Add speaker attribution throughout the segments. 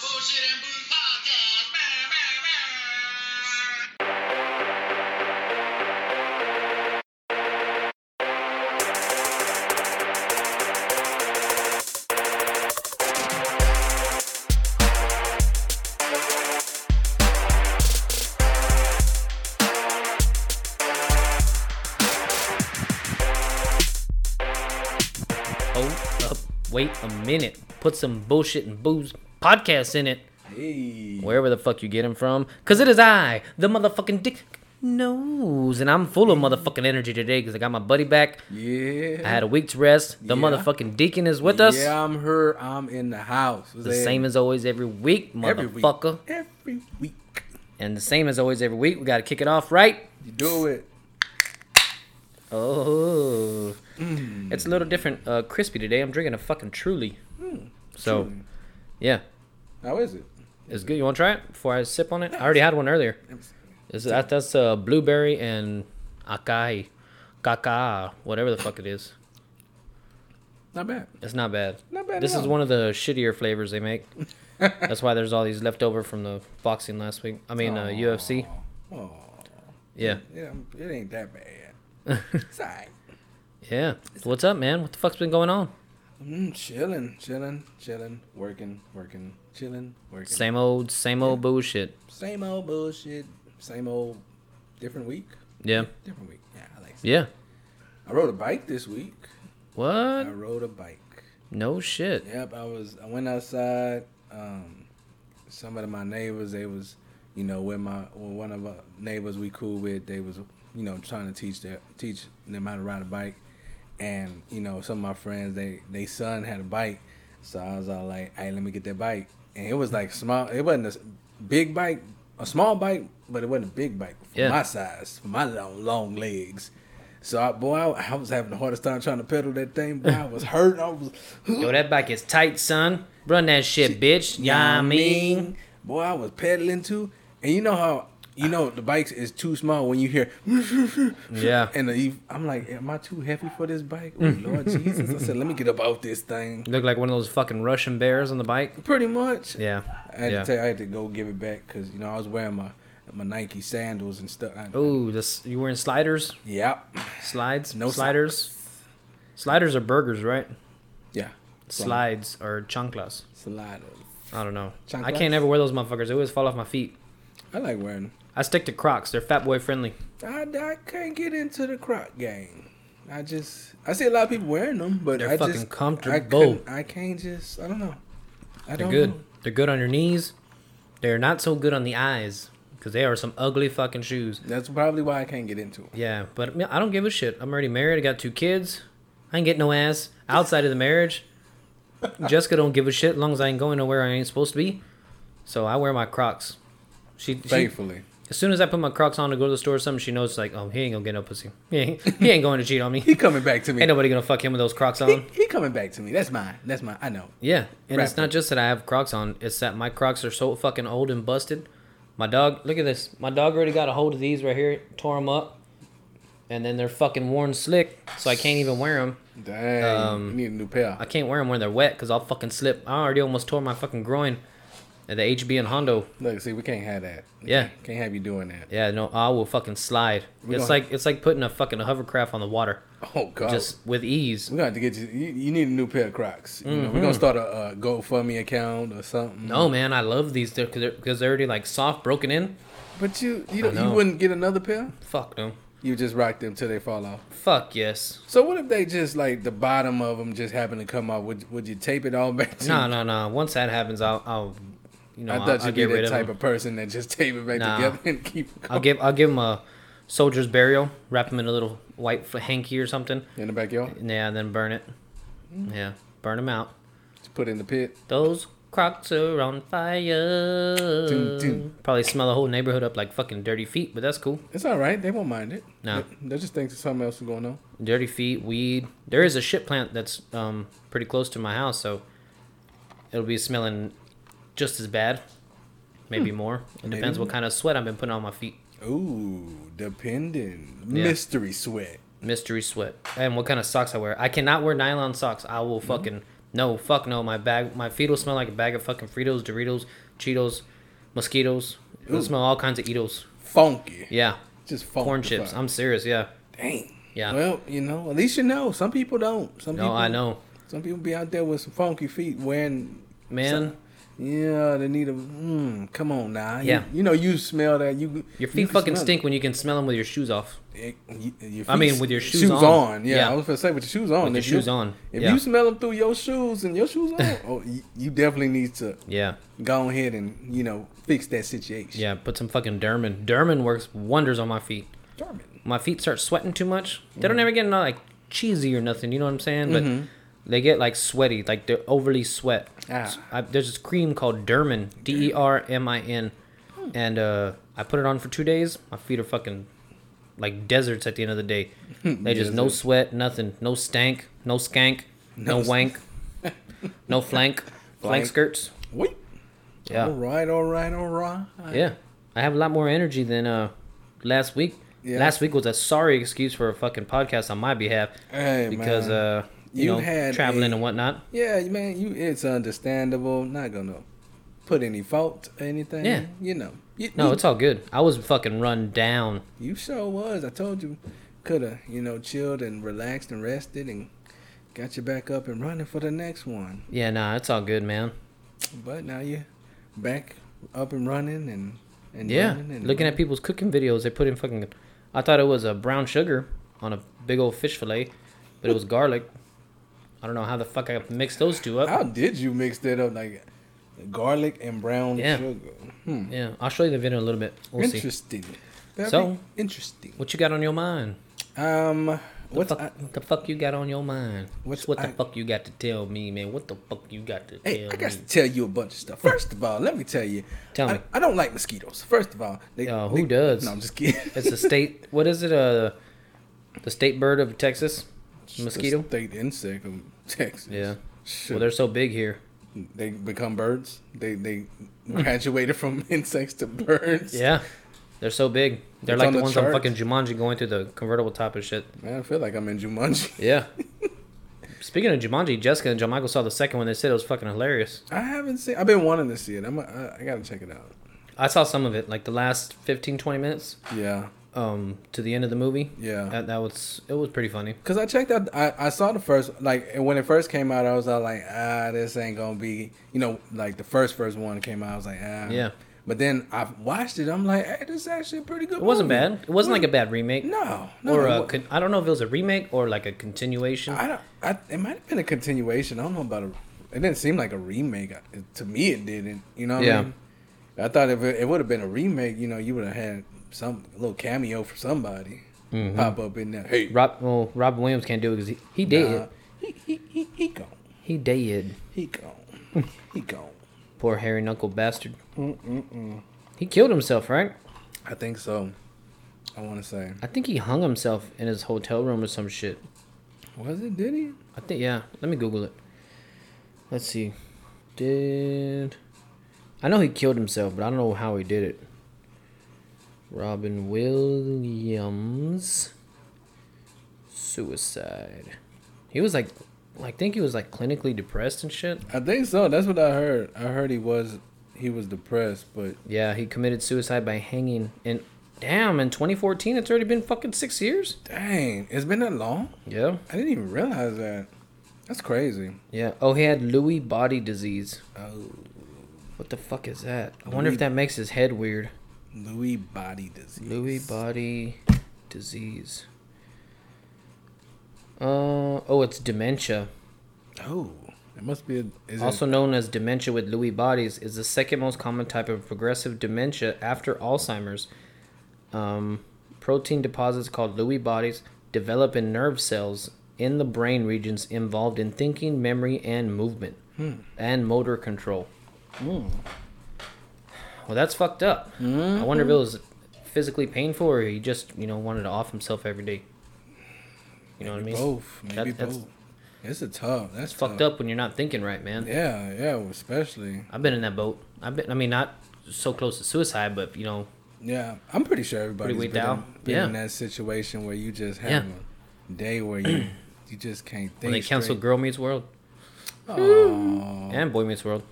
Speaker 1: Bullshit and Brew Podcast. Bah, bah, bah.
Speaker 2: Hold Oh, up. Wait a minute. Put some bullshit and booze podcast in it. Hey. Wherever the fuck you get him from. Because it is I, the motherfucking dick nose. And I'm full of motherfucking energy today because I got my buddy back. I
Speaker 3: Yeah.
Speaker 2: had a week's rest. The
Speaker 3: Yeah.
Speaker 2: motherfucking deacon is with us.
Speaker 3: Yeah, I'm her. I'm in the house.
Speaker 2: The same as always every week,
Speaker 3: every
Speaker 2: motherfucker.
Speaker 3: week. Every week.
Speaker 2: And the same as always every week. We got to kick it off right.
Speaker 3: You do it.
Speaker 2: Oh.
Speaker 3: Mm.
Speaker 2: It's a little different, uh, crispy today. I'm drinking a fucking truly.
Speaker 3: Mm,
Speaker 2: so, yeah.
Speaker 3: How is it?
Speaker 2: It's good. You want to try it before I sip on it? I already had one earlier. Is that that's uh, blueberry and acai, caca, whatever the fuck it is.
Speaker 3: Not bad.
Speaker 2: It's not bad.
Speaker 3: Not bad at
Speaker 2: This is
Speaker 3: all.
Speaker 2: one of the shittier flavors they make. that's why there's all these left over from the boxing last week. I mean uh, UFC.
Speaker 3: Oh,
Speaker 2: Yeah,
Speaker 3: yeah, it ain't that bad. it's alright.
Speaker 2: yeah. What's up, man? What the fuck's been going on?
Speaker 3: Mm, chilling, chilling, chilling, working, working, chilling, working.
Speaker 2: Same old, same old bullshit.
Speaker 3: Same old bullshit. Same old. Different week.
Speaker 2: Yeah,
Speaker 3: Different week. Yeah, I like.
Speaker 2: yeah.
Speaker 3: I rode a bike this week. I
Speaker 2: What?
Speaker 3: rode a bike.
Speaker 2: No shit.
Speaker 3: Yep, I was. I went outside. Um, some of my neighbors, they was, you know, with my with one of our neighbors we cool with, they was, you know, trying to teach their teach them how to ride a bike, and you know, some of my friends, they they son had a bike, so I was all like, hey, let me get that bike, and it was like small. It wasn't a s- big bike, a small bike, but it wasn't a big bike for
Speaker 2: Yeah.
Speaker 3: my size, for my long long legs. So I, boy, I, I was having the hardest time trying to pedal that thing. Boy, I was hurt. I was.
Speaker 2: Yo, that bike is tight, son. Run that shit, bitch. Yeah, I mean.
Speaker 3: boy, I was pedaling too, and you know how you know the bikes is too small when you hear,
Speaker 2: Yeah. Mm.
Speaker 3: and the, I'm like, am I too heavy for this bike? Oh Lord Jesus! I said, let me get up off this thing.
Speaker 2: Look like one of those fucking Russian bears on the bike.
Speaker 3: Pretty much.
Speaker 2: Yeah.
Speaker 3: I had
Speaker 2: yeah.
Speaker 3: to tell you, I had to go give it back because you know I was wearing my my Nike sandals and stuff. I-
Speaker 2: Ooh, this you wearing sliders?
Speaker 3: Yep.
Speaker 2: Slides?
Speaker 3: No
Speaker 2: sliders. Sliders are burgers, right?
Speaker 3: Yeah.
Speaker 2: Slides are chanclas.
Speaker 3: Salado.
Speaker 2: I don't know. I
Speaker 3: Chanclas?
Speaker 2: can't ever wear those motherfuckers. They always fall off my feet.
Speaker 3: I like wearing.
Speaker 2: I stick to Crocs. They're fat boy friendly.
Speaker 3: I, I can't get into the croc game. I just I see a lot of people wearing them, but
Speaker 2: They're
Speaker 3: I
Speaker 2: fucking
Speaker 3: just, I,
Speaker 2: comfortable.
Speaker 3: couldn't- I can't just I don't know. I
Speaker 2: They're
Speaker 3: don't
Speaker 2: good.
Speaker 3: know.
Speaker 2: They're good on your knees. They're not so good on the eyes because they are some ugly fucking shoes.
Speaker 3: That's probably why I can't get into it.
Speaker 2: Yeah, but I, mean, I don't give a shit. I'm already married. I got two kids. I ain't getting no ass outside of the marriage. Jessica don't give a shit as long as I ain't going nowhere I ain't supposed to be. So I wear my Crocs. She, she
Speaker 3: Thankfully,
Speaker 2: as soon as I put my Crocs on to go to the store or something, she knows like, oh, he ain't gonna get no pussy. He ain't, he ain't going to cheat on me.
Speaker 3: he coming back to me.
Speaker 2: Ain't nobody gonna fuck him with those Crocs
Speaker 3: he,
Speaker 2: on.
Speaker 3: he coming back to me. That's mine. That's mine. I know.
Speaker 2: Yeah, and it's
Speaker 3: Rapper.
Speaker 2: not just that I have Crocs on; it's that my Crocs are so fucking old and busted. My dog, look at this. My dog already got a hold of these right here, tore them up, and then they're fucking worn slick, so I can't even wear them.
Speaker 3: Dang, you need a new pair.
Speaker 2: Um, I can't wear them when they're wet because I'll fucking slip. I already almost tore my fucking groin at the HB and Hondo.
Speaker 3: Look, see, we can't have that. We
Speaker 2: Yeah.
Speaker 3: can't, can't have you doing that.
Speaker 2: Yeah, no, I will fucking slide.
Speaker 3: We
Speaker 2: it's
Speaker 3: gonna-
Speaker 2: like it's like putting a fucking hovercraft on the water,
Speaker 3: Oh God,
Speaker 2: just with ease.
Speaker 3: we're gonna have to get you, you. You need a new pair of Crocs. You know, we're gonna start a, uh GoFundMe account or something.
Speaker 2: Mm-hmm. No Oh, man, I love these because they're, 'cause they're already like soft, broken in.
Speaker 3: but you you, don't, you
Speaker 2: know.
Speaker 3: wouldn't get another pair.
Speaker 2: Fuck no.
Speaker 3: You just rock them till they fall off.
Speaker 2: Fuck yes.
Speaker 3: So what if they just like the bottom of them just happen to come off? Would would you tape it all back? To
Speaker 2: No, no, no. Once that happens, I'll, I'll you know,
Speaker 3: I
Speaker 2: I
Speaker 3: thought
Speaker 2: will
Speaker 3: you'd
Speaker 2: get
Speaker 3: be
Speaker 2: rid
Speaker 3: that
Speaker 2: of
Speaker 3: type
Speaker 2: them.
Speaker 3: of person that just tape it back
Speaker 2: Nah.
Speaker 3: together and keep. it
Speaker 2: I'll give, I'll give them a soldier's burial, wrap them in a little white f- hanky or something,
Speaker 3: in the backyard.
Speaker 2: yeah, and then burn it.
Speaker 3: Mm.
Speaker 2: Yeah, burn them out.
Speaker 3: Just put it in the pit.
Speaker 2: Those crocs are on fire.
Speaker 3: Dun, dun.
Speaker 2: Probably smell the whole neighborhood up like fucking dirty feet, but that's cool.
Speaker 3: It's all right. They won't mind it.
Speaker 2: No.
Speaker 3: They, they just think something else is going on.
Speaker 2: Dirty feet, weed. There is a shit plant that's um pretty close to my house, so it'll be smelling just as bad, maybe
Speaker 3: Hmm.
Speaker 2: more. It depends what kind of sweat I've been putting on my feet.
Speaker 3: Ooh, depending
Speaker 2: Yeah.
Speaker 3: mystery sweat. Mm-hmm.
Speaker 2: mystery sweat and what kind of socks I wear. I cannot wear nylon socks. I will fucking No, fuck no. My bag, my feet will smell like a bag of fucking Fritos, Doritos, Cheetos, mosquitoes. It'll smell all kinds of Eatos.
Speaker 3: Funky.
Speaker 2: Yeah,
Speaker 3: Just funky.
Speaker 2: corn chips.
Speaker 3: Oh, fuck.
Speaker 2: I'm serious. Yeah,
Speaker 3: Dang.
Speaker 2: yeah.
Speaker 3: Well, you know, at least you know. Some people don't. Some
Speaker 2: no,
Speaker 3: people,
Speaker 2: I know,
Speaker 3: Some people be out there with some funky feet wearing.
Speaker 2: man.
Speaker 3: Yeah, they need a. Mm, come on now. You-
Speaker 2: Yeah.
Speaker 3: You, know, you smell that. You
Speaker 2: Your
Speaker 3: you
Speaker 2: feet
Speaker 3: can
Speaker 2: fucking
Speaker 3: smell it.
Speaker 2: stink when you can smell them with your shoes off.
Speaker 3: It- y- your
Speaker 2: I mean,
Speaker 3: feet-
Speaker 2: with your shoes
Speaker 3: on.
Speaker 2: on.
Speaker 3: Yeah,
Speaker 2: Yeah.
Speaker 3: I was gonna say with your shoes on.
Speaker 2: With your
Speaker 3: if
Speaker 2: shoes
Speaker 3: you,
Speaker 2: on,
Speaker 3: If
Speaker 2: yeah.
Speaker 3: you smell them through your shoes and your shoes on, oh, you, you definitely need to
Speaker 2: Yeah,
Speaker 3: go ahead and you know fix that situation.
Speaker 2: yeah. Put some fucking Dermin. Dermin works wonders on my feet.
Speaker 3: German.
Speaker 2: My feet start sweating too much. They
Speaker 3: Mm-hmm.
Speaker 2: don't ever get not like cheesy or nothing. You know what I'm saying? But they get like sweaty, like they're overly sweat.
Speaker 3: Ah.
Speaker 2: I, there's this cream called Dermin, D E R M I N,
Speaker 3: Hmm.
Speaker 2: and uh, I put it on for two days. My feet are fucking like deserts at the end of the day. They just no
Speaker 3: Desert.
Speaker 2: sweat, nothing, no stank, no skank, no,
Speaker 3: No
Speaker 2: wank, no flank, flank
Speaker 3: Flank.
Speaker 2: skirts.
Speaker 3: Wait.
Speaker 2: Yeah.
Speaker 3: All right. All right. All right.
Speaker 2: Uh. Yeah, I have a lot more energy than uh last week.
Speaker 3: Yeah.
Speaker 2: Last week was a sorry excuse for a fucking podcast on my behalf
Speaker 3: Hey,
Speaker 2: because
Speaker 3: man.
Speaker 2: uh you,
Speaker 3: You
Speaker 2: know
Speaker 3: had
Speaker 2: traveling
Speaker 3: a-
Speaker 2: and whatnot.
Speaker 3: Yeah, man, you it's understandable. Not gonna put any fault or anything.
Speaker 2: Yeah.
Speaker 3: You know. You,
Speaker 2: No,
Speaker 3: you,
Speaker 2: it's all good. I was fucking run down.
Speaker 3: you sure was. I told you coulda, you know, chilled and relaxed and rested and got you back up and running for the next one.
Speaker 2: Yeah, nah, it's all good, man.
Speaker 3: But now you back up and running and and
Speaker 2: Yeah,
Speaker 3: running and
Speaker 2: looking at people's cooking videos, they put in fucking. I thought it was a brown sugar on a big old fish fillet, but it was garlic. I don't know how the fuck I mixed those two up.
Speaker 3: How did you mix that up like garlic and brown
Speaker 2: Yeah.
Speaker 3: sugar? Hmm.
Speaker 2: Yeah, I'll show you the video in a little bit. We'll see.
Speaker 3: Interesting. Very
Speaker 2: So-
Speaker 3: interesting.
Speaker 2: What you got on your mind?
Speaker 3: Um, what's
Speaker 2: fuck,
Speaker 3: I,
Speaker 2: what the fuck you got on your mind?
Speaker 3: What's-
Speaker 2: what the
Speaker 3: I-
Speaker 2: fuck you got to tell me, man? What the fuck you got to
Speaker 3: Hey,
Speaker 2: tell
Speaker 3: I got to
Speaker 2: me?
Speaker 3: tell you a bunch of stuff. First of all, let me tell you.
Speaker 2: Tell
Speaker 3: I,
Speaker 2: me.
Speaker 3: I don't like mosquitoes. First of all, they,
Speaker 2: Yo,
Speaker 3: they-
Speaker 2: who does?
Speaker 3: No, I'm just kidding.
Speaker 2: It's a state. What is it? Uh, the state bird of Texas,
Speaker 3: It's the
Speaker 2: mosquito.
Speaker 3: state insect of Texas.
Speaker 2: Yeah.
Speaker 3: Shit.
Speaker 2: Well, they're so big here.
Speaker 3: they become birds. They they graduated from insects to birds.
Speaker 2: Yeah, they're so big. They're
Speaker 3: It's
Speaker 2: like
Speaker 3: on
Speaker 2: the,
Speaker 3: the
Speaker 2: ones on
Speaker 3: charts.
Speaker 2: fucking Jumanji going through the convertible top and shit.
Speaker 3: Man, I feel like I'm in Jumanji.
Speaker 2: Yeah. Speaking of Jumanji, Jessica and John Michael saw the second one. They said it was fucking hilarious.
Speaker 3: I haven't seen. I've been wanting to see it. I'm. A, I, I gotta check it out.
Speaker 2: I saw some of it, like the last 15, 20 minutes,
Speaker 3: Yeah.
Speaker 2: um, to the end of the movie.
Speaker 3: Yeah.
Speaker 2: That, that was it was pretty funny.
Speaker 3: Cause I checked out, I, I saw the first like and when it first came out, I was all like, ah, this ain't gonna be, you know, like the first first one came out, I was like, ah,
Speaker 2: Yeah.
Speaker 3: But then I watched it, I'm like, hey, this is actually a pretty good.
Speaker 2: It wasn't
Speaker 3: movie.
Speaker 2: bad. It wasn't like a bad remake.
Speaker 3: No, no.
Speaker 2: Or uh,
Speaker 3: it
Speaker 2: a
Speaker 3: wa-
Speaker 2: con- I don't know if it was a remake or like a continuation.
Speaker 3: Mm-hmm. I don't. I, it might have been a continuation. I don't know about a. It didn't seem like a remake I- it- to me. It didn't. You know. What
Speaker 2: Yeah.
Speaker 3: I mean? I thought if it, it would have been a remake, you know, you would have had some little cameo for somebody pop up in there. Hey,
Speaker 2: Rob, well, Rob Williams can't do it because he, he did.
Speaker 3: uh, he, he he he gone.
Speaker 2: He did.
Speaker 3: He gone. he gone.
Speaker 2: Poor hairy knuckle bastard. He killed himself, right?
Speaker 3: I think so. I want to say.
Speaker 2: I think he hung himself in his hotel room or some shit.
Speaker 3: Was it? Did he?
Speaker 2: I think yeah. Let me Google it. Let's see. Did I know he killed himself, but I don't know how he did it. Robin Williams suicide. He was like, I think he was like clinically depressed and shit.
Speaker 3: I think so. That's what I heard. I heard he was he was depressed, but
Speaker 2: Yeah, he committed suicide by hanging. And damn, in 2014, it's already been fucking six years.
Speaker 3: dang, it's been that long.
Speaker 2: Yeah,
Speaker 3: I didn't even realize that. That's crazy.
Speaker 2: yeah. Oh, he had Lewy body disease.
Speaker 3: Oh.
Speaker 2: What the fuck is that? I wonder if that makes his head weird.
Speaker 3: Louis body disease.
Speaker 2: Lewy body disease. Uh oh, it's dementia.
Speaker 3: Oh, it must be. A, is
Speaker 2: Also
Speaker 3: it,
Speaker 2: known as dementia with Lewy bodies, is the second most common type of progressive dementia after Alzheimer's. Um, protein deposits called Lewy bodies develop in nerve cells in the brain regions involved in thinking, memory, and movement, and motor control. mm, Well, that's fucked up. I wonder if
Speaker 3: Mm-hmm.
Speaker 2: it was physically painful or he just, you know, wanted to off himself every day. You know what I mean?
Speaker 3: both. Maybe
Speaker 2: That- that's-
Speaker 3: both. It's a tough. That's
Speaker 2: Fucked
Speaker 3: tough.
Speaker 2: up when you're not thinking right, man.
Speaker 3: Yeah, yeah, especially.
Speaker 2: I've been in that boat. I've been. I mean, not so close to suicide, but you know,
Speaker 3: Yeah, I'm pretty sure everybody's
Speaker 2: weighed
Speaker 3: been,
Speaker 2: down.
Speaker 3: in, been
Speaker 2: Yeah.
Speaker 3: in that situation where you just have
Speaker 2: Yeah.
Speaker 3: a day where you you just can't think.
Speaker 2: when they canceled
Speaker 3: straight.
Speaker 2: Girl Meets World,
Speaker 3: Aw.
Speaker 2: and Boy Meets World.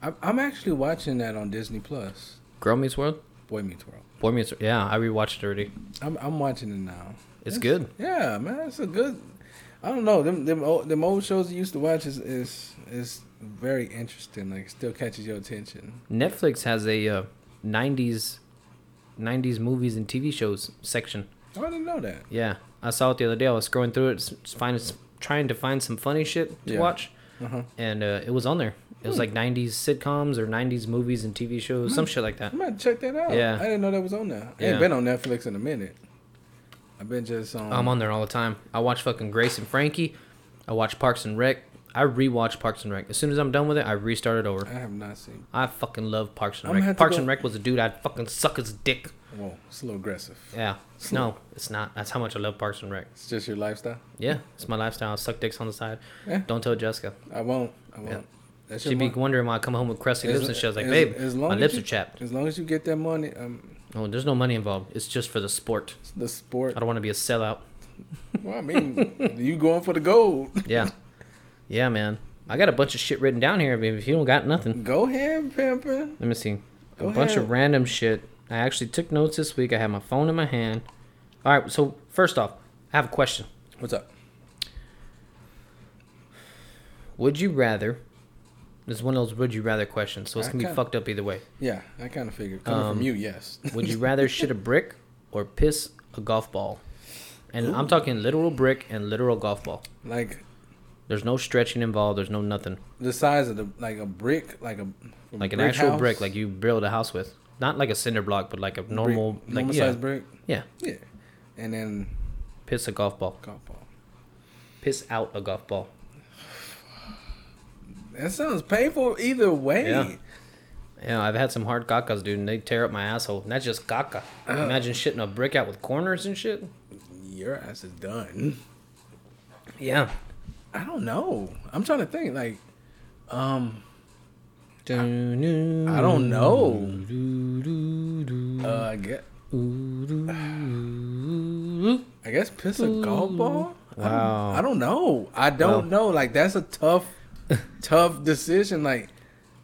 Speaker 3: I'm- I'm actually watching that on Disney Plus.
Speaker 2: Girl Meets World.
Speaker 3: Boy Meets World.
Speaker 2: Boy Meets. Yeah, I rewatched it already.
Speaker 3: I'm I'm watching it now.
Speaker 2: It's good.
Speaker 3: Yeah, man, it's a good. I don't know them them old, them old shows you used to watch is is is very interesting. Like still catches your attention.
Speaker 2: Netflix has a uh, '90s '90s movies and TV shows section.
Speaker 3: I didn't know that.
Speaker 2: Yeah, I saw it the other day. I was scrolling through it, s- s- find, trying to find some funny shit to
Speaker 3: Yeah.
Speaker 2: watch,
Speaker 3: Uh-huh. Hmm.
Speaker 2: and uh, it was on there. It was like '90s sitcoms or '90s movies and TV shows, some shit like that.
Speaker 3: I might check that out.
Speaker 2: Yeah.
Speaker 3: I didn't know that was on there. I
Speaker 2: Yeah.
Speaker 3: ain't been on Netflix in a minute. I've been just um, on.
Speaker 2: I'm on there all the time. I watch fucking Grace and Frankie. I watch Parks and Rec. I rewatch Parks and Rec. As soon as I'm done with it, I restart it over.
Speaker 3: I have not seen.
Speaker 2: I fucking love Parks and
Speaker 3: I'm gonna have
Speaker 2: Rec.
Speaker 3: to
Speaker 2: Parks
Speaker 3: go-
Speaker 2: and Rec was a dude I'd fucking suck his dick.
Speaker 3: Whoa, it's a little aggressive.
Speaker 2: Yeah. No, it's not. That's how much I love Parks and Rec.
Speaker 3: It's just your lifestyle.
Speaker 2: Yeah, it's my lifestyle. I suck dicks on the side.
Speaker 3: Yeah.
Speaker 2: Don't tell Jessica.
Speaker 3: I won't. I won't. That's
Speaker 2: She'd be wondering why I come home with crusty lips and shit. I was like,
Speaker 3: as-
Speaker 2: babe,
Speaker 3: as long
Speaker 2: my
Speaker 3: as
Speaker 2: lips
Speaker 3: you-
Speaker 2: are chapped.
Speaker 3: As long as you get that money, um,
Speaker 2: Oh, there's no money involved. It's just for the sport.
Speaker 3: it's the sport.
Speaker 2: I don't want to be a sellout.
Speaker 3: Well, I mean, you going for the gold?
Speaker 2: Yeah. yeah, man. I got a bunch of shit written down here, but if you don't got nothing,
Speaker 3: Go ahead, pimpin'.
Speaker 2: let me see. A
Speaker 3: Go
Speaker 2: bunch of
Speaker 3: ahead.
Speaker 2: random shit. I actually took notes this week. I had my phone in my hand. All right, so first off, I have a question.
Speaker 3: What's up?
Speaker 2: Would you rather? This is one of those would you rather questions, so it's
Speaker 3: I
Speaker 2: gonna be
Speaker 3: kinda-
Speaker 2: fucked up either way.
Speaker 3: Yeah, I kind of figured coming
Speaker 2: Um,
Speaker 3: from you, yes.
Speaker 2: Would you rather shit a brick or piss a golf ball? And I'm talking literal brick and literal golf ball.
Speaker 3: like
Speaker 2: There's no stretching involved. There's no nothing.
Speaker 3: the size of the like a brick, like a
Speaker 2: Like an
Speaker 3: brick
Speaker 2: actual
Speaker 3: house?
Speaker 2: brick, like you build a house with. Not like a cinder block, but like a
Speaker 3: Brick-
Speaker 2: normal, like
Speaker 3: normal
Speaker 2: yeah,
Speaker 3: size brick.
Speaker 2: yeah.
Speaker 3: Yeah, and then
Speaker 2: Piss a golf ball.
Speaker 3: golf ball.
Speaker 2: Piss out a golf ball.
Speaker 3: That sounds painful either way.
Speaker 2: Yeah. Yeah, I've had some hard caccas, dude, and they tear up my asshole. And that's just caca. Imagine shitting a brick out with corners and shit.
Speaker 3: Your ass is done.
Speaker 2: Yeah.
Speaker 3: I don't know. I'm trying to think. Like, um, I
Speaker 2: I
Speaker 3: don't know. Uh,
Speaker 2: Mm.
Speaker 3: I guess, I guess piss a golf ball.
Speaker 2: Wow.
Speaker 3: I don't know. I don't know. Like that's a tough, tough decision. Like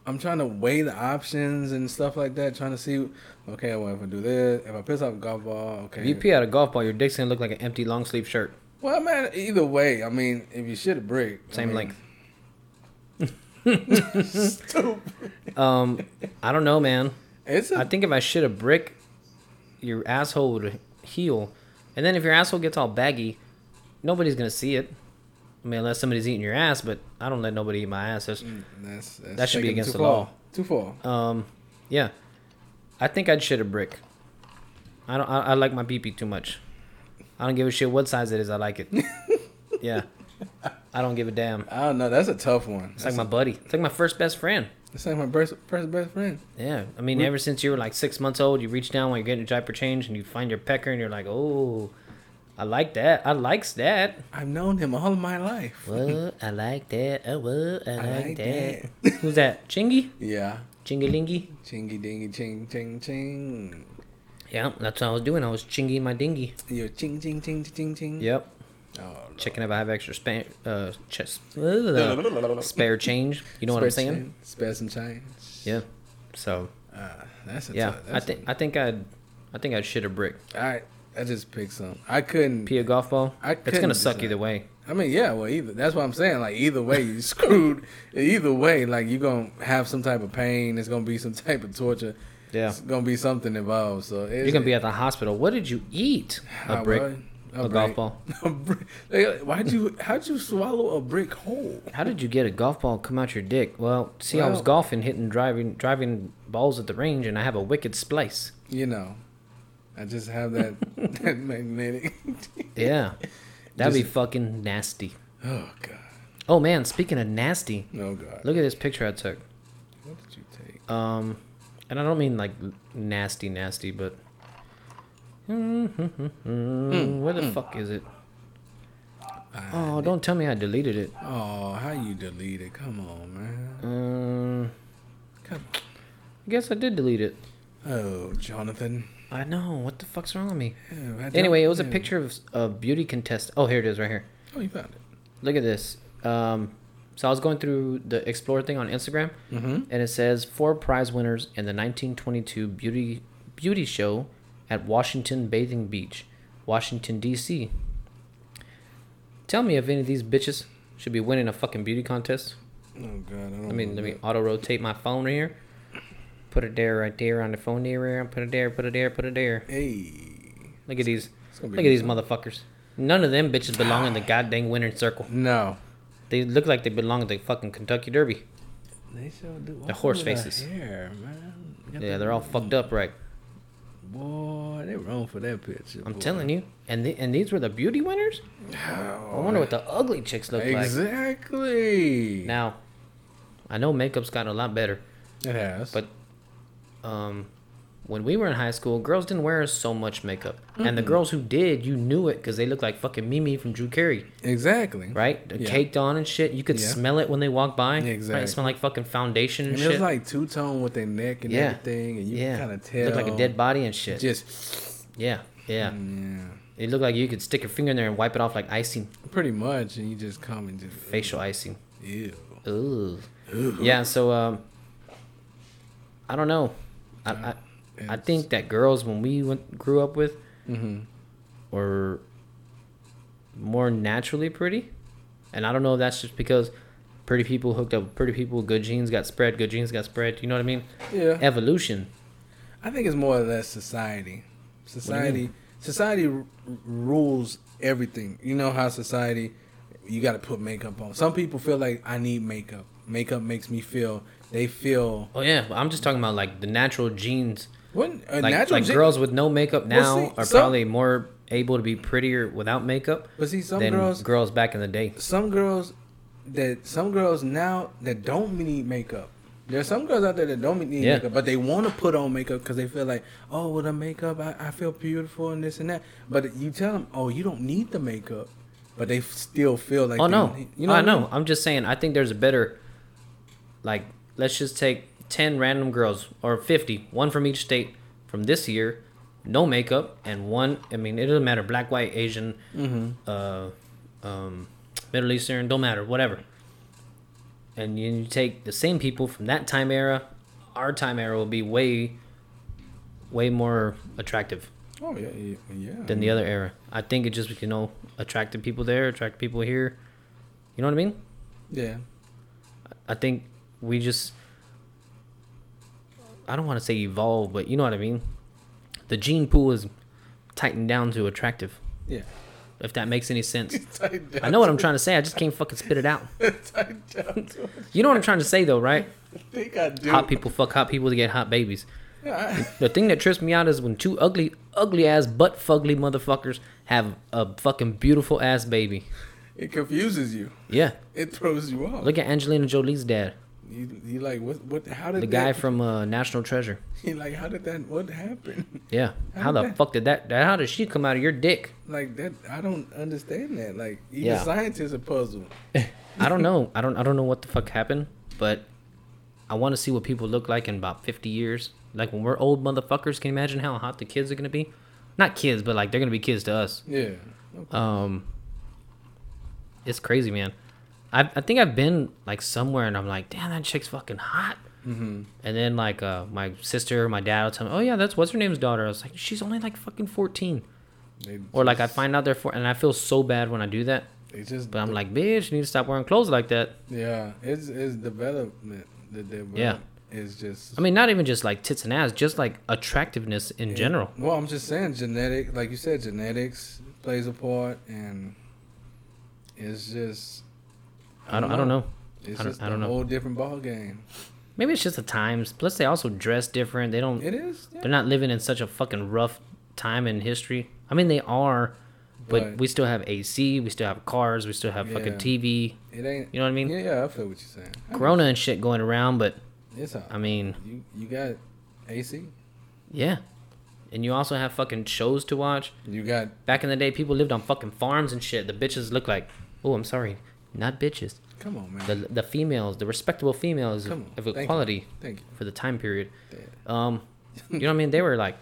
Speaker 3: I'm trying to weigh the options and stuff like that. Trying to see, okay, well if I do this, if I piss off a golf ball, okay.
Speaker 2: If you pee out a golf ball, your dick's gonna look like an empty long sleeve shirt.
Speaker 3: well, man, either way, I mean, if you shit a brick, I
Speaker 2: Same
Speaker 3: mean,
Speaker 2: length.
Speaker 3: Stupid.
Speaker 2: Um, I don't know, man.
Speaker 3: It's a
Speaker 2: I think if I shit a brick, your asshole would heal. And then if your asshole gets all baggy, nobody's gonna see it. I mean, unless somebody's eating your ass, but I don't let nobody eat my ass. That's,
Speaker 3: Mm. that's, that's
Speaker 2: That should be
Speaker 3: taking
Speaker 2: against
Speaker 3: too
Speaker 2: the law.
Speaker 3: far. Too far.
Speaker 2: um, yeah. I think I'd shit a brick. I don't. I, I like my BP too much. I don't give a shit what size it is. I like it. yeah. I don't give a damn.
Speaker 3: I don't know. That's a tough one.
Speaker 2: It's
Speaker 3: It's
Speaker 2: like
Speaker 3: like,
Speaker 2: my buddy. It's like my first best friend.
Speaker 3: it's like my best, best, best friend.
Speaker 2: Yeah, I mean, ever since you were like six months old, you reach down while you're getting your diaper change, and you find your pecker, and you're like, "Oh, I like that. I likes that.
Speaker 3: I've known him all of my life.
Speaker 2: Whoa, I like that. Oh, whoa, I, like,
Speaker 3: like
Speaker 2: that." Who's that? Chingy,
Speaker 3: Yeah.
Speaker 2: Chingalingy.
Speaker 3: Chingy dingy ching ching ching.
Speaker 2: Yeah, that's what I was doing. I was chingy my dingy.
Speaker 3: Yo, ching ching ching ching ching.
Speaker 2: Yep,
Speaker 3: Oh,
Speaker 2: checking if I have extra span, uh, chest, uh, spare change. You know what I'm
Speaker 3: Spare
Speaker 2: saying?
Speaker 3: change. Spare some change.
Speaker 2: Yeah. So
Speaker 3: Ah, that's a
Speaker 2: yeah,
Speaker 3: tough-
Speaker 2: I
Speaker 3: that's
Speaker 2: think I think I'd I think I'd shit a brick,
Speaker 3: a- I I just picked some. I couldn't.
Speaker 2: pee a golf ball.
Speaker 3: I
Speaker 2: it's
Speaker 3: couldn't
Speaker 2: gonna suck
Speaker 3: decide.
Speaker 2: either way.
Speaker 3: I mean, yeah. Well, either that's what I'm saying. Like either way, you screwed. Either way, like you're gonna have some type of pain. It's gonna be some type of torture.
Speaker 2: Yeah.
Speaker 3: It's gonna be something involved. So it's,
Speaker 2: You're gonna be at the hospital. What did you eat? A brick. a golf ball.
Speaker 3: A brick. Like, Why'd you? How'd you swallow a brick whole?
Speaker 2: How did you get a golf ball come out your dick? Well, see, I was
Speaker 3: Well-
Speaker 2: golfing, hitting, driving, driving balls at the range, and I have a wicked splice.
Speaker 3: You know, I just have that that magnetic.
Speaker 2: Yeah, that'd be
Speaker 3: Just-
Speaker 2: fucking nasty.
Speaker 3: oh God.
Speaker 2: Oh man, speaking of nasty,
Speaker 3: Oh God.
Speaker 2: look at this picture I took.
Speaker 3: What did you take?
Speaker 2: Um, and I don't mean like nasty, nasty, but where the fuck is it? Oh, don't tell me I deleted it.
Speaker 3: Oh, how you delete it? Come on, man.
Speaker 2: Um,
Speaker 3: Come
Speaker 2: I guess I did delete it.
Speaker 3: on. Oh, Jonathan.
Speaker 2: I know. What the fuck's wrong with me?
Speaker 3: Yeah, I don't-
Speaker 2: Anyway, it was a Oh,
Speaker 3: yeah.
Speaker 2: picture of a beauty contest. Oh, here it is, right here.
Speaker 3: Oh, you found it.
Speaker 2: Look at this. Um, So I was going through the Explore thing on Instagram, and it says four prize winners in the 1922 beauty beauty show at Washington Bathing Beach, Washington D.C. Tell me if any of these bitches should be winning a fucking beauty contest.
Speaker 3: Oh god, I don't.
Speaker 2: Let me let me auto rotate my phone right here. Put it there, right there, on the phone there, right here. Put it there, put it there, put it there.
Speaker 3: Hey.
Speaker 2: Look at these,
Speaker 3: gonna
Speaker 2: look
Speaker 3: be
Speaker 2: at these motherfuckers. None of them bitches belong in the goddamn winning circle.
Speaker 3: No.
Speaker 2: They look like they belong at the fucking Kentucky Derby.
Speaker 3: They sure do.
Speaker 2: The horse faces.
Speaker 3: Hair, man. Got
Speaker 2: Yeah,
Speaker 3: that-
Speaker 2: they're all fucked up, right?
Speaker 3: Boy, they wrong for that picture.
Speaker 2: I'm telling you. And the, and these were the beauty winners. I wonder what the ugly chicks look like.
Speaker 3: Exactly.
Speaker 2: Now, I know makeup's gotten a lot better,
Speaker 3: it has.
Speaker 2: but um, when we were in high school, girls didn't wear so much makeup, and the girls who did, you knew it because they looked like fucking Mimi from Drew Carey,
Speaker 3: exactly.
Speaker 2: right? They're
Speaker 3: Yeah.
Speaker 2: Caked on and shit. You could
Speaker 3: Yeah.
Speaker 2: smell it when they walked by. right? It
Speaker 3: Exactly.
Speaker 2: smelled like fucking foundation and,
Speaker 3: And it
Speaker 2: shit.
Speaker 3: was like two tone with their neck and everything, and you
Speaker 2: yeah,
Speaker 3: kind of tell.
Speaker 2: looked like a dead body and shit.
Speaker 3: Just Mm.
Speaker 2: yeah, yeah.
Speaker 3: yeah,
Speaker 2: It looked like you could stick your finger in there and wipe it off like icing,
Speaker 3: pretty much, and you just come and just
Speaker 2: facial icing.
Speaker 3: ew.
Speaker 2: Ooh. Yeah, so um, I don't know. I, I, I
Speaker 3: It's- Mm-hmm.
Speaker 2: think that girls when we went, grew up with were more naturally pretty. And I don't know if that's just because pretty people hooked up with pretty people, good genes got spread, good genes got spread. You know what I mean?
Speaker 3: Yeah.
Speaker 2: Evolution.
Speaker 3: I think it's more or less society. Society, society r- r- rules everything. You know how society, you got to put makeup on. Some people feel like I need makeup. Makeup makes me feel. They feel
Speaker 2: Oh, yeah. I'm just talking about like the natural genes.
Speaker 3: what a
Speaker 2: Like,
Speaker 3: natural
Speaker 2: like
Speaker 3: gen-
Speaker 2: girls with no makeup now
Speaker 3: see,
Speaker 2: are
Speaker 3: some-
Speaker 2: probably more able to be prettier without makeup
Speaker 3: But see, some
Speaker 2: than
Speaker 3: girls-
Speaker 2: girls back in the day.
Speaker 3: Some girls that some girls now that don't need makeup. There's some girls out there that don't need
Speaker 2: Yeah.
Speaker 3: makeup, but they want to put on makeup because they feel like, oh, with the makeup, I, I feel beautiful and this and that. But you tell them, oh, you don't need the makeup, but they f- still feel like,
Speaker 2: Oh
Speaker 3: they
Speaker 2: no,
Speaker 3: need-
Speaker 2: I
Speaker 3: what
Speaker 2: know.
Speaker 3: mean?
Speaker 2: I'm just saying. I think there's a better, like, let's just take ten random girls or 50, one from each state from this year, no makeup, and one. I mean, it doesn't matter, black, white, Asian, uh, um, Middle Eastern, don't matter, whatever. And you, you take the same people from that time era, our time era will be way, way more attractive
Speaker 3: Oh yeah, yeah. yeah.
Speaker 2: than the other era. I think it just you know attracted people there, attract people here. You know what I mean?
Speaker 3: yeah.
Speaker 2: I think we just I don't want to say evolve, but you know what I mean. The gene pool is tightened down to attractive,
Speaker 3: Yeah.
Speaker 2: if that makes any sense.
Speaker 3: Tight down.
Speaker 2: I know what I'm trying to say. I just can't fucking spit it out.
Speaker 3: Tight down. To,
Speaker 2: You know what I'm trying to say though, right?
Speaker 3: I think I do.
Speaker 2: Hot people fuck hot people to get hot babies.
Speaker 3: I,
Speaker 2: The thing that trips me out is when two ugly, ugly ass butt fugly motherfuckers have a fucking beautiful ass baby.
Speaker 3: it confuses you.
Speaker 2: Yeah,
Speaker 3: It throws you off.
Speaker 2: look at Angelina Jolie's dad,
Speaker 3: you, you like what? What? How did
Speaker 2: the
Speaker 3: that,
Speaker 2: guy from uh, National Treasure.
Speaker 3: You like how did that? What happened?
Speaker 2: Yeah, how
Speaker 3: did
Speaker 2: the
Speaker 3: that-
Speaker 2: fuck did that? that- How did she come out of your dick?
Speaker 3: Like that, I don't understand that. Like even
Speaker 2: Yeah.
Speaker 3: scientists are puzzled.
Speaker 2: I don't know. I don't. I don't know what the fuck happened, but I want to see what people look like in about fifty years. Like when we're old motherfuckers, can you imagine how hot the kids are gonna be? Not kids, but like they're gonna be kids to us.
Speaker 3: Yeah,
Speaker 2: Um, it's crazy, man. I I think I've been like somewhere and I'm like, damn, that chick's fucking hot. And then like uh, my sister, my dad will tell me, oh yeah, that's what's her name's daughter. I was like, she's only like fucking fourteen.
Speaker 3: they,
Speaker 2: Or like I find out they're four, and I feel so bad when I do that.
Speaker 3: they just.
Speaker 2: But I'm like, bitch, you need to stop wearing clothes like that.
Speaker 3: yeah, it's it's development. The development
Speaker 2: Yeah.
Speaker 3: is just.
Speaker 2: I mean, not even just like tits and ass, just like attractiveness in general.
Speaker 3: Well, I'm just saying, genetic, like you said, genetics plays a part, and it's just.
Speaker 2: I don't, I don't know.
Speaker 3: It's
Speaker 2: I don't-
Speaker 3: just
Speaker 2: I don't
Speaker 3: a
Speaker 2: know.
Speaker 3: whole different ball game.
Speaker 2: Maybe it's just the times. Plus, they also dress different. They don't.
Speaker 3: It is. yeah.
Speaker 2: They're not living in such a fucking rough time in history. I mean, they are, but
Speaker 3: Right.
Speaker 2: we still have AC. We still have cars. We still have fucking
Speaker 3: Yeah.
Speaker 2: TV.
Speaker 3: It ain't.
Speaker 2: You know what I mean?
Speaker 3: Yeah, yeah, I feel what you're saying. I-
Speaker 2: Corona and shit going around, but
Speaker 3: It's hot.
Speaker 2: I mean,
Speaker 3: you you got AC.
Speaker 2: yeah. And you also have fucking shows to watch.
Speaker 3: You got
Speaker 2: Back in the day, people lived on fucking farms and shit. The bitches look like, oh, I'm sorry, not bitches.
Speaker 3: come on, man.
Speaker 2: The the females, the respectable females
Speaker 3: Come on.
Speaker 2: of
Speaker 3: Thank you.
Speaker 2: equality
Speaker 3: Thank you.
Speaker 2: for the time period.
Speaker 3: That-
Speaker 2: Um, you know what I mean? They were like,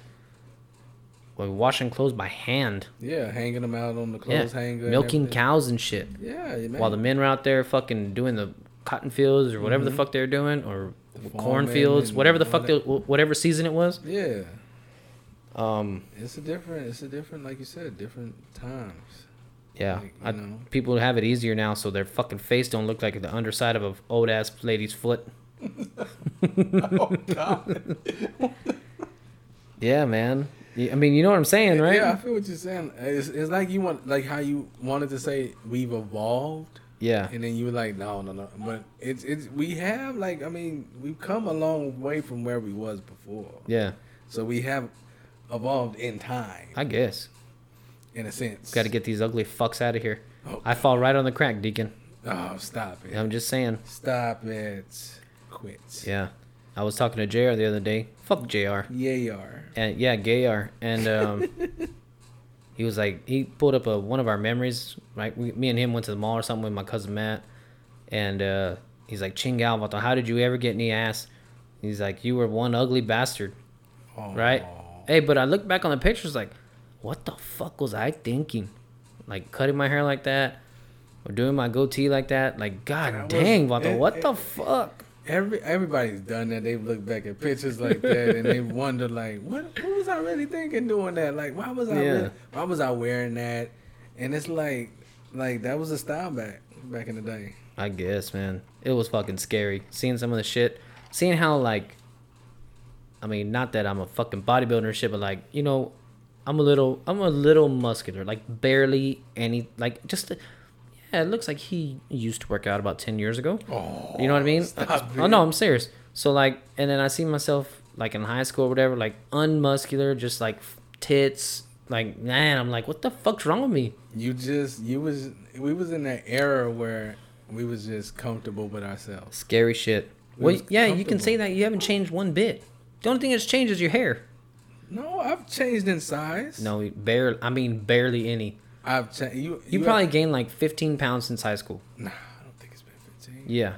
Speaker 2: like washing clothes by hand.
Speaker 3: Yeah, hanging them out on the
Speaker 2: Yeah,
Speaker 3: clothes hanger. and
Speaker 2: milking
Speaker 3: everything.
Speaker 2: cows and shit.
Speaker 3: Yeah, man.
Speaker 2: While the men were out there fucking doing the cotton fields or whatever the fuck they were doing or
Speaker 3: Mm-hmm. farming
Speaker 2: cornfields,
Speaker 3: and
Speaker 2: whatever the
Speaker 3: all
Speaker 2: fuck, they,
Speaker 3: that.
Speaker 2: wh- whatever season it was.
Speaker 3: Yeah,
Speaker 2: Um,
Speaker 3: it's a different. It's a different, like you said, different times.
Speaker 2: yeah,
Speaker 3: Like, you
Speaker 2: I,
Speaker 3: know.
Speaker 2: people have it easier now, so their fucking face don't look like the underside of a old ass lady's foot.
Speaker 3: Oh God.
Speaker 2: Yeah, man. Y- I mean, you know what I'm saying, right?
Speaker 3: Yeah, I feel what you're saying. It's, it's like you want, like how you wanted to say we've evolved,
Speaker 2: Yeah.
Speaker 3: and then you were like, no, no, no. But it's it's we have like I mean we've come a long way from where we was before.
Speaker 2: Yeah.
Speaker 3: So we have evolved in time,
Speaker 2: I guess.
Speaker 3: in a sense.
Speaker 2: Got to get these ugly fucks out of here.
Speaker 3: Oh.
Speaker 2: I fall right on the crack, Deacon.
Speaker 3: Oh, stop it!
Speaker 2: I'm just saying.
Speaker 3: Stop it! Quit.
Speaker 2: Yeah. I was talking to JR the other day. Fuck JR.
Speaker 3: Yeah, you are.
Speaker 2: And yeah, Gayar. And um, he was like, he pulled up a, one of our memories. Like we, me and him went to the mall or something with my cousin Matt. And uh, he's like, Chingal, Vato, how did you ever get any ass? He's like, you were one ugly bastard.
Speaker 3: Oh,
Speaker 2: right? Hey, but I look back on the pictures like, what the fuck was I thinking? Like cutting my hair like that, or doing my goatee like that? Like, god
Speaker 3: That was-
Speaker 2: dang, Vato,
Speaker 3: it-
Speaker 2: what
Speaker 3: it-
Speaker 2: the fuck?
Speaker 3: Every everybody's done that. They've looked back at pictures like that and they wonder like, what what was I really thinking doing that? Like why was I
Speaker 2: Yeah.
Speaker 3: really- why was I wearing that? And it's like like that was a style back back in the day.
Speaker 2: I guess, man, it was fucking scary seeing some of the shit, seeing how like, I mean, not that I'm a fucking bodybuilder and shit, but like, you know, I'm a little, I'm a little muscular, like barely any, like just. yeah, it looks like he used to work out about 10 years ago.
Speaker 3: Oh,
Speaker 2: You know what I mean?
Speaker 3: stop
Speaker 2: oh no, I'm serious. So like, and then I see myself like in high school or whatever, like unmuscular, just like f- tits, like man, I'm like, what the fuck's wrong with me?
Speaker 3: You just you was we was in that era where we was just comfortable with ourselves.
Speaker 2: Scary shit. Well,
Speaker 3: was
Speaker 2: yeah, you can
Speaker 3: comfortable.
Speaker 2: say that you haven't changed one bit. The only thing that's changed is your hair.
Speaker 3: No, I've changed in size.
Speaker 2: No, barely. I mean, barely any.
Speaker 3: I've changed. You,
Speaker 2: You probably gained like 15 pounds since high school.
Speaker 3: nah. I don't think it's been fifteen.
Speaker 2: Yeah,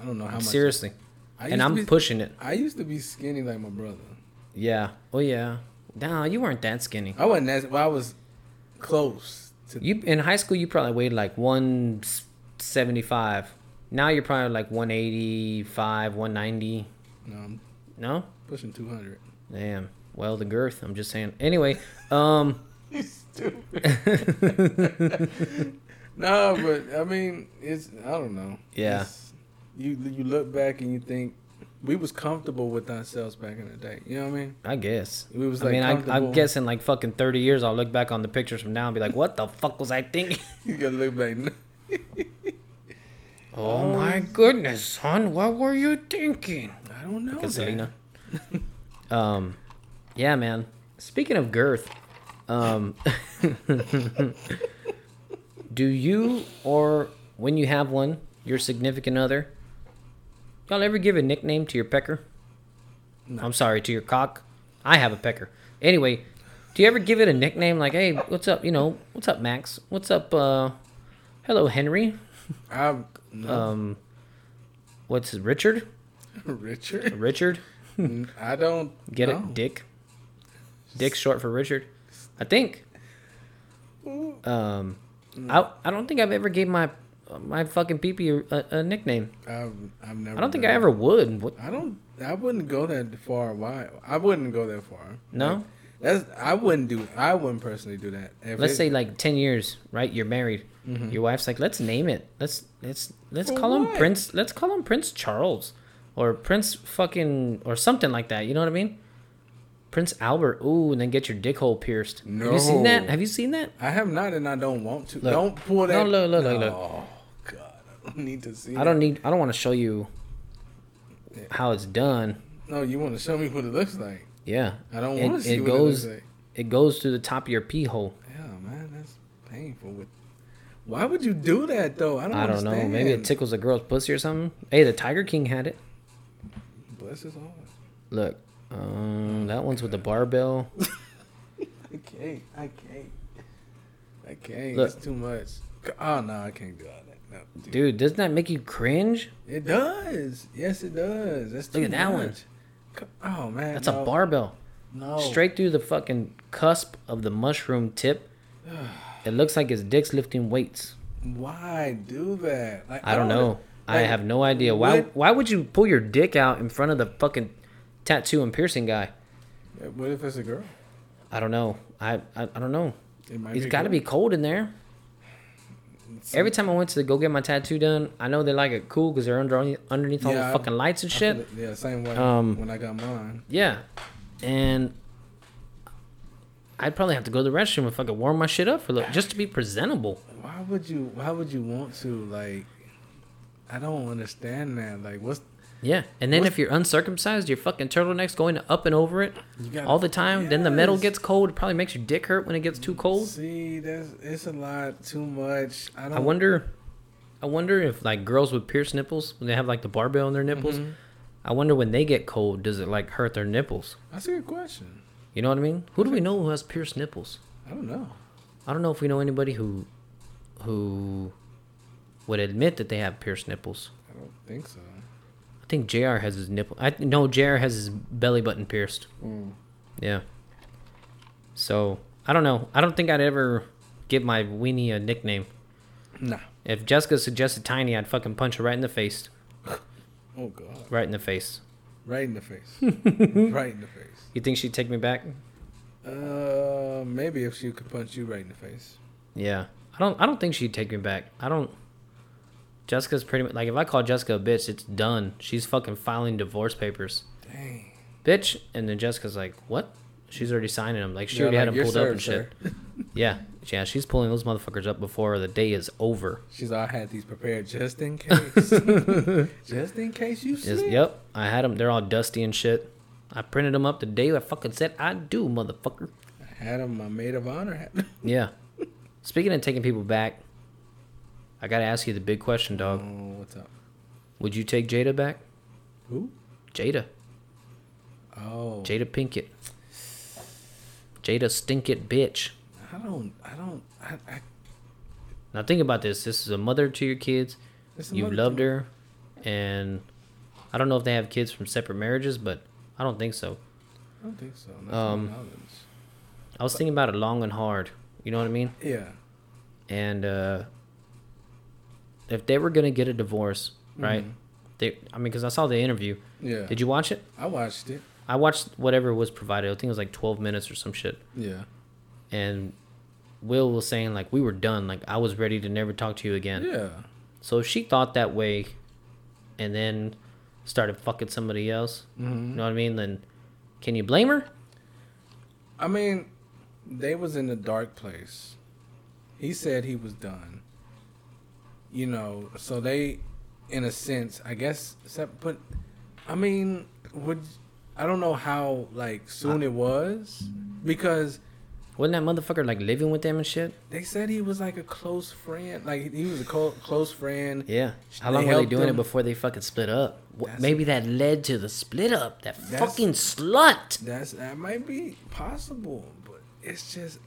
Speaker 3: I don't know how much.
Speaker 2: seriously.
Speaker 3: I used
Speaker 2: And
Speaker 3: to
Speaker 2: I'm
Speaker 3: be-
Speaker 2: pushing it.
Speaker 3: I used to be skinny like my brother.
Speaker 2: Yeah. Oh yeah. Nah, you weren't that skinny.
Speaker 3: I wasn't as well, I was close to
Speaker 2: You in high school, you probably weighed like one seventy five. Now you're probably like one eighty five, one ninety.
Speaker 3: No, I'm
Speaker 2: No,
Speaker 3: pushing 200.
Speaker 2: damn. Well, the girth. I'm just saying. Anyway, um,
Speaker 3: You stupid. no, but I mean, it's I don't know.
Speaker 2: Yeah.
Speaker 3: It's- you you look back and you think we was comfortable with ourselves back in the day. You know what I mean?
Speaker 2: I guess.
Speaker 3: We was,
Speaker 2: I
Speaker 3: like,
Speaker 2: mean, I, I
Speaker 3: comfortable.
Speaker 2: guess in like fucking thirty years, I'll look back on the pictures from now and be like, "What the fuck was I thinking?"
Speaker 3: You gotta look back. now.
Speaker 2: oh my goodness, son, what were you thinking?
Speaker 3: I don't know. man.
Speaker 2: Selena. um, yeah, man. Speaking of girth, um, do you or when you have one, your significant other, y'all ever give a nickname to your pecker? I'm sorry, to your cock. I have a pecker. Anyway, do you ever give it a nickname like, "Hey, what's up? You know, what's up, Max? What's up? Uh, hello, Henry.
Speaker 3: I'm no,
Speaker 2: Um, what's Richard?
Speaker 3: Richard.
Speaker 2: Richard."
Speaker 3: I don't
Speaker 2: Um, Get
Speaker 3: know.
Speaker 2: it, Dick. Dick's short for Richard, I think. Um, I I don't think I've ever gave my my fucking peepee a, a nickname.
Speaker 3: I've, I've never.
Speaker 2: I don't think I
Speaker 3: done
Speaker 2: ever would. What,
Speaker 3: it. I don't. I wouldn't go that far. Why? I wouldn't go that far.
Speaker 2: no,
Speaker 3: That's. I wouldn't do. I wouldn't personally do that. If
Speaker 2: let's
Speaker 3: it-
Speaker 2: say like ten years, right? You're married. Your wife's like, let's name it. Let's let's let's
Speaker 3: Mm-hmm. For
Speaker 2: call him
Speaker 3: what?
Speaker 2: Prince. Let's call him Prince Charles, or Prince fucking or something like that. You know what I mean? Prince Albert. Ooh, and then get your dick hole pierced. Have you seen that?
Speaker 3: No.
Speaker 2: Have you seen that?
Speaker 3: I have not, and I don't want to.
Speaker 2: Look.
Speaker 3: Don't pull that.
Speaker 2: No, look, look, look, look.
Speaker 3: Oh God, I don't need to see.
Speaker 2: I don't need. I don't want to show you how it's done.
Speaker 3: that. No, you want to show me what it looks like?
Speaker 2: Yeah,
Speaker 3: I don't
Speaker 2: It-
Speaker 3: want to see
Speaker 2: it
Speaker 3: what
Speaker 2: goes.
Speaker 3: it looks like.
Speaker 2: It goes to the top of your pee hole.
Speaker 3: Yeah, man, that's painful. With why would you do that though? I don't.
Speaker 2: I don't know.
Speaker 3: understand.
Speaker 2: Maybe it tickles a girl's pussy or something. Hey, the Tiger King had it.
Speaker 3: Bless his heart.
Speaker 2: Look, um, that one's with the barbell.
Speaker 3: I can't. I can't. I can't.
Speaker 2: Look.
Speaker 3: It's too much. Oh no, I can't do all that. No, dude.
Speaker 2: Dude, doesn't that make you cringe?
Speaker 3: It does. Yes, it does. That's
Speaker 2: Look
Speaker 3: too
Speaker 2: at that one.
Speaker 3: much. Co- Oh man,
Speaker 2: That's
Speaker 3: no.
Speaker 2: a barbell
Speaker 3: No,
Speaker 2: straight through the fucking cusp of the mushroom tip. It looks like his dick's lifting weights.
Speaker 3: Why do that? Like
Speaker 2: I don't
Speaker 3: wanna-
Speaker 2: know. I have no idea why.
Speaker 3: what-
Speaker 2: Why would you pull your dick out in front of the fucking tattoo and piercing guy?
Speaker 3: What if it's a girl?
Speaker 2: I don't know. I I, I don't know.
Speaker 3: It might
Speaker 2: It's
Speaker 3: a
Speaker 2: got to
Speaker 3: girl.
Speaker 2: be cold in there. Every time I went to go get my tattoo done, I know they like it cool because they're under underneath all
Speaker 3: Yeah, I-
Speaker 2: the fucking lights and
Speaker 3: I
Speaker 2: shit.
Speaker 3: feel it- Yeah, same way.
Speaker 2: Um,
Speaker 3: when I got mine,
Speaker 2: Yeah, and I'd probably have to go to the restroom if I could warm my shit up for a little, just to be presentable.
Speaker 3: why would you? Why would you want to? Like, I don't understand that. Like, what's
Speaker 2: Yeah, and then if you're uncircumcised, your fucking turtleneck's going up and over it
Speaker 3: gotta-
Speaker 2: all the time. Then the metal
Speaker 3: Yes.
Speaker 2: gets cold. It probably makes your dick hurt when it gets too cold.
Speaker 3: see? That's it's a lot too much. I don't.
Speaker 2: I wonder, I wonder if like girls with pierced nipples when they have like the barbell in their nipples. I wonder when they get cold, does it like hurt their nipples?
Speaker 3: That's a good question.
Speaker 2: You know what I mean? Who do we know who has pierced nipples?
Speaker 3: I don't know.
Speaker 2: I don't know if we know anybody who, who, would admit that they have pierced nipples.
Speaker 3: I don't think so.
Speaker 2: I think Jr. has his nipple. I no, Jr. has his belly button pierced. Yeah. So I don't know. I don't think I'd ever give my weenie a nickname.
Speaker 3: Nah.
Speaker 2: If Jessica suggested Tiny, I'd fucking punch her right in the face.
Speaker 3: Oh God.
Speaker 2: Right in the face.
Speaker 3: Right in the face. right in the face.
Speaker 2: You think she'd take me back?
Speaker 3: Uh, maybe if she could punch you right in the face.
Speaker 2: Yeah. I don't. I don't think she'd take me back. I don't. Jessica's pretty much like if I call Jessica a bitch, it's done. She's fucking filing divorce papers,
Speaker 3: Dang.
Speaker 2: bitch. And then Jessica's like, what? She's already signing them. Like she
Speaker 3: Yeah,
Speaker 2: already
Speaker 3: like,
Speaker 2: had them
Speaker 3: "You're
Speaker 2: pulled up and shit.
Speaker 3: served,
Speaker 2: Yeah, yeah. She's pulling those motherfuckers up before the day is over.
Speaker 3: She's all had these prepared just in case. just in case you
Speaker 2: Yes,
Speaker 3: slip.
Speaker 2: yep, I had them. They're all dusty and shit. I printed them up the day I fucking said I do, motherfucker.
Speaker 3: Had him my maid of honor. Had
Speaker 2: Yeah. Speaking of taking people back, I gotta ask you the big question,
Speaker 3: Oh,
Speaker 2: dog.
Speaker 3: what's up?
Speaker 2: Would you take Jada back?
Speaker 3: Who?
Speaker 2: Jada.
Speaker 3: Oh,
Speaker 2: Jada Pinkett. Jada Stinkett bitch.
Speaker 3: I don't. I don't. I. I
Speaker 2: Now think about this. This is a mother to your kids.
Speaker 3: It's a
Speaker 2: You
Speaker 3: mother
Speaker 2: loved
Speaker 3: to-
Speaker 2: her, and I don't know if they have kids from separate marriages, but I don't think so.
Speaker 3: I don't think so. Not
Speaker 2: Um,
Speaker 3: to my knowledge.
Speaker 2: I was thinking about it long and hard. You know what I mean?
Speaker 3: Yeah.
Speaker 2: And uh, if they were gonna get a divorce, right? They, I mean, because I saw the interview.
Speaker 3: Mm-hmm. Yeah.
Speaker 2: Did you watch it?
Speaker 3: I watched it.
Speaker 2: I watched whatever was provided. I think it was like twelve minutes or some shit.
Speaker 3: Yeah.
Speaker 2: And Will was saying like we were done. Like I was ready to never talk to you again.
Speaker 3: Yeah.
Speaker 2: So if she thought that way, and then started fucking somebody else.
Speaker 3: Mm-hmm.
Speaker 2: You know what I mean? Then can you blame her?
Speaker 3: I mean, they was in a dark place. He said he was done. You know, so they, in a sense, I guess. Except, but, I mean, would I don't know how like soon it was because
Speaker 2: Wasn't that motherfucker like living with them and shit?
Speaker 3: they said he was like a close friend. Like he was a co- close friend.
Speaker 2: Yeah. How
Speaker 3: They
Speaker 2: long were they
Speaker 3: helped
Speaker 2: doing it
Speaker 3: him.
Speaker 2: before they fucking split up? What,
Speaker 3: That's-
Speaker 2: maybe that led to the split up. That
Speaker 3: That's-
Speaker 2: fucking slut.
Speaker 3: That's that might be possible, but it's just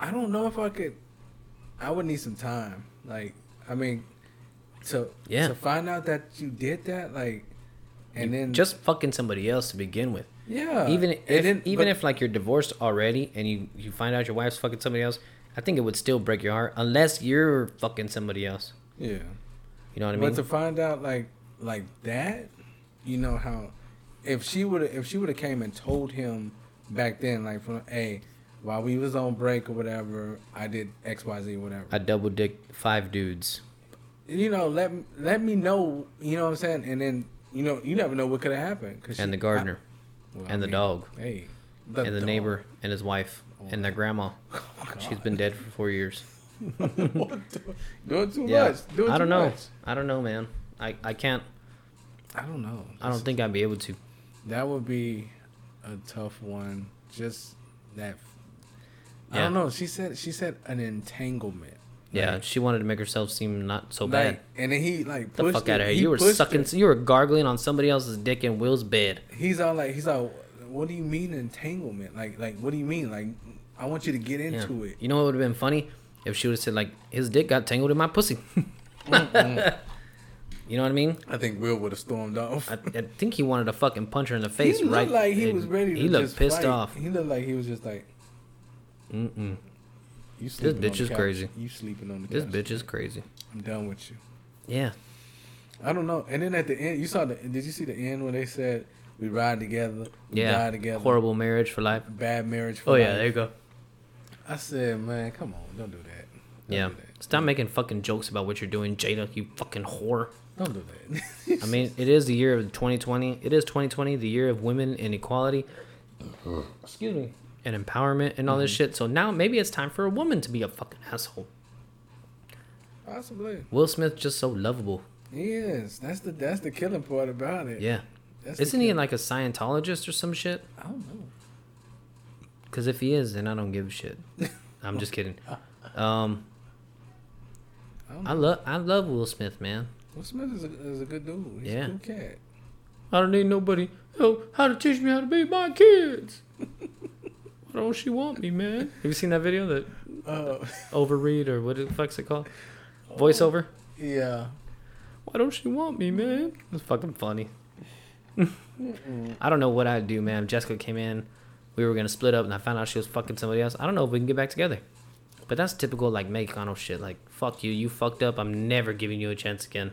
Speaker 3: I don't know if I could. I would need some time. Like I mean, to
Speaker 2: Yeah.
Speaker 3: to find out that you did that, like, and then
Speaker 2: Just fucking somebody else to begin with.
Speaker 3: yeah,
Speaker 2: even
Speaker 3: and
Speaker 2: if even if like you're divorced already and you you find out your wife's fucking somebody else, I think it would still break your heart unless you're fucking somebody else.
Speaker 3: yeah,
Speaker 2: You know what I mean?
Speaker 3: but to find out like like that, you know how if she would if she would have came and told him back then, like from hey, while we was on break or whatever, I did X Y Z whatever.
Speaker 2: I double dick five dudes.
Speaker 3: you know, let let me know. You know what I'm saying? And then you know, you never know what could have happened. 'cause
Speaker 2: And
Speaker 3: she-
Speaker 2: the gardener.
Speaker 3: I- well, I
Speaker 2: and the
Speaker 3: mean,
Speaker 2: dog.
Speaker 3: Hey,
Speaker 2: and the
Speaker 3: dog. Oh
Speaker 2: neighbor and his wife and their grandma. She's been dead for four years.
Speaker 3: Doing too much. Doing
Speaker 2: I
Speaker 3: too
Speaker 2: don't know.
Speaker 3: much.
Speaker 2: I don't know, man. I, I can't.
Speaker 3: I don't know.
Speaker 2: I don't think I'd be able to.
Speaker 3: That would be a tough one. Just that. I
Speaker 2: Yeah.
Speaker 3: don't know. She said. She said an entanglement.
Speaker 2: Yeah, she wanted to make herself seem not so bad.
Speaker 3: Like, and then he like
Speaker 2: the
Speaker 3: pushed
Speaker 2: fuck
Speaker 3: it.
Speaker 2: out of here!
Speaker 3: He
Speaker 2: You were
Speaker 3: pushed
Speaker 2: sucking.
Speaker 3: it.
Speaker 2: You were gargling on somebody else's dick in Will's bed.
Speaker 3: He's all like, he's all, what do you mean entanglement? Like, like what do you mean? Like, I want you to get
Speaker 2: Yeah.
Speaker 3: into it.
Speaker 2: You know what would have been funny if she would have said like, "His dick got tangled in my pussy." you know what I mean?
Speaker 3: I think Will would have stormed off.
Speaker 2: I, I think he wanted to fucking punch her in the
Speaker 3: He
Speaker 2: face.
Speaker 3: looked
Speaker 2: right?
Speaker 3: like he
Speaker 2: and
Speaker 3: was ready. To
Speaker 2: He looked
Speaker 3: just
Speaker 2: pissed
Speaker 3: fight.
Speaker 2: off.
Speaker 3: He looked like he was just like,
Speaker 2: Mm-mm.
Speaker 3: "You sleeping
Speaker 2: bitch
Speaker 3: on the
Speaker 2: is
Speaker 3: couch.
Speaker 2: crazy.
Speaker 3: You sleeping on the
Speaker 2: This
Speaker 3: couch.
Speaker 2: bitch is crazy.
Speaker 3: I'm done with you."
Speaker 2: Yeah.
Speaker 3: I don't know. And then at the end, you saw the. Did you see the end when they said we ride together, we
Speaker 2: Yeah.
Speaker 3: die together,
Speaker 2: Horrible marriage for life.
Speaker 3: bad marriage? For
Speaker 2: Oh yeah,
Speaker 3: life?
Speaker 2: there you go.
Speaker 3: I said, man, come on, don't do that. Don't
Speaker 2: Yeah.
Speaker 3: do that.
Speaker 2: Stop making fucking jokes about what you're doing, Jada, you fucking whore.
Speaker 3: Don't do that.
Speaker 2: I mean, it is the year of 2020. It is 2020, the year of women and equality. Excuse me. And empowerment and all this shit. So now maybe it's time for a woman to be a fucking asshole.
Speaker 3: Possibly.
Speaker 2: Will Smith just so lovable.
Speaker 3: Yes, that's the that's the killing part about it.
Speaker 2: Yeah.
Speaker 3: That's the
Speaker 2: Isn't he
Speaker 3: kid.
Speaker 2: like a Scientologist or some shit?
Speaker 3: I don't know.
Speaker 2: Because if he is, then I don't give a shit. I'm just kidding. Um,
Speaker 3: don't
Speaker 2: I love I love Will Smith, man.
Speaker 3: Will Smith is a, is a good dude. He's
Speaker 2: Yeah.
Speaker 3: a cool cat.
Speaker 2: I don't need nobody. Oh, how to teach me how to be my kids? Why don't she want me, man? Have you seen that video that
Speaker 3: Uh,
Speaker 2: overread or what the fuck's it called?
Speaker 3: Oh.
Speaker 2: Voiceover.
Speaker 3: yeah.
Speaker 2: Why don't she want me, man? It's fucking funny. I don't know what I'd do, man. If Jessica came in, we were gonna split up, and I found out she was fucking somebody else. I don't know if we can get back together. But that's typical, like Meg Connell shit. Like, fuck you, you fucked up. I'm never giving you a chance again.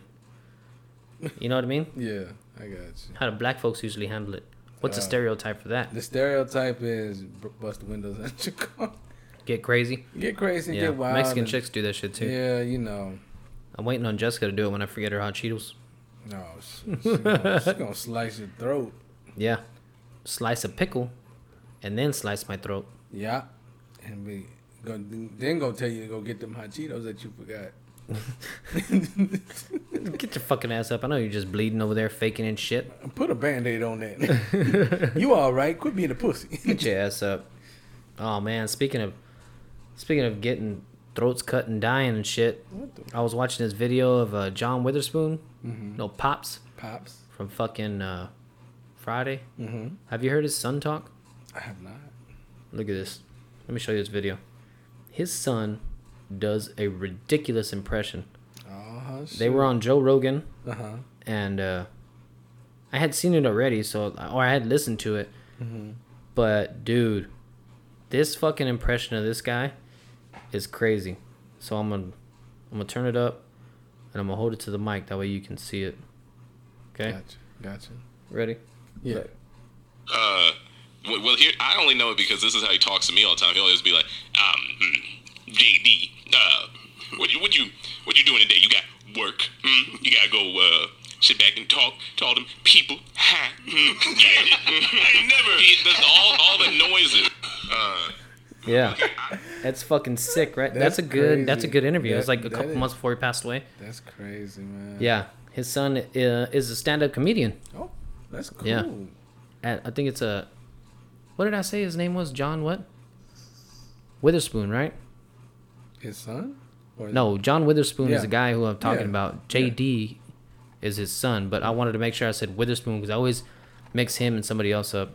Speaker 2: You know what I mean?
Speaker 3: Yeah, I got you.
Speaker 2: How do black folks usually handle it? What's a
Speaker 3: Uh,
Speaker 2: stereotype for that?
Speaker 3: The stereotype is b- bust the windows out your car.
Speaker 2: Get crazy.
Speaker 3: Get crazy,
Speaker 2: Yeah,
Speaker 3: get wild.
Speaker 2: Mexican
Speaker 3: and-
Speaker 2: chicks do that shit too.
Speaker 3: Yeah, you know.
Speaker 2: I'm waiting on Jessica to do it when I forget her hot Cheetos.
Speaker 3: No, she's she gonna, she gonna slice your throat.
Speaker 2: Yeah, slice a pickle, and then slice my throat.
Speaker 3: Yeah, and be go, then go tell you to go get them hot Cheetos that you forgot.
Speaker 2: Get your fucking ass up. I know you're just bleeding over there, faking and shit.
Speaker 3: And Put a band-aid on that. you all right? Quit being a pussy.
Speaker 2: Get your ass up. Oh man, speaking of speaking of getting throats cut and dying and shit,
Speaker 3: What the-
Speaker 2: I was watching this video of uh, John Witherspoon, no pops
Speaker 3: Pops,
Speaker 2: from fucking uh, Friday. Have you heard his son talk?
Speaker 3: I have not.
Speaker 2: Look at this. Let me show you this video. His son does a ridiculous impression.
Speaker 3: Oh shit.
Speaker 2: They were on Joe Rogan.
Speaker 3: Uh huh.
Speaker 2: and uh, I had seen it already, so or I had listened to it.
Speaker 3: Mm-hmm.
Speaker 2: But dude, this fucking impression of this guy is crazy. So I'm gonna I'm gonna turn it up, and I'm gonna hold it to the mic. That way you can see it. Okay,
Speaker 3: Gotcha. Gotcha.
Speaker 2: ready?
Speaker 3: Yeah.
Speaker 4: uh, w- well, here I only know it because this is how he talks to me all the time. He'll always be like, um, mm, JD, uh, what you what you what you doing today? You got work. Mm, you gotta go uh, sit back and talk to all them people. Ha. Mm, yeah, I never. He does all all the noises. Uh,
Speaker 2: Yeah, that's fucking sick, right? That's,
Speaker 3: That's
Speaker 2: a good that's a
Speaker 3: crazy.
Speaker 2: good interview. it was
Speaker 3: That-
Speaker 2: like a
Speaker 3: that
Speaker 2: couple
Speaker 3: is-
Speaker 2: months before he passed away.
Speaker 3: That's crazy, man.
Speaker 2: Yeah, his son uh, is a stand up comedian.
Speaker 3: Oh, that's cool.
Speaker 2: Yeah. at I think it's a what did I say his name was John what? Witherspoon, right?
Speaker 3: His son? Or
Speaker 2: No, John Witherspoon is
Speaker 3: Yeah.
Speaker 2: the guy who I'm talking
Speaker 3: Yeah.
Speaker 2: about. JD is his son, but I wanted to make sure I said Witherspoon because I always mix him and somebody else up.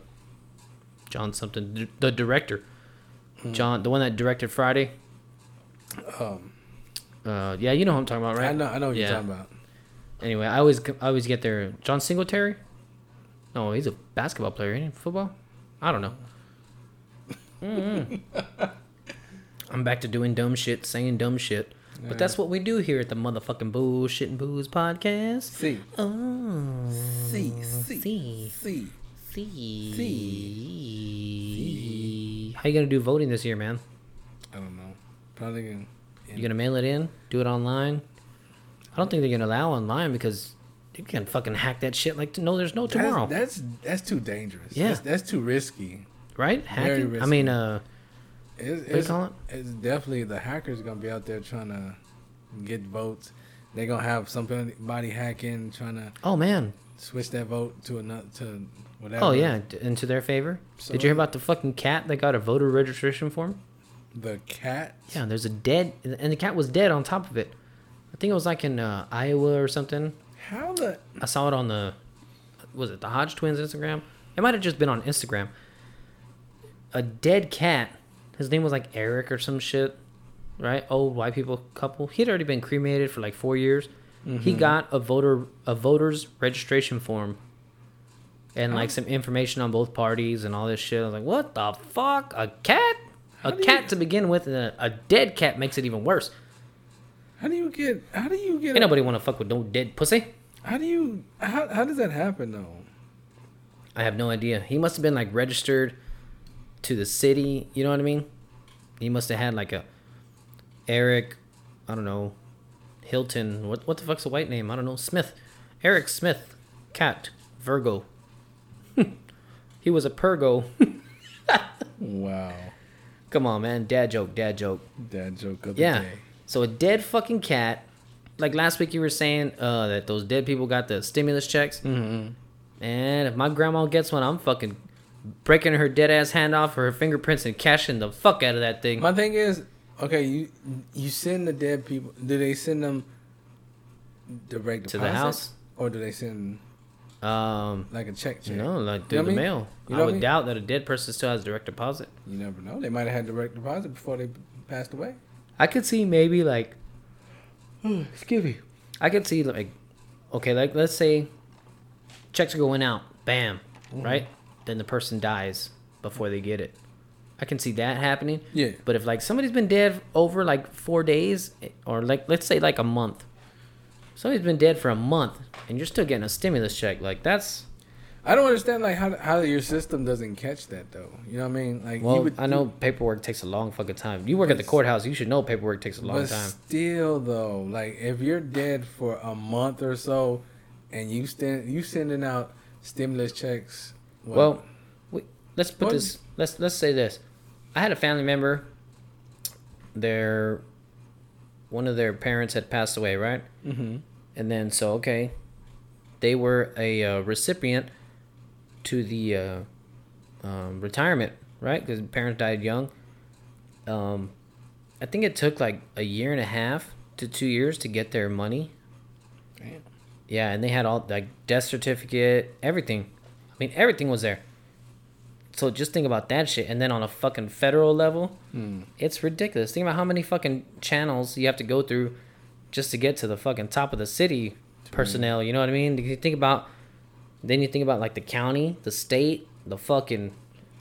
Speaker 2: John something, d- the director,
Speaker 3: Hmm.
Speaker 2: John, the one that directed Friday. Um, uh, yeah, you know who I'm talking about, right?
Speaker 3: I know. I know what
Speaker 2: Yeah.
Speaker 3: you're talking about.
Speaker 2: Anyway, I always I always get there. John Singletary? No, he's a basketball player. Ain't he football? I don't know. Mm-mm. I'm back to doing dumb shit, saying dumb shit. But that's what we do here at the motherfucking Bullshit and Booze podcast.
Speaker 3: See,
Speaker 2: Oh,
Speaker 3: see, see,
Speaker 2: see,
Speaker 3: see.
Speaker 2: see,
Speaker 3: See.
Speaker 2: How you gonna do voting this year, man?
Speaker 3: I don't know. Probably gonna.
Speaker 2: You gonna mail it in? Do it online? I don't think they're gonna allow online because you can fucking hack that shit like no, there's no
Speaker 3: That's-
Speaker 2: tomorrow.
Speaker 3: That's, that's too dangerous.
Speaker 2: Yeah.
Speaker 3: that's, that's too risky.
Speaker 2: right?
Speaker 3: Very
Speaker 2: Hacking. I
Speaker 3: risky.
Speaker 2: mean, uh,
Speaker 3: It's,
Speaker 2: do you
Speaker 3: it's,
Speaker 2: call it?
Speaker 3: it's definitely the hackers gonna be out there trying to get votes. They're gonna have somebody hacking, trying to
Speaker 2: oh man,
Speaker 3: switch that vote to another to whatever.
Speaker 2: oh yeah, d- into their favor. Did you hear about the fucking cat that got a voter registration form?
Speaker 3: The cat.
Speaker 2: Yeah, there's a dead, and the cat was dead on top of it. I think it was like in uh, Iowa or something.
Speaker 3: How the?
Speaker 2: I saw it on the, was it the Hodge twins Instagram? It might have just been on Instagram. A dead cat. His name was like Eric or some shit, right? Old white people couple. He'd already been cremated for like four years. He
Speaker 3: Mm-hmm.
Speaker 2: got a voter a voter's registration form and
Speaker 3: Oh.
Speaker 2: like some information on both parties and all this shit. I was like, what the fuck? A cat? A
Speaker 3: do you-
Speaker 2: cat to begin with, and a, a dead cat makes it even worse.
Speaker 3: How do you get? How do you get?
Speaker 2: Ain't nobody want to fuck with no dead pussy.
Speaker 3: How do you? How how does that happen though?
Speaker 2: I have no idea. He must have been like registered to the city. You know what I mean? He must have had like a Eric. I don't know. Hilton. What what the fuck's a white name? I don't know. Smith. Eric Smith. Cat. Virgo. he was a Pergo.
Speaker 3: Wow,
Speaker 2: Come on, man. Dad joke. Dad joke.
Speaker 3: dad joke of the
Speaker 2: Yeah.
Speaker 3: day.
Speaker 2: So a dead fucking cat. Like last week, you were saying uh, that those dead people got the stimulus checks. Mm-hmm. And if my grandma gets one, I'm fucking breaking her dead ass hand off her fingerprints and cashing the fuck out of that thing.
Speaker 3: My thing is, okay, you you send the dead people. Do they send them direct
Speaker 2: To
Speaker 3: deposit?
Speaker 2: the house?
Speaker 3: or do they send
Speaker 2: um,
Speaker 3: like a check? check?
Speaker 2: no, like
Speaker 3: You
Speaker 2: through
Speaker 3: know what
Speaker 2: the
Speaker 3: I mean?
Speaker 2: mail.
Speaker 3: You know
Speaker 2: I
Speaker 3: what
Speaker 2: would
Speaker 3: I mean?
Speaker 2: doubt that a dead person still has direct deposit.
Speaker 3: You never know. They might have had direct deposit before they passed away.
Speaker 2: I could see maybe like
Speaker 3: Hmm, Excuse me.
Speaker 2: I could see like, okay, like let's say checks are going out, bam,
Speaker 3: Mm-hmm.
Speaker 2: right? Then the person dies before they get it. I can see that happening.
Speaker 3: Yeah.
Speaker 2: But if like somebody's been dead over like four days, eh, or like let's say like a month, somebody's been dead for a month, and you're still getting a stimulus check, like that's
Speaker 3: I don't understand like how how your system doesn't catch that though. You know what I mean? Like you
Speaker 2: well,
Speaker 3: would-
Speaker 2: I know paperwork takes a long fucking time. You work at the
Speaker 3: But-
Speaker 2: courthouse, you should know paperwork takes a long
Speaker 3: but
Speaker 2: time.
Speaker 3: still though, like if you're dead for a month or so, and you stand you sending out stimulus checks.
Speaker 2: Well, we, let's put
Speaker 3: Well-
Speaker 2: this. Let's let's say this. I had a family member. Their one of their parents had passed away, right? Mm-hmm. And then so okay, they were a uh, recipient to the uh, um, retirement, right? Because parents died young. Um, I think it took like a year and a half to two years to get their money. Yeah, and they had all like death certificate, everything. I mean, everything was there. So just think about that shit, and then on a fucking federal level,
Speaker 3: Hmm.
Speaker 2: it's ridiculous. Think about how many fucking channels you have to go through just to get to the fucking top of the city
Speaker 3: Hmm.
Speaker 2: personnel. You know what I mean? You think about, then you think about like the county, the state, the fucking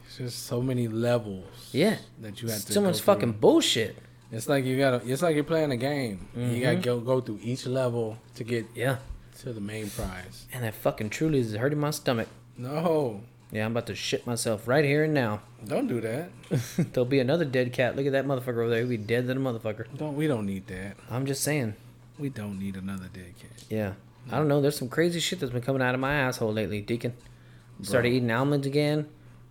Speaker 3: it's just so many levels.
Speaker 2: yeah,
Speaker 3: That you have to
Speaker 2: so much
Speaker 3: go through.
Speaker 2: fucking bullshit.
Speaker 3: It's like you gotta. It's like you're playing a game. You
Speaker 2: Mm-hmm.
Speaker 3: gotta go go through each level to get
Speaker 2: Yeah,
Speaker 3: to the main prize.
Speaker 2: and that fucking truly is hurting my stomach.
Speaker 3: No,
Speaker 2: Yeah, I'm about to shit myself right here and now.
Speaker 3: don't do that.
Speaker 2: There'll be another dead cat. Look at that motherfucker over there. He'll be dead than a motherfucker.
Speaker 3: Don't we don't need that.
Speaker 2: I'm just saying.
Speaker 3: We don't need another dead cat.
Speaker 2: Yeah. I don't know. There's some crazy shit that's been coming out of my asshole lately, Deacon. Started eating almonds again.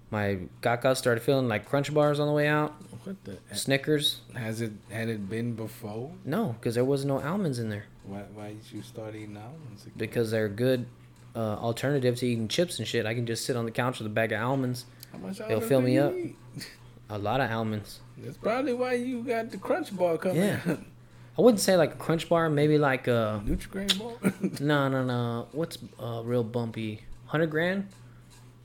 Speaker 2: My gaga started feeling like crunch bars on the way out.
Speaker 3: What the
Speaker 2: Snickers.
Speaker 3: has it had it been before?
Speaker 2: No, because there was no almonds in there.
Speaker 3: Why why did you start eating almonds? Again?
Speaker 2: Because they're a good uh, alternative to eating chips and shit. I can just sit on the couch with a bag of almonds.
Speaker 3: How much
Speaker 2: It'll
Speaker 3: almonds
Speaker 2: fill
Speaker 3: do
Speaker 2: me
Speaker 3: you
Speaker 2: up.
Speaker 3: eat?
Speaker 2: A lot of almonds.
Speaker 3: That's probably why you got the crunch bar coming.
Speaker 2: Yeah. I wouldn't say like a crunch bar. Maybe like uh
Speaker 3: Nutrigrain bar.
Speaker 2: No, no, no. What's uh, real bumpy? Hundred grand?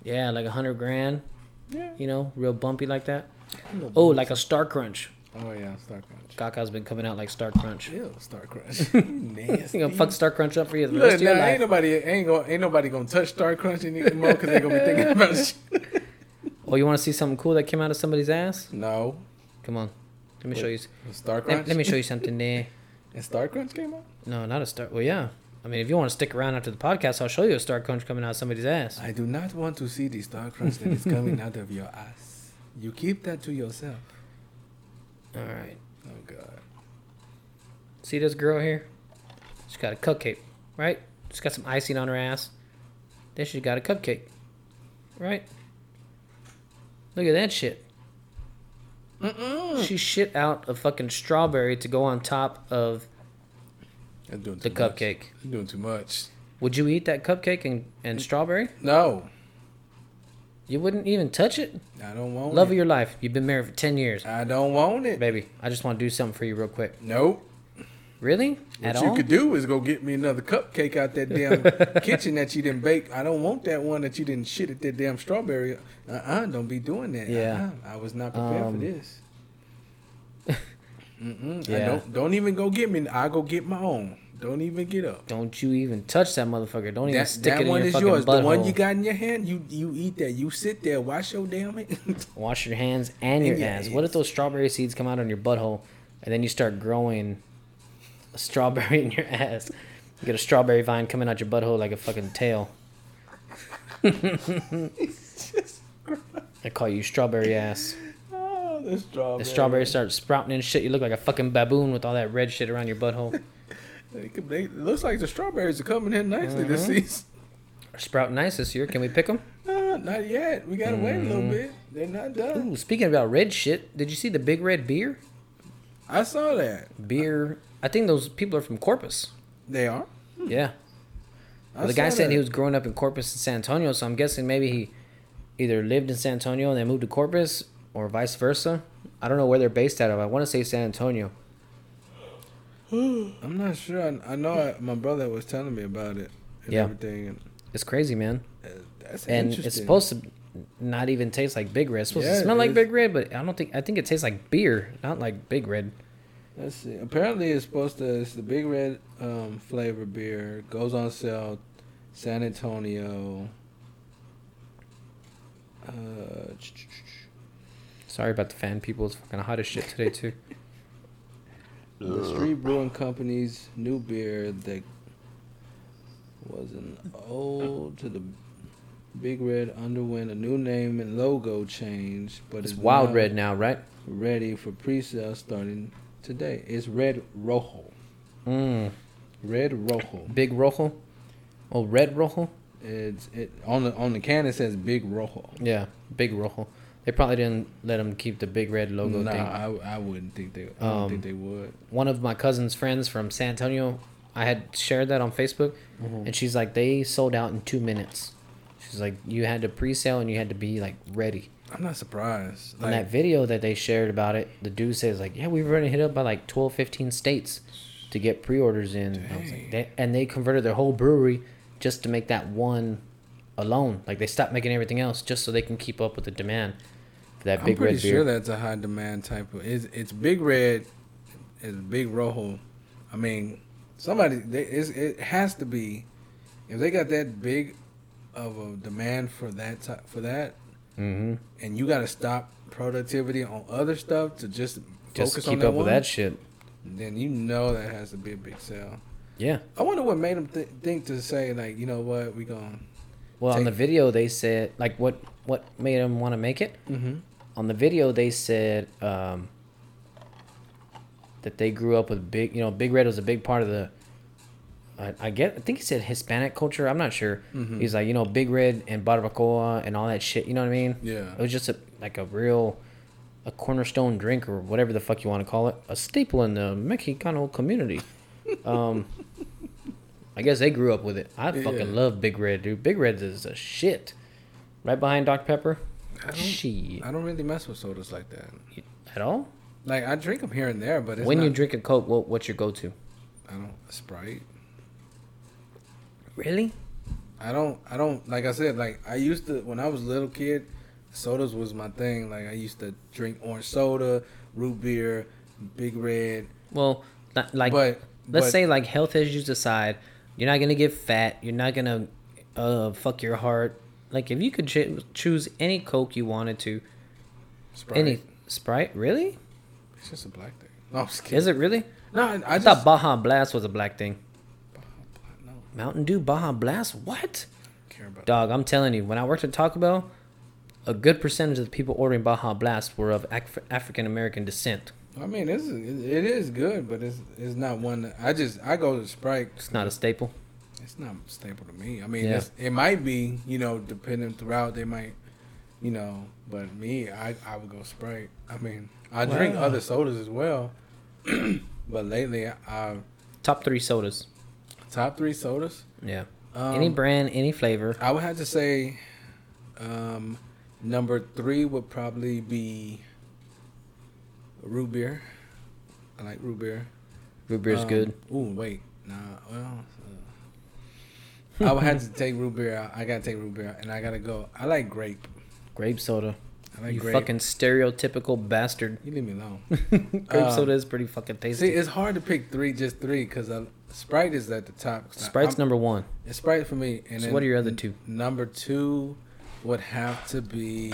Speaker 2: Yeah, like a hundred grand.
Speaker 3: yeah.
Speaker 2: You know, real bumpy like that. Oh, like a Star Crunch.
Speaker 3: Oh yeah, Star Crunch.
Speaker 2: Kaka's been coming out like Star Crunch.
Speaker 3: Ew, Star Crunch. Nasty.
Speaker 2: You gonna fuck Star Crunch up for you the rest
Speaker 3: Look,
Speaker 2: of your
Speaker 3: now, ain't
Speaker 2: life?
Speaker 3: nobody ain't gonna ain't nobody gonna touch Star Crunch anymore because they gonna be thinking about shit.
Speaker 2: Oh, you want to see something cool that came out of somebody's ass?
Speaker 3: No,
Speaker 2: Come on, let me show you. s-
Speaker 3: Star Crunch.
Speaker 2: Let, let me show you something there.
Speaker 3: And Star Crunch came out.
Speaker 2: No, not a Star. Well, yeah. I mean, if you want to stick around after the podcast, I'll show you a Star Crunch coming out of somebody's ass.
Speaker 3: I do not want to see the Star Crunch that is coming out of your ass. You keep that to yourself.
Speaker 2: All right.
Speaker 3: Oh God.
Speaker 2: See this girl here? She's got a cupcake, right? She's got some icing on her ass. Then she got a cupcake, right? Look at that shit. She shit out a fucking strawberry to go on top of
Speaker 3: I'm doing
Speaker 2: the
Speaker 3: too much.
Speaker 2: cupcake.
Speaker 3: You're doing too much.
Speaker 2: Would you eat that cupcake and,
Speaker 3: Mm.
Speaker 2: and strawberry?
Speaker 3: No,
Speaker 2: You wouldn't even touch it?
Speaker 3: I don't want
Speaker 2: Love
Speaker 3: it.
Speaker 2: of your life. You've been married for 10 years.
Speaker 3: I don't want it.
Speaker 2: Baby, I just want to do something for you real quick.
Speaker 3: Nope.
Speaker 2: Really?
Speaker 3: What
Speaker 2: At
Speaker 3: you
Speaker 2: all?
Speaker 3: could do is go get me another cupcake out that damn kitchen that you didn't bake. I don't want that one that you didn't shit at that damn strawberry. Uh uh-uh, uh, do not be doing that.
Speaker 2: Yeah.
Speaker 3: Uh-uh. I was not prepared
Speaker 2: Um,
Speaker 3: for this. Mm-mm. I
Speaker 2: Yeah.
Speaker 3: don't don't even go get me. I go get my own. Don't even get up.
Speaker 2: Don't you even touch that motherfucker. Don't even
Speaker 3: That,
Speaker 2: stick
Speaker 3: that
Speaker 2: it in
Speaker 3: one
Speaker 2: your
Speaker 3: is
Speaker 2: fucking
Speaker 3: yours.
Speaker 2: butthole.
Speaker 3: The one you got in your hand, you you eat that. You sit there, wash your damn hand.
Speaker 2: Wash your hands and your
Speaker 3: And your
Speaker 2: ass. What if
Speaker 3: ass.
Speaker 2: those strawberry seeds come out on your butthole and then you start growing a strawberry in your ass? You get a strawberry vine coming out your butthole like a fucking tail. I call you strawberry ass.
Speaker 3: Oh, the strawberry.
Speaker 2: The strawberries start sprouting and shit. You look like a fucking baboon with all that red shit around your butthole.
Speaker 3: They could- they- it looks like the strawberries are coming in nicely this
Speaker 2: Mm-hmm.
Speaker 3: season.
Speaker 2: Sprouting nice this year. Can we pick them?
Speaker 3: Uh, not yet. We gotta wait a
Speaker 2: Mm-hmm.
Speaker 3: little bit. They're not done.
Speaker 2: Ooh, speaking about red shit, did you see the big red beer?
Speaker 3: I saw that.
Speaker 2: Beer. I think those people are from Corpus.
Speaker 3: They are.
Speaker 2: Yeah.
Speaker 3: Hmm. I
Speaker 2: the guy
Speaker 3: saw
Speaker 2: said he
Speaker 3: that.
Speaker 2: was growing up in Corpus and San Antonio, so I'm guessing maybe he either lived in San Antonio and then moved to Corpus or vice versa. I don't know where they're based out of. I want to say San Antonio.
Speaker 3: I'm not sure. I, I know I, my brother was telling me about it and
Speaker 2: Yeah.
Speaker 3: everything. And,
Speaker 2: It's crazy, man.
Speaker 3: uh, that's
Speaker 2: And
Speaker 3: interesting.
Speaker 2: it's supposed to not even taste like Big Red. It's supposed
Speaker 3: Yeah,
Speaker 2: to
Speaker 3: it
Speaker 2: smell like
Speaker 3: is.
Speaker 2: Big Red, but I don't think I think it tastes like beer, not like Big Red.
Speaker 3: Let's see. Apparently, it's supposed to. It's the Big Red um, flavor beer. Goes on sale, San Antonio. Uh, ch- ch- ch-
Speaker 2: Sorry about the fan people. It's fucking hot as shit today too.
Speaker 3: the Street Brewing Company's new beer that was an ode to the Big Red underwent a new name and logo change, but
Speaker 2: It's
Speaker 3: is
Speaker 2: wild
Speaker 3: now
Speaker 2: red now, right?
Speaker 3: ready for pre-sale starting today. It's Red Rojo.
Speaker 2: Mm.
Speaker 3: Red Rojo.
Speaker 2: Big rojo. Oh, red rojo.
Speaker 3: It's it on the on the can. It says Big Rojo.
Speaker 2: Yeah, big rojo. They probably didn't let him keep the big red logo
Speaker 3: Nah,
Speaker 2: thing.
Speaker 3: I, I wouldn't think they. I don't
Speaker 2: Um,
Speaker 3: think they would.
Speaker 2: one of my cousin's friends from San Antonio, I had shared that on Facebook, and she's like, they sold out in two minutes. She's like, you had to pre-sale and you had to be like ready.
Speaker 3: I'm not surprised.
Speaker 2: On
Speaker 3: Like,
Speaker 2: that video that they shared about it, the dude says like, yeah, we were already hit up by like 12, 15 states to get pre-orders in. And I was like, "They- and they converted their whole brewery just to make that one alone. Like they stopped making everything else just so they can keep up with the demand for that
Speaker 3: I'm
Speaker 2: big
Speaker 3: pretty
Speaker 2: red beer.
Speaker 3: sure that's a high demand type of. It's, it's Big Red. It's Big Rojo. I mean, somebody. They, it's, it has to be. If they got that big of a demand for that type, for that,
Speaker 2: mm-hmm.
Speaker 3: and you got to stop productivity on other stuff to just
Speaker 2: Just
Speaker 3: focus
Speaker 2: keep
Speaker 3: on
Speaker 2: up
Speaker 3: that
Speaker 2: with
Speaker 3: one,
Speaker 2: that shit.
Speaker 3: then you know that has to be a big sell.
Speaker 2: Yeah.
Speaker 3: I wonder what made them th- think to say like, you know what, we going
Speaker 2: Well, on
Speaker 3: Take-
Speaker 2: the video they said like what what made them want to make it. Mm-hmm. On the video they said um, that they grew up with big, you know, Big Red was a big part of the. I, I get. I think he said Hispanic culture. I'm not sure.
Speaker 3: Mm-hmm.
Speaker 2: He's like you know Big Red and barbacoa and all that shit. You know what I mean?
Speaker 3: Yeah.
Speaker 2: It was just a like a real, a cornerstone drink or whatever the fuck you want to call it, a staple in the Mexicano community. Um, I guess they grew up with it. I
Speaker 3: Yeah.
Speaker 2: fucking love Big Red, dude. Big Red is a shit. Right behind Dr. Pepper? Shit.
Speaker 3: I don't really mess with sodas like that.
Speaker 2: At all?
Speaker 3: Like I drink them here and there, but it's
Speaker 2: when you
Speaker 3: not-
Speaker 2: drink a Coke, what, what's your go to?
Speaker 3: I don't Sprite.
Speaker 2: Really?
Speaker 3: I don't. I don't. Like I said, like I used to when I was a little kid, sodas was my thing. Like I used to drink orange soda, root beer, Big Red.
Speaker 2: Well, not, like,
Speaker 3: But-
Speaker 2: let's
Speaker 3: but-
Speaker 2: say, like, health issues aside, you're not going to get fat. You're not going to uh, fuck your heart. Like, if you could ch- choose any Coke you wanted to,
Speaker 3: Sprite.
Speaker 2: any Sprite, really?
Speaker 3: It's just a black thing. No, I'm just kidding.
Speaker 2: Is it really?
Speaker 3: No, I, I
Speaker 2: I thought
Speaker 3: just.
Speaker 2: Baja Blast was a black thing.
Speaker 3: no, I
Speaker 2: Mountain Dew, Baja Blast? What?
Speaker 3: don't care about.
Speaker 2: Dog, I'm telling you, when I worked at Taco Bell, a good percentage of the people ordering Baja Blast were of Af- African American descent.
Speaker 3: I mean, this is, it, it is good, but it's it's not one. That, I just I go to Sprite.
Speaker 2: It's not a staple.
Speaker 3: It's not staple to me. I mean,
Speaker 2: Yeah.
Speaker 3: it's, it might be, you know, depending throughout, they might, you know, but me, I, I would go Sprite. I mean, I drink
Speaker 2: Wow.
Speaker 3: other sodas as well, but lately, I,
Speaker 2: Top three sodas.
Speaker 3: top three sodas,
Speaker 2: Yeah.
Speaker 3: Um,
Speaker 2: any brand, any flavor.
Speaker 3: I would have to say, um, number three would probably be root beer. I like root beer.
Speaker 2: Root beer's
Speaker 3: Um,
Speaker 2: good.
Speaker 3: Ooh, wait, nah, well. uh, I would have to take root beer out. I gotta take root beer out, and I gotta go. I like grape.
Speaker 2: Grape soda.
Speaker 3: I like
Speaker 2: you
Speaker 3: grape.
Speaker 2: fucking stereotypical bastard.
Speaker 3: You leave me alone.
Speaker 2: Grape
Speaker 3: Um,
Speaker 2: soda is pretty fucking
Speaker 3: See,
Speaker 2: tasty.
Speaker 3: it's hard to pick three, just three, because Sprite is at the top. 'Cause I-
Speaker 2: Sprite's
Speaker 3: I'm-
Speaker 2: number one.
Speaker 3: it's Sprite for me. And
Speaker 2: So
Speaker 3: then
Speaker 2: what are your other
Speaker 3: n-
Speaker 2: two?
Speaker 3: Number two would have to be.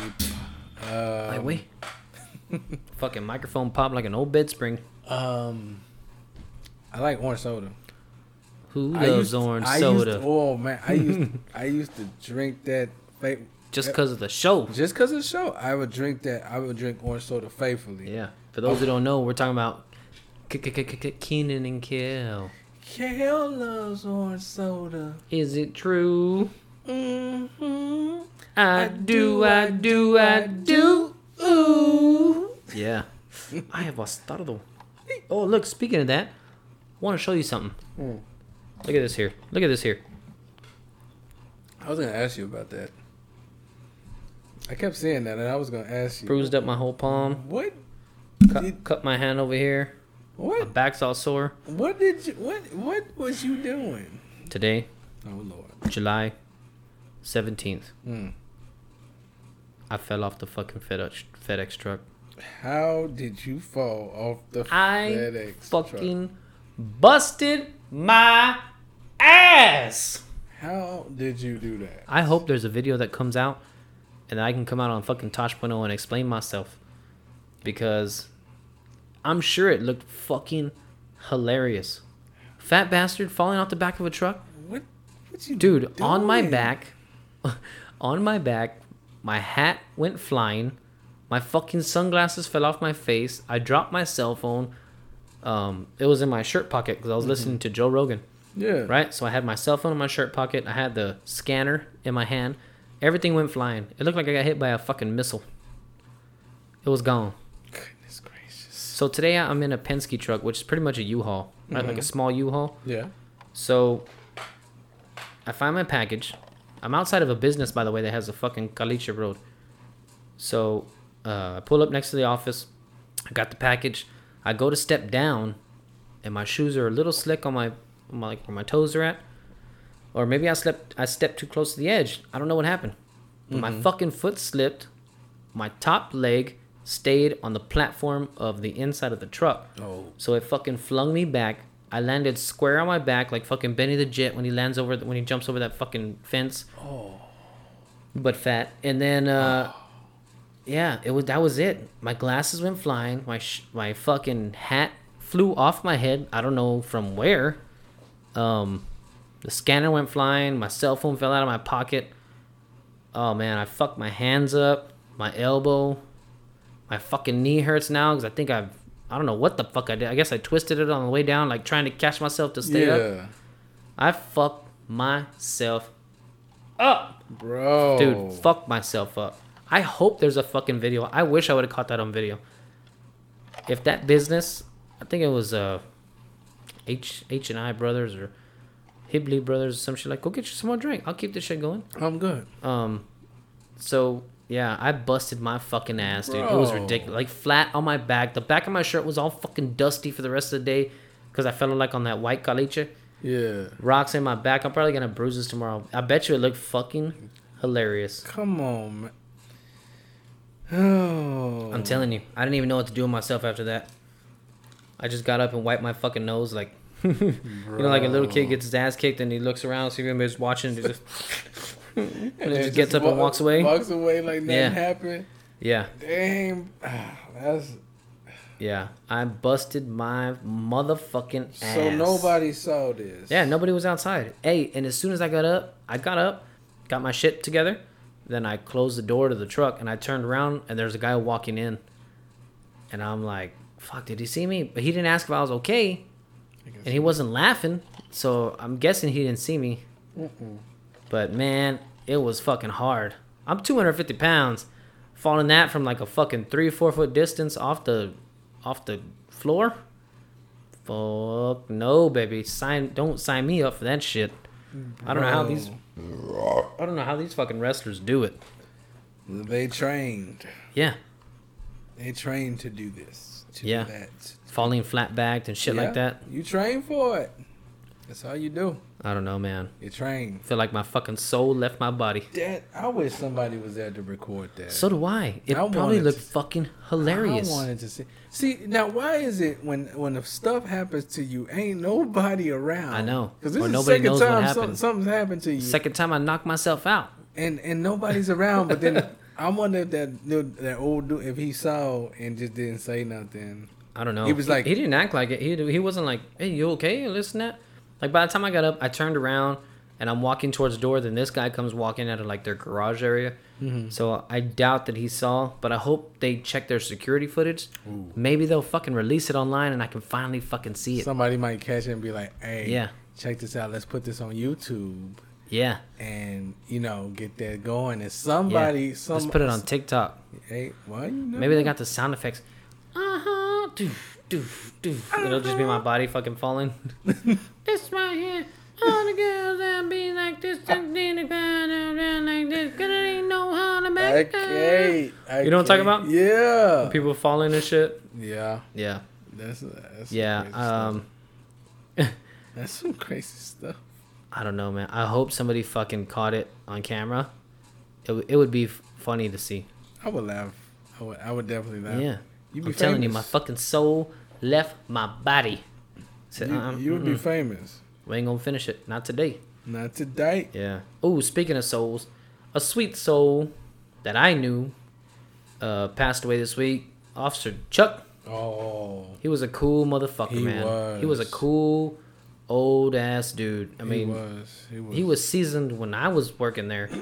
Speaker 2: Like,
Speaker 3: Um,
Speaker 2: wait. fucking microphone pop like an old bed spring.
Speaker 3: um, I like orange soda.
Speaker 2: Who
Speaker 3: I
Speaker 2: loves
Speaker 3: used-
Speaker 2: orange
Speaker 3: I used-
Speaker 2: soda?
Speaker 3: oh man, I used I used to drink that. Fa- uh,
Speaker 2: just because of the show.
Speaker 3: just cause of the show, I would drink that. I would drink orange soda faithfully.
Speaker 2: Yeah. For those who don't know, we're talking about K- K- K- K- K- Keenan and Kel.
Speaker 3: Kale loves orange soda.
Speaker 2: Is it true?
Speaker 3: Mm-hmm.
Speaker 2: I do, I do, I do.
Speaker 3: Ooh.
Speaker 2: Yeah. I have a startle. Oh, look, speaking of that, I want to show you something. Look at this here. Look at this here.
Speaker 3: I was gonna ask you about that. I kept saying that, and I was gonna ask you.
Speaker 2: Bruised up my whole palm.
Speaker 3: What?
Speaker 2: Cut,
Speaker 3: Did-
Speaker 2: cut my hand over here.
Speaker 3: What?
Speaker 2: Back's all sore.
Speaker 3: What did you? What? What was you doing?
Speaker 2: Today,
Speaker 3: Oh lord.
Speaker 2: July 17th,
Speaker 3: Mm.
Speaker 2: I fell off the fucking FedEx, FedEx truck.
Speaker 3: How did you fall off the
Speaker 2: I
Speaker 3: FedEx truck?
Speaker 2: fucking busted my ass.
Speaker 3: How did you do that?
Speaker 2: I hope there's a video that comes out and I can come out on fucking Tosh.0 and explain myself because I'm sure it looked fucking hilarious. Fat bastard falling off the back of a truck.
Speaker 3: What? What you
Speaker 2: Dude, on my
Speaker 3: doing?
Speaker 2: back, on my back, my hat went flying. My fucking sunglasses fell off my face. I dropped my cell phone. Um, it was in my shirt pocket because I was listening to Joe Rogan
Speaker 3: Yeah.
Speaker 2: right? So I had my cell phone in my shirt pocket. I had the scanner in my hand. Everything went flying. It looked like I got hit by a fucking missile. It was gone.
Speaker 3: Goodness gracious.
Speaker 2: So today I'm in a Penske truck, which is pretty much a U-Haul, right? Like a small U-Haul.
Speaker 3: Yeah.
Speaker 2: So I find my package. I'm outside of a business, by the way, that has a fucking Kalicha road. So uh, I pull up next to the office. I got the package. I go to step down, and my shoes are a little slick on my, on my like where my toes are at, or maybe I slept I stepped too close to the edge. I don't know what happened. But My fucking foot slipped. My top leg stayed on the platform of the inside of the truck.
Speaker 3: Oh.
Speaker 2: So it fucking flung me back. I landed square on my back, like fucking Benny the Jet when he lands over when he jumps over that fucking fence. Oh. But fat, and then uh, yeah, it was that was it. My glasses went flying. My sh- my fucking hat flew off my head. I don't know from where. Um, the scanner went flying. My cell phone fell out of my pocket. Oh man, I fucked my hands up. My elbow. My fucking knee hurts now because I think I've. I don't know what the fuck I did. I guess I twisted it on the way down, like trying to catch myself to stay up.
Speaker 3: Yeah.
Speaker 2: I fucked myself up
Speaker 3: Bro.
Speaker 2: dude fuck myself up i hope there's a fucking video i wish i would have caught that on video if that business i think it was uh h h and i brothers or hibley brothers or some shit like go get you some more drink i'll keep this shit going
Speaker 3: I'm good.
Speaker 2: um so yeah i busted my fucking ass dude it was
Speaker 3: Bro.
Speaker 2: ridiculous like flat on my back the back of my shirt was all fucking dusty for the rest of the day because i fell like on that white caliche
Speaker 3: Yeah.
Speaker 2: rocks in my back i'm probably gonna bruise this tomorrow i bet you it looked fucking hilarious
Speaker 3: Come on, man. Oh.
Speaker 2: I'm telling you, I didn't even know what to do with myself after that. I just got up and wiped my fucking nose, like you know, like a little kid gets his ass kicked and he looks around, see everybody's watching, and he just
Speaker 3: And
Speaker 2: just
Speaker 3: it
Speaker 2: gets up and
Speaker 3: wa-
Speaker 2: walks away?
Speaker 3: Walks away like nothing
Speaker 2: Yeah.
Speaker 3: happened.
Speaker 2: yeah,
Speaker 3: Damn. Ah, That's
Speaker 2: yeah. I busted my motherfucking ass.
Speaker 3: so nobody saw this.
Speaker 2: Yeah, nobody was outside. Hey, and as soon as I got up, I got up, got my shit together, then I closed the door to the truck and I turned around and there's a guy walking in, and I'm like, "Fuck, did he see me?" But he didn't ask if I was okay. and he wasn't laughing, so I'm guessing he didn't see me. But man, it was fucking hard. I'm 250 pounds, falling that from like a fucking three four foot distance off the off the floor. Fuck no, baby. Sign don't sign me up for that shit. I don't know how these I don't know how these fucking wrestlers do it.
Speaker 3: They trained.
Speaker 2: Yeah,
Speaker 3: They trained to do this. To
Speaker 2: Yeah.
Speaker 3: do that.
Speaker 2: falling flat backed and shit
Speaker 3: Yeah.
Speaker 2: like that.
Speaker 3: You train for it. That's all you do.
Speaker 2: I don't know, man.
Speaker 3: You train.
Speaker 2: feel like my fucking soul left my body.
Speaker 3: That I wish somebody was there to record that.
Speaker 2: So do I. It
Speaker 3: I
Speaker 2: probably
Speaker 3: wanted
Speaker 2: looked
Speaker 3: to-
Speaker 2: fucking
Speaker 3: I
Speaker 2: hilarious.
Speaker 3: wanted to see. See now, why is it when when the stuff happens to you, ain't nobody around?
Speaker 2: I know.
Speaker 3: because this
Speaker 2: Or
Speaker 3: is the
Speaker 2: nobody
Speaker 3: second
Speaker 2: knows what
Speaker 3: time
Speaker 2: happened.
Speaker 3: Some, something's happened to you,
Speaker 2: Second time I knocked myself out.
Speaker 3: and and nobody's around. But then I wonder if that dude- that old dude, if he saw and just didn't say nothing.
Speaker 2: I don't know.
Speaker 3: He was like-
Speaker 2: he, didn't act like it. He he wasn't like, hey, you okay? Listen, that. Like by the time I got up, I turned around and I'm walking towards the door. Then this guy comes walking out of like their garage area.
Speaker 3: Mm-hmm.
Speaker 2: So I doubt that he saw, but I hope they check their security footage. Maybe they'll fucking release it online and I can finally fucking see it.
Speaker 3: Somebody might catch it and be like, "Hey,
Speaker 2: Yeah.
Speaker 3: check this out. Let's put this on YouTube."
Speaker 2: yeah.
Speaker 3: And you know, get that going, and somebody,
Speaker 2: yeah.
Speaker 3: some,
Speaker 2: Let's put it on TikTok.
Speaker 3: Hey, well, you know,
Speaker 2: Maybe they got the sound effects. Uh huh. Doof, doof, doof. It'll just be my body fucking falling. Uh-huh. this right here. All the girls that be like this, that need to grind around like this, 'cause they ain't know how to make that.
Speaker 3: Okay,
Speaker 2: You know what I'm talking about?
Speaker 3: Yeah,
Speaker 2: People falling and shit.
Speaker 3: yeah.
Speaker 2: Yeah.
Speaker 3: That's, that's some
Speaker 2: Yeah.
Speaker 3: crazy stuff.
Speaker 2: Um,
Speaker 3: that's some crazy stuff.
Speaker 2: I don't know, man. I hope somebody fucking caught it on camera. It, w- it would be f- funny to see.
Speaker 3: I would laugh. I would. I would definitely laugh.
Speaker 2: Yeah.
Speaker 3: You'd
Speaker 2: I'm
Speaker 3: Uh, be
Speaker 2: telling you, my
Speaker 3: famous.
Speaker 2: fucking soul left my body. Said,
Speaker 3: You,
Speaker 2: uh-uh,
Speaker 3: you would be famous.
Speaker 2: we ain't gonna finish it. Not today.
Speaker 3: Not today.
Speaker 2: Yeah. Oh, speaking of souls, a sweet soul that I knew uh, passed away this week. Officer Chuck.
Speaker 3: Oh,
Speaker 2: He was a cool motherfucker,
Speaker 3: He
Speaker 2: man. He was a
Speaker 3: was.
Speaker 2: cool old ass dude. I mean,
Speaker 3: he was. He was.
Speaker 2: he was seasoned when I was working there.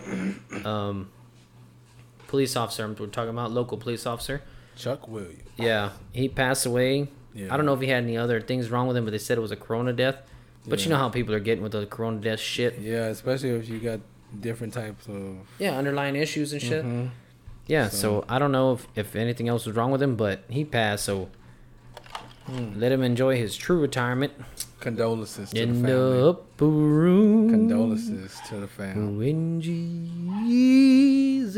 Speaker 2: Um, police officer. We're talking about local police officer.
Speaker 3: Chuck Williams.
Speaker 2: Yeah, he passed away.
Speaker 3: Yeah.
Speaker 2: I don't know if he had any other things wrong with him, but they said it was a corona death. But you
Speaker 3: Yeah.
Speaker 2: know how people are getting with the corona death shit.
Speaker 3: Yeah, especially if you got different types of.
Speaker 2: Yeah, underlying issues and shit.
Speaker 3: Mm-hmm.
Speaker 2: Yeah, so, I don't know if, if anything else was wrong with him, but he passed, so let him enjoy his true retirement.
Speaker 3: Condolences to
Speaker 2: In
Speaker 3: Hmm. the
Speaker 2: the
Speaker 3: family.
Speaker 2: upper room.
Speaker 3: Condolences to the family.
Speaker 2: When Jesus.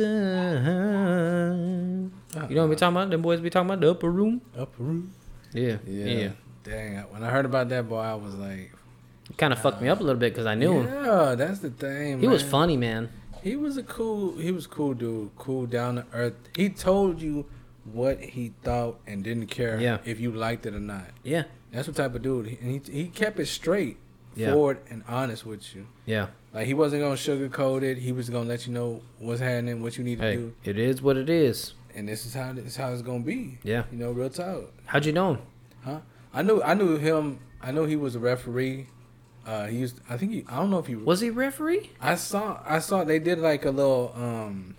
Speaker 2: You know what we talking about? Them boys be talking about the upper room?
Speaker 3: Up root.
Speaker 2: Yeah.
Speaker 3: Yeah.
Speaker 2: Yeah.
Speaker 3: Dang. I- When I heard about that boy, I was like,
Speaker 2: Kind of fucked me up a little bit because I knew him.
Speaker 3: Yeah, that's the thing.
Speaker 2: He was
Speaker 3: man.
Speaker 2: funny, man.
Speaker 3: He was a cool. He was cool dude. Cool down to earth. He told you what he thought and didn't care
Speaker 2: Yeah.
Speaker 3: if you liked it or not.
Speaker 2: Yeah.
Speaker 3: That's what type of dude. He- And he, he kept it straight,
Speaker 2: Yeah.
Speaker 3: forward, and honest with you.
Speaker 2: Yeah.
Speaker 3: Like he wasn't gonna sugarcoat it. He was gonna let you know what's happening, what you need to
Speaker 2: Hey,
Speaker 3: do,
Speaker 2: it is what it is.
Speaker 3: and this is how this is how it's gonna be.
Speaker 2: Yeah.
Speaker 3: You know, real talk,
Speaker 2: How'd you know him?
Speaker 3: huh? I knew I knew him. I know he was a referee. Uh, he used. I think he. I don't know if he.
Speaker 2: Was he referee?
Speaker 3: I saw. I saw they did like a little. Um,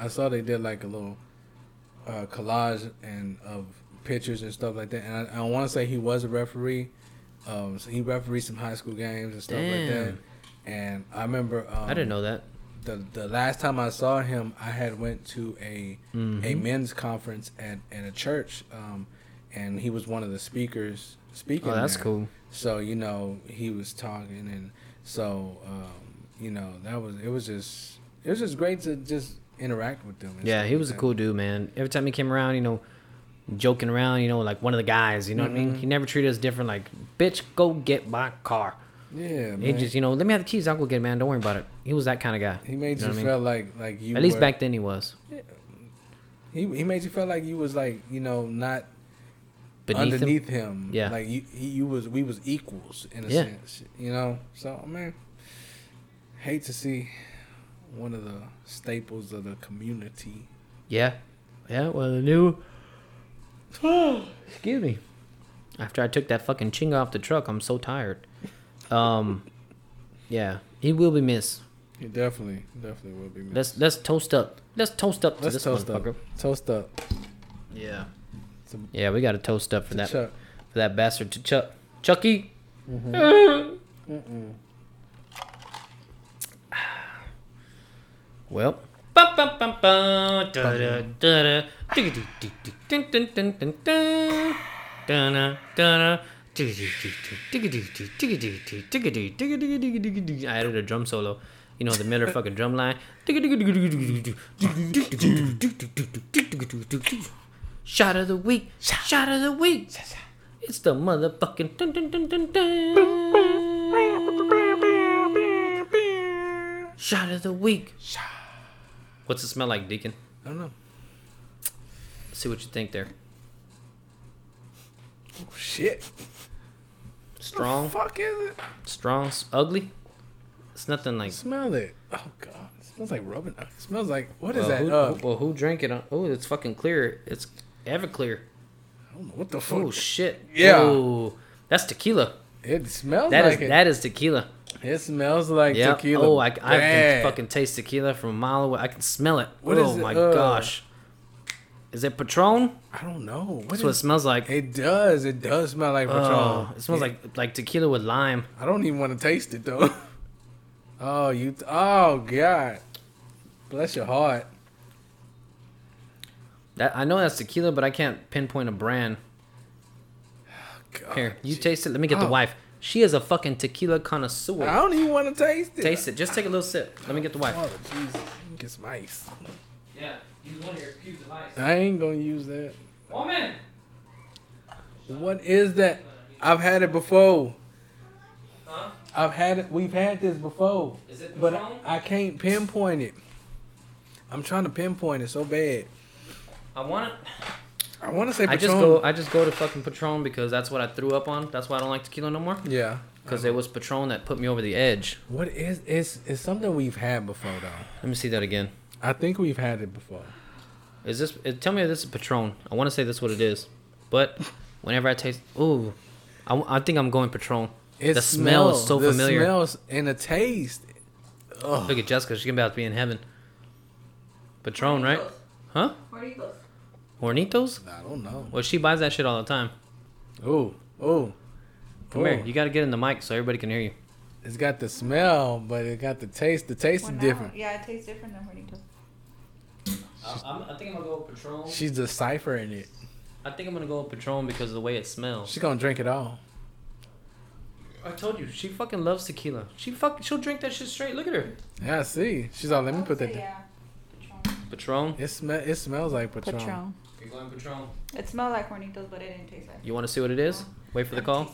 Speaker 3: I saw they did like a little uh, collage and of pictures and stuff like that. And I, I want to say he was a referee. Um, so he refereed some high school games and stuff like
Speaker 2: Damn.
Speaker 3: that. And I remember. Um,
Speaker 2: I didn't know that.
Speaker 3: the the last time I saw him, I had went to a a
Speaker 2: Mm-hmm.
Speaker 3: men's conference at, at a church, um, and he was one of the speakers speaking.
Speaker 2: Oh, that's
Speaker 3: there.
Speaker 2: cool.
Speaker 3: So you know he was talking, and so um, you know that was it was just it was just great to just interact with them. and
Speaker 2: Yeah,
Speaker 3: stuff
Speaker 2: he
Speaker 3: like
Speaker 2: was a
Speaker 3: that.
Speaker 2: cool dude, man. Every time he came around, you know, joking around, you know, like one of the guys, you know what I
Speaker 3: Mm-hmm.
Speaker 2: mean? He never treated us different. Like, bitch, go get my car.
Speaker 3: Yeah, man.
Speaker 2: He just, you know, let me have the keys. I'll go get it, man. Don't worry about it. He was that kind of guy.
Speaker 3: he made
Speaker 2: know
Speaker 3: you,
Speaker 2: what I mean?
Speaker 3: feel like like you
Speaker 2: At least
Speaker 3: were-
Speaker 2: back then he was.
Speaker 3: he he made you feel like you was like you know not
Speaker 2: Beneath him.
Speaker 3: underneath him.
Speaker 2: Yeah.
Speaker 3: like you, he, you was we was equals in a
Speaker 2: Yeah.
Speaker 3: sense. You know, so man, hate to see one of the staples of the community.
Speaker 2: Yeah. Yeah, well, the new. Excuse me. After I took that fucking chinga off the truck, I'm so tired. Um, yeah, he will be missed.
Speaker 3: He definitely, definitely will be.
Speaker 2: Let's let's toast up. Let's toast up to
Speaker 3: Let's
Speaker 2: this
Speaker 3: toast up.
Speaker 2: motherfucker.
Speaker 3: Toast up.
Speaker 2: Yeah.
Speaker 3: To-
Speaker 2: Yeah, we got to toast up for that
Speaker 3: Chuck.
Speaker 2: for that bastard to Chuck Chucky. Well. Bum, bum, bum, bum, da, da, da, da, digga, doo, doo, doo, dun, dun, dun, dun, dun. Da, da, da, da, digga, doo, doo, doo, digga, doo, doo, digga, doo, doo, digga, doo, digga, digga, digga, digga, doo. I added a drum solo. You know the Miller fucking drum line. Digga, digga, digga, digga, digga, doo, doo, doo, doo, doo, doo, doo, doo, doo, doo, doo, doo. Shot of the week. Shot of the week. It's the motherfucking dun dun dun dun dun. Shot of the week. What's it smell like, Deacon?
Speaker 3: I don't know.
Speaker 2: see what you think there.
Speaker 3: Oh, shit.
Speaker 2: Strong,
Speaker 3: Fuck is it?
Speaker 2: strong, s- ugly. It's nothing like.
Speaker 3: Smell it. Oh god. It smells like rubbing. It smells like what is
Speaker 2: Well,
Speaker 3: that?
Speaker 2: who,
Speaker 3: Uh,
Speaker 2: well, who drank it? Oh, it's fucking clear. It's Everclear.
Speaker 3: I don't know what the fuck.
Speaker 2: Oh shit.
Speaker 3: Yeah.
Speaker 2: Ooh, that's tequila.
Speaker 3: It smells
Speaker 2: That is
Speaker 3: like it.
Speaker 2: that is tequila.
Speaker 3: It smells like
Speaker 2: Yeah.
Speaker 3: tequila.
Speaker 2: Oh, I, I
Speaker 3: bad.
Speaker 2: can fucking taste tequila from a mile away. I can smell it.
Speaker 3: What
Speaker 2: oh
Speaker 3: is it?
Speaker 2: my
Speaker 3: Uh,
Speaker 2: gosh. Is it Patron?
Speaker 3: I don't know. What
Speaker 2: That's what it
Speaker 3: is,
Speaker 2: smells like.
Speaker 3: it does. It does smell like Patron.
Speaker 2: Oh, it smells like like tequila with lime.
Speaker 3: I don't even want to taste it though. oh, you. oh God. Bless your heart.
Speaker 2: That I know that's tequila, but I can't pinpoint a brand.
Speaker 3: God.
Speaker 2: Here, you taste it. Let me get the
Speaker 3: Oh.
Speaker 2: wife. She is a fucking tequila connoisseur.
Speaker 3: I don't even want to taste it.
Speaker 2: Taste it. Just take a little sip. Let me get the wife.
Speaker 3: Oh Jesus. Let me Get some ice.
Speaker 2: Yeah, use one of your cube devices.
Speaker 3: I ain't gonna use that.
Speaker 2: Woman.
Speaker 3: What is that? I've had it before.
Speaker 2: Huh?
Speaker 3: I've had it. We've had this before.
Speaker 2: Is it
Speaker 3: but
Speaker 2: Patron?
Speaker 3: I, I can't pinpoint it. I'm trying to pinpoint it so bad.
Speaker 2: I want it.
Speaker 3: I want to say Patron.
Speaker 2: I just go. I just go to fucking Patron because that's what I threw up on. That's why I don't like tequila no more.
Speaker 3: yeah.
Speaker 2: Because it was Patron that put me over the edge.
Speaker 3: What is it's it's something we've had before though.
Speaker 2: Let me see that again.
Speaker 3: I think we've had it before.
Speaker 2: Is this? uh, Tell me if this is Patron. I want to say that's what it is, but whenever I taste, ooh, I, I think I'm going Patron.
Speaker 3: It
Speaker 2: the smell is so
Speaker 3: the
Speaker 2: familiar.
Speaker 3: smells and the taste.
Speaker 2: Look at Jessica. She's about to be in heaven. Patron, right? Huh?
Speaker 5: Hornitos.
Speaker 2: Hornitos?
Speaker 3: I don't know.
Speaker 2: Well, she buys that shit all the time.
Speaker 3: Oh, oh.
Speaker 2: Come here. You got to get in the mic so everybody can hear you.
Speaker 3: It's got the smell, but it got the taste. The taste
Speaker 5: Well,
Speaker 3: is
Speaker 5: now-
Speaker 3: different.
Speaker 5: Yeah, it tastes different than Hornitos.
Speaker 2: I'm, I think I'm gonna go with Patron.
Speaker 3: She's deciphering it.
Speaker 2: I think I'm gonna go with Patron because of the way it smells.
Speaker 3: She's gonna drink it all.
Speaker 2: I told you, she fucking loves tequila. She fuck, she'll drink that shit straight. Look at her.
Speaker 3: Yeah, I see. She's all. Let me
Speaker 5: I would
Speaker 3: put that.
Speaker 5: say,
Speaker 3: down.
Speaker 5: Yeah.
Speaker 2: Patron.
Speaker 3: It smell. It smells like Patron.
Speaker 5: Patron.
Speaker 2: You're going Patron.
Speaker 5: It smelled like Hornitos, but it didn't taste like.
Speaker 2: You want to see what it is? Wait for the call.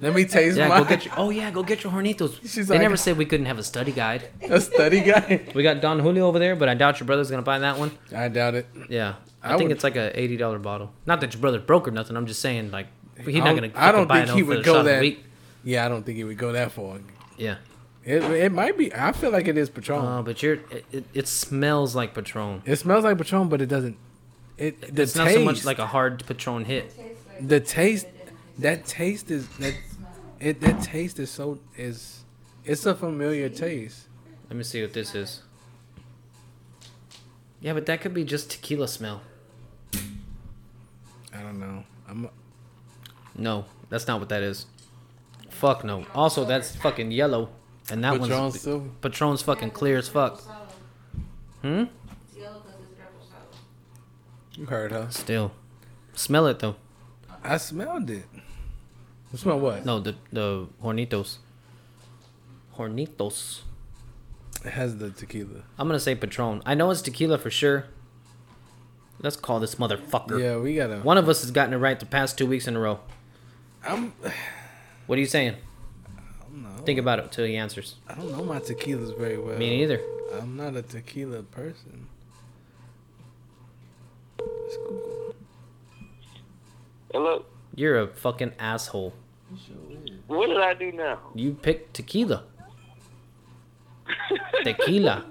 Speaker 3: Let me taste
Speaker 2: Yeah,
Speaker 3: mine.
Speaker 2: go get your. Oh yeah, go get your hornitos.
Speaker 3: She's
Speaker 2: they
Speaker 3: like-
Speaker 2: never said we couldn't have a study guide.
Speaker 3: a study guy.
Speaker 2: We got Don Julio over there, but I doubt your brother's gonna buy that one.
Speaker 3: I doubt it.
Speaker 2: Yeah, I,
Speaker 3: I
Speaker 2: think
Speaker 3: would-
Speaker 2: it's like a eighty dollar bottle. Not that your brother's broke or nothing. I'm just saying like he's
Speaker 3: I
Speaker 2: not
Speaker 3: don't-
Speaker 2: gonna.
Speaker 3: I
Speaker 2: fucking
Speaker 3: don't
Speaker 2: buy
Speaker 3: think
Speaker 2: no
Speaker 3: he
Speaker 2: for
Speaker 3: would
Speaker 2: the
Speaker 3: go
Speaker 2: shot of the
Speaker 3: that-
Speaker 2: week.
Speaker 3: Yeah, I don't think it would go that far.
Speaker 2: Yeah.
Speaker 3: It, it might be. I feel like it is Patron.
Speaker 2: Oh, but you're. It, it, it smells like Patron.
Speaker 3: it smells like Patron, but it doesn't. It the
Speaker 2: It's
Speaker 3: taste.
Speaker 2: not so much like a hard Patron hit.
Speaker 3: the taste. That taste is that. It that taste is so is. It's a familiar taste.
Speaker 2: Let me see what this is. Yeah, but that could be just tequila smell.
Speaker 3: I don't know. I'm.
Speaker 2: No, that's not what that is. Fuck no. Also, that's fucking yellow, and that
Speaker 3: Patron
Speaker 2: one's
Speaker 3: silver.
Speaker 2: Patron's fucking clear as fuck. Hmm.
Speaker 3: You heard her.
Speaker 2: Still, smell it though.
Speaker 3: I smelled it. You smell what?
Speaker 2: No, the the hornitos. Hornitos.
Speaker 3: It has the tequila.
Speaker 2: I'm gonna say Patron. I know it's tequila for sure. Let's call this motherfucker.
Speaker 3: Yeah, we gotta.
Speaker 2: One of us has gotten it right the past two weeks in a row.
Speaker 3: I'm.
Speaker 2: What are you saying?
Speaker 3: No,
Speaker 2: Think about it till he answers.
Speaker 3: I don't know my tequilas very well.
Speaker 2: Me neither.
Speaker 3: I'm not a tequila person. Let's Google.
Speaker 6: Hello.
Speaker 2: You're a fucking asshole.
Speaker 6: What did I do now?
Speaker 2: You picked tequila. tequila.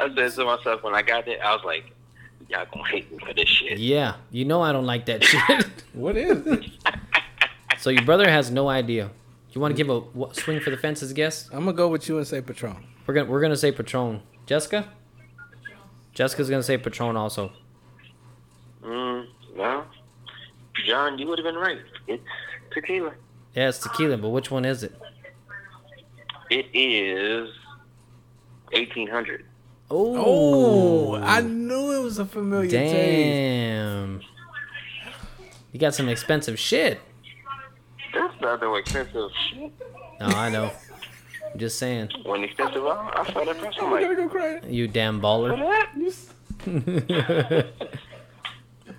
Speaker 6: I said to myself when I got there, I was like, y'all gonna hate me for this shit.
Speaker 2: Yeah, you know I don't like that shit.
Speaker 3: What is it?
Speaker 2: so your brother has no idea. You want to give a wha- swing for the fences guess?
Speaker 3: I'm gonna go with you and say Patron.
Speaker 2: We're gonna we're gonna say Patron. Jessica. Jessica's gonna say Patron also.
Speaker 6: Mm, well, John, you would have been right. It's tequila.
Speaker 2: Yeah, it's tequila, but which one is it?
Speaker 6: It is 1800.
Speaker 3: Oh, I knew it was a familiar taste.
Speaker 2: damn. You got some expensive shit.
Speaker 6: That's not no expensive shit.
Speaker 2: No, I know. I'm just saying,
Speaker 6: When expensive, I, I saw that person
Speaker 3: I'm gonna
Speaker 6: like,
Speaker 3: go cry.
Speaker 2: you damn
Speaker 6: what
Speaker 2: baller.
Speaker 6: that?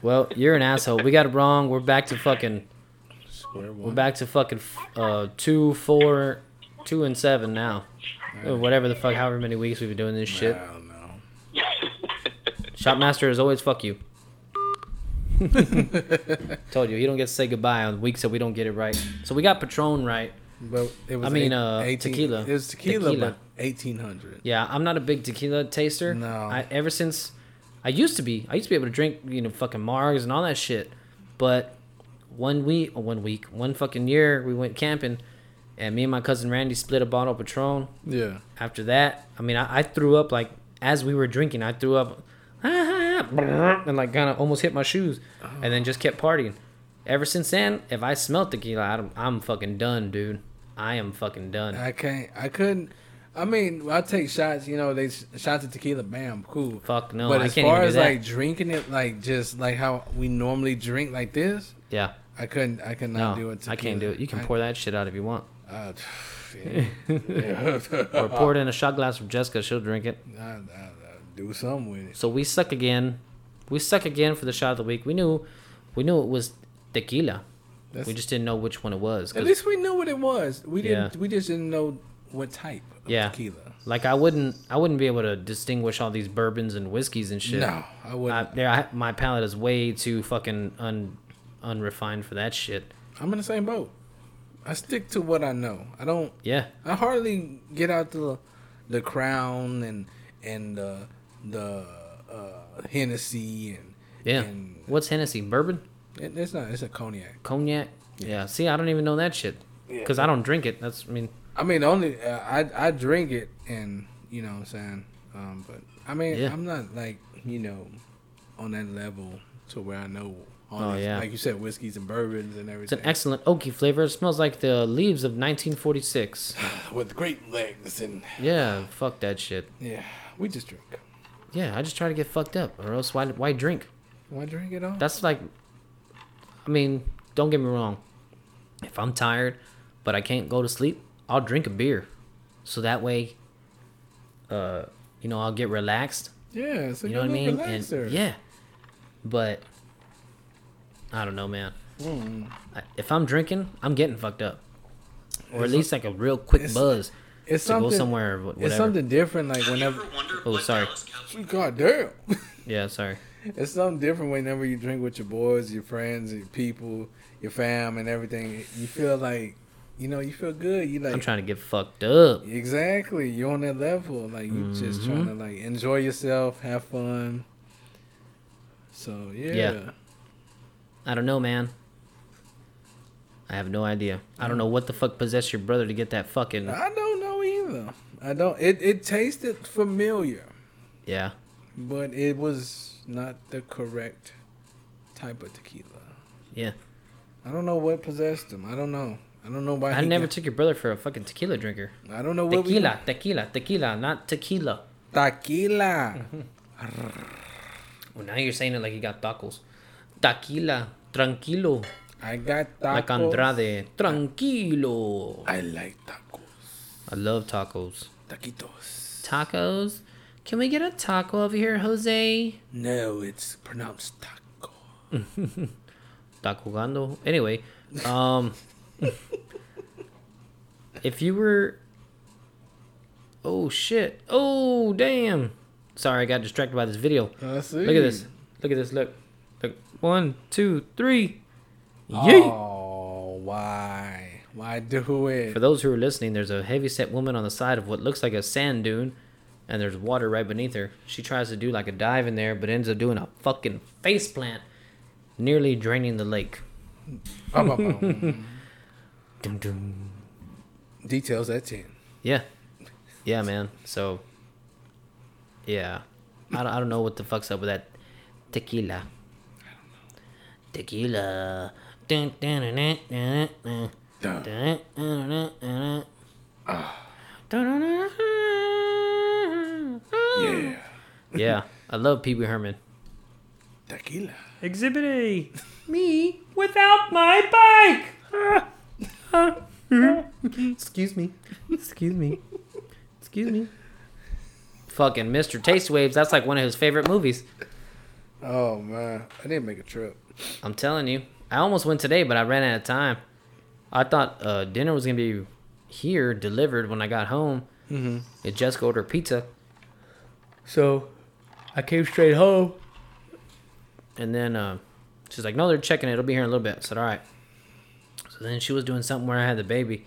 Speaker 2: well, you're an asshole. We got it wrong. We're back to fucking
Speaker 3: Square
Speaker 2: We're
Speaker 3: one.
Speaker 2: back to fucking f- uh, two, four, two, and seven now. Or whatever the fuck, however many weeks we've been doing this shit.
Speaker 3: I don't know.
Speaker 2: Shopmaster is always fuck you. Told you, he don't get to say goodbye on weeks that we don't get it right. So we got Patron right.
Speaker 3: But it was.
Speaker 2: I mean,
Speaker 3: eight-
Speaker 2: uh, tequila.
Speaker 3: It was tequila,
Speaker 2: Tequila.
Speaker 3: but 1800.
Speaker 2: Yeah, I'm not a big tequila taster.
Speaker 3: No.
Speaker 2: I, ever since I used to be, I used to be able to drink, you know, fucking Margs and all that shit. But one week, or one week, one fucking year, we went camping, and me and my cousin Randy split a bottle of Patron.
Speaker 3: Yeah.
Speaker 2: After that, I mean, I, I threw up like as we were drinking, I threw up, and like kind of almost hit my shoes, and then just kept partying. Ever since then, if I smell tequila, I don't, I'm fucking done, dude. I am fucking done.
Speaker 3: I can't. I couldn't. I mean, I take shots. You know, they s- shots of tequila. Bam, cool.
Speaker 2: Fuck no,
Speaker 3: But
Speaker 2: I
Speaker 3: as
Speaker 2: can't
Speaker 3: far
Speaker 2: even do
Speaker 3: as
Speaker 2: that.
Speaker 3: like drinking it, like just like how we normally drink, like this,
Speaker 2: yeah,
Speaker 3: I couldn't. I could
Speaker 2: no,
Speaker 3: not do it.
Speaker 2: I can't do it. You can pour that shit out if you want,
Speaker 3: Uh, yeah. Uh-uh.
Speaker 2: or pour it in a shot glass from Jessica. She'll drink it.
Speaker 3: I, I, I do something with it.
Speaker 2: So we suck again. We suck again for the shot of the week. We knew, we knew it was tequila.
Speaker 3: That's-
Speaker 2: we just didn't know which one it was. 'cause-
Speaker 3: At least we knew what it was. We didn't.
Speaker 2: Yeah.
Speaker 3: We just didn't know what type of
Speaker 2: Yeah.
Speaker 3: tequila.
Speaker 2: Like I wouldn't, I wouldn't be able to distinguish all these bourbons and whiskeys and shit.
Speaker 3: No, I
Speaker 2: I,
Speaker 3: wouldn't.
Speaker 2: there, I, my palate is way too fucking un, unrefined for that shit.
Speaker 3: I, am in the same boat. I stick to what I know. I don't.
Speaker 2: Yeah,
Speaker 3: I hardly get out the the crown and and the the uh, Hennessy and
Speaker 2: yeah.
Speaker 3: and
Speaker 2: What's Hennessy? Bourbon,
Speaker 3: it, it's not it's a cognac.
Speaker 2: cognac. Yeah. See, I don't even know that shit because I don't drink it. That's, I mean,
Speaker 3: I mean only uh, I I drink it and you know what I'm saying. Um, but I mean
Speaker 2: Yeah.
Speaker 3: I'm not like you know on that level to where I know. All
Speaker 2: Oh,
Speaker 3: these,
Speaker 2: yeah.
Speaker 3: like you said, whiskeys and bourbons and everything.
Speaker 2: it's an excellent oaky flavor. It smells like the leaves of 1946.
Speaker 3: with great legs and
Speaker 2: Yeah, fuck that shit.
Speaker 3: yeah, we just drink.
Speaker 2: Yeah, I just try to get fucked up, or else why, why drink?
Speaker 3: Why drink it all?
Speaker 2: that's like i mean don't get me wrong if i'm tired but i can't go to sleep i'll drink a beer so that way uh you know i'll get relaxed
Speaker 3: yeah, it's a
Speaker 2: you know what i
Speaker 3: good
Speaker 2: mean
Speaker 3: little relaxer.
Speaker 2: and yeah but i don't know man
Speaker 3: Hmm.
Speaker 2: I, if i'm drinking i'm getting fucked up or at
Speaker 3: It's-
Speaker 2: least like a real quick
Speaker 3: it's-
Speaker 2: buzz
Speaker 3: it's
Speaker 2: to go
Speaker 3: something-
Speaker 2: somewhere or wh- whatever
Speaker 3: it's something different. Like whenever,
Speaker 2: Oh, sorry.
Speaker 3: god damn,
Speaker 2: yeah sorry
Speaker 3: it's something different whenever you drink with your boys, your friends, your people, your fam, and everything. You feel like, you know, you feel good. You like
Speaker 2: i'm trying to get fucked up
Speaker 3: exactly. You're on that level. Like you just
Speaker 2: Mm-hmm.
Speaker 3: trying to like enjoy yourself, have fun. So yeah,
Speaker 2: Yeah. I don't know, man. I have no idea. I don't know what the fuck possessed your brother to get that fucking
Speaker 3: I don't know either. I don't. It it tasted familiar.
Speaker 2: yeah.
Speaker 3: But it was not the correct type of tequila.
Speaker 2: Yeah,
Speaker 3: I don't know what possessed him. I don't know. I don't know why.
Speaker 2: I
Speaker 3: he
Speaker 2: never
Speaker 3: got-
Speaker 2: took your brother for a fucking tequila drinker.
Speaker 3: I don't know what. we-
Speaker 2: Tequila, tequila, tequila, not tequila.
Speaker 3: Tequila.
Speaker 2: Mm-hmm. Well, now you're saying it like you got tacos. Tequila, tranquilo,
Speaker 3: I got tacos.
Speaker 2: like Andrade, tranquilo.
Speaker 3: I like tacos.
Speaker 2: I love tacos.
Speaker 3: Taquitos.
Speaker 2: Tacos? Can we get a taco over here, Jose?
Speaker 3: No, it's pronounced taco.
Speaker 2: Taco Gando. Anyway, um, if you were, oh shit, oh damn, sorry, I got distracted by this video.
Speaker 3: I see.
Speaker 2: Look at this, look at this, look, look, one, two, three, yeet.
Speaker 3: Oh, why? Why do it?
Speaker 2: For those who are listening, there's a heavyset woman on the side of what looks like a sand dune, and there's water right beneath her. She tries to do like a dive in there, but ends up doing a fucking face plant, nearly draining the lake.
Speaker 3: Bum, bum, bum.
Speaker 2: Dum dum.
Speaker 3: Details at ten.
Speaker 2: Yeah. Yeah, man. So, yeah. I don't, I don't know what the fuck's up with that tequila. Tequila. Dun, dun, dun, dun, dun, dun,
Speaker 3: Duh.
Speaker 2: dun, dun, dun, dun, dun.
Speaker 3: Yeah.
Speaker 2: Yeah, I love Pee Wee Herman.
Speaker 3: Tequila.
Speaker 2: Exhibit A. Me without my bike. Excuse me. Excuse me. Excuse me. Fucking Mr. Taste Waves. That's like one of his favorite movies.
Speaker 3: Oh man, I didn't make a trip.
Speaker 2: I'm telling you. I almost went today, but I ran out of time. I thought uh, dinner was gonna be here delivered when I got home. Mm-hmm. It just ordered pizza.
Speaker 3: So, I came straight home.
Speaker 2: And then uh, she's like, "No, they're checking it. It'll be here in a little bit." I said, "All right." So then she was doing something where I had the baby,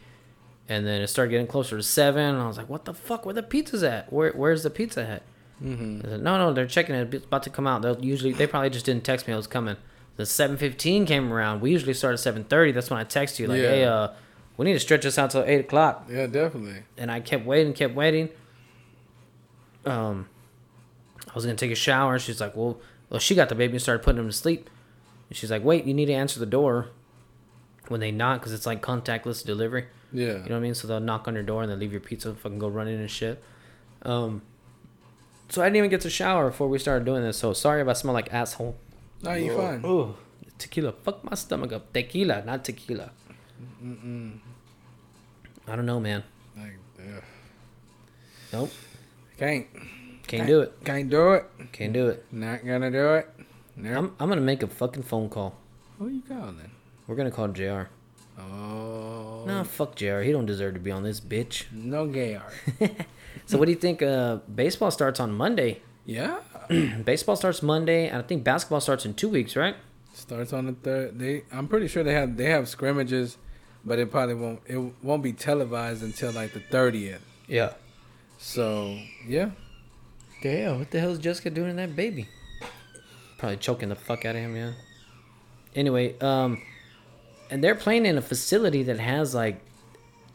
Speaker 2: and then it started getting closer to seven. And I was like, "What the fuck? Where the pizza's at? Where Where's the pizza at?" Mm-hmm. I said, "No, no, they're checking it. It's about to come out. They'll usually they probably just didn't text me. It was coming." the 7:15 came around. We usually start at 7:30. That's when I text you like,
Speaker 3: Yeah.
Speaker 2: "Hey, uh, we need to stretch this out till eight o'clock."
Speaker 3: Yeah, definitely.
Speaker 2: And I kept waiting, kept waiting. Um, I was gonna take a shower, and she's like, "Well, well, she got the baby and started putting him to sleep." And she's like, "Wait, you need to answer the door when they knock, because it's like contactless delivery."
Speaker 3: Yeah.
Speaker 2: You know what I mean? So they'll knock on your door and they'll leave your pizza and fucking go running and shit. Um, so I didn't even get to shower before we started doing this. So sorry if I smell like asshole.
Speaker 3: no, you fine.
Speaker 2: Oh, tequila. Fuck my stomach up. Tequila, not tequila. I don't know, man.
Speaker 3: Like, yeah.
Speaker 2: Nope.
Speaker 3: Can't.
Speaker 2: Can't do it.
Speaker 3: Can't do it.
Speaker 2: Can't do it.
Speaker 3: Not gonna do it. No.
Speaker 2: I'm, I'm going to make a fucking phone call.
Speaker 3: Who you calling?
Speaker 2: We're going to call JR.
Speaker 3: Oh.
Speaker 2: Nah, fuck JR. He don't deserve to be on this bitch.
Speaker 3: No gay art.
Speaker 2: So what do you think? Uh, baseball starts on Monday.
Speaker 3: yeah.
Speaker 2: Baseball starts Monday, and I think basketball starts in two weeks, right?
Speaker 3: Starts on the third. They. I'm pretty sure they have they have scrimmages, but it probably won't it won't be televised until like the thirtieth.
Speaker 2: Yeah.
Speaker 3: So yeah.
Speaker 2: Damn, what the hell is Jessica doing to that baby? Probably choking the fuck out of him, yeah. Anyway, um, and they're playing in a facility that has like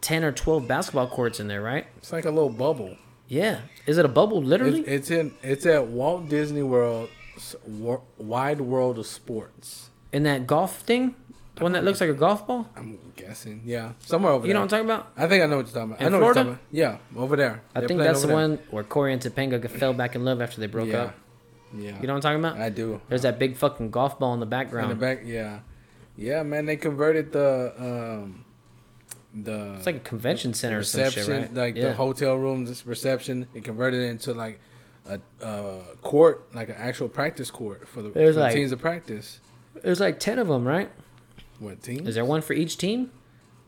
Speaker 2: 10 or 12 basketball courts in there, right?
Speaker 3: It's like a little bubble.
Speaker 2: Yeah. Is it a bubble, literally?
Speaker 3: It's, it's in. It's at Walt Disney World, Wide World of Sports.
Speaker 2: in that golf thing? The one that looks like a golf ball?
Speaker 3: I'm guessing. Yeah, somewhere over
Speaker 2: You know what
Speaker 3: there.
Speaker 2: I'm talking about?
Speaker 3: I think I know what you're talking about.
Speaker 2: In
Speaker 3: I know
Speaker 2: Florida?
Speaker 3: what you're talking about. Yeah, over there.
Speaker 2: I
Speaker 3: They're
Speaker 2: think
Speaker 3: playing
Speaker 2: that's the
Speaker 3: over there.
Speaker 2: one where Corey and Topanga g- fell back in love after they broke
Speaker 3: Yeah.
Speaker 2: up.
Speaker 3: Yeah.
Speaker 2: You know what I'm talking about?
Speaker 3: I do.
Speaker 2: There's that big fucking golf ball in the
Speaker 3: In
Speaker 2: background.
Speaker 3: the back. Yeah. Yeah, man. They converted the um the
Speaker 2: it's like a convention center or some
Speaker 3: reception,
Speaker 2: shit, right?
Speaker 3: like
Speaker 2: Yeah.
Speaker 3: the hotel rooms reception. They converted it into like a, a court, like an actual practice court for the, for
Speaker 2: There's
Speaker 3: the
Speaker 2: like-
Speaker 3: teams to practice.
Speaker 2: There's like 10 of them, right?
Speaker 3: What team?
Speaker 2: Is there one for each team?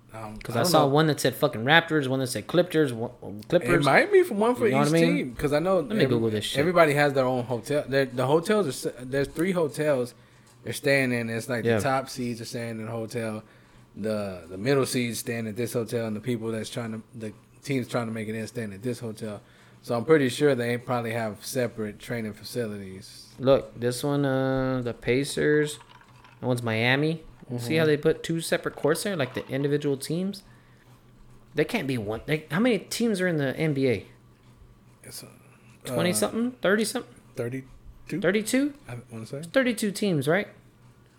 Speaker 2: Because I,
Speaker 3: Um, don't
Speaker 2: saw
Speaker 3: know.
Speaker 2: one that said fucking Raptors, one that said Clippers, one, um,
Speaker 3: It
Speaker 2: Clippers.
Speaker 3: might be from one for
Speaker 2: You know
Speaker 3: each
Speaker 2: what I mean?
Speaker 3: team because I know
Speaker 2: me Google this shit.
Speaker 3: everybody has their own hotel. They're, the hotels are s- there's three hotels they're staying in. It's like
Speaker 2: Yeah.
Speaker 3: the top seeds are staying in a hotel, the the middle seeds staying at this hotel, and the people that's trying to the teams trying to make it in staying at this hotel. So I'm pretty sure they probably have separate training facilities.
Speaker 2: Look, this one, uh, the Pacers. That one's Miami. See
Speaker 3: Mm-hmm.
Speaker 2: how they put two separate courts there, like the individual teams. They can't be one. They, how many teams are in the NBA?
Speaker 3: It's Uh,
Speaker 2: Twenty something, thirty something,
Speaker 3: thirty two.
Speaker 2: thirty-two,
Speaker 3: I want to say,
Speaker 2: thirty-two teams, right?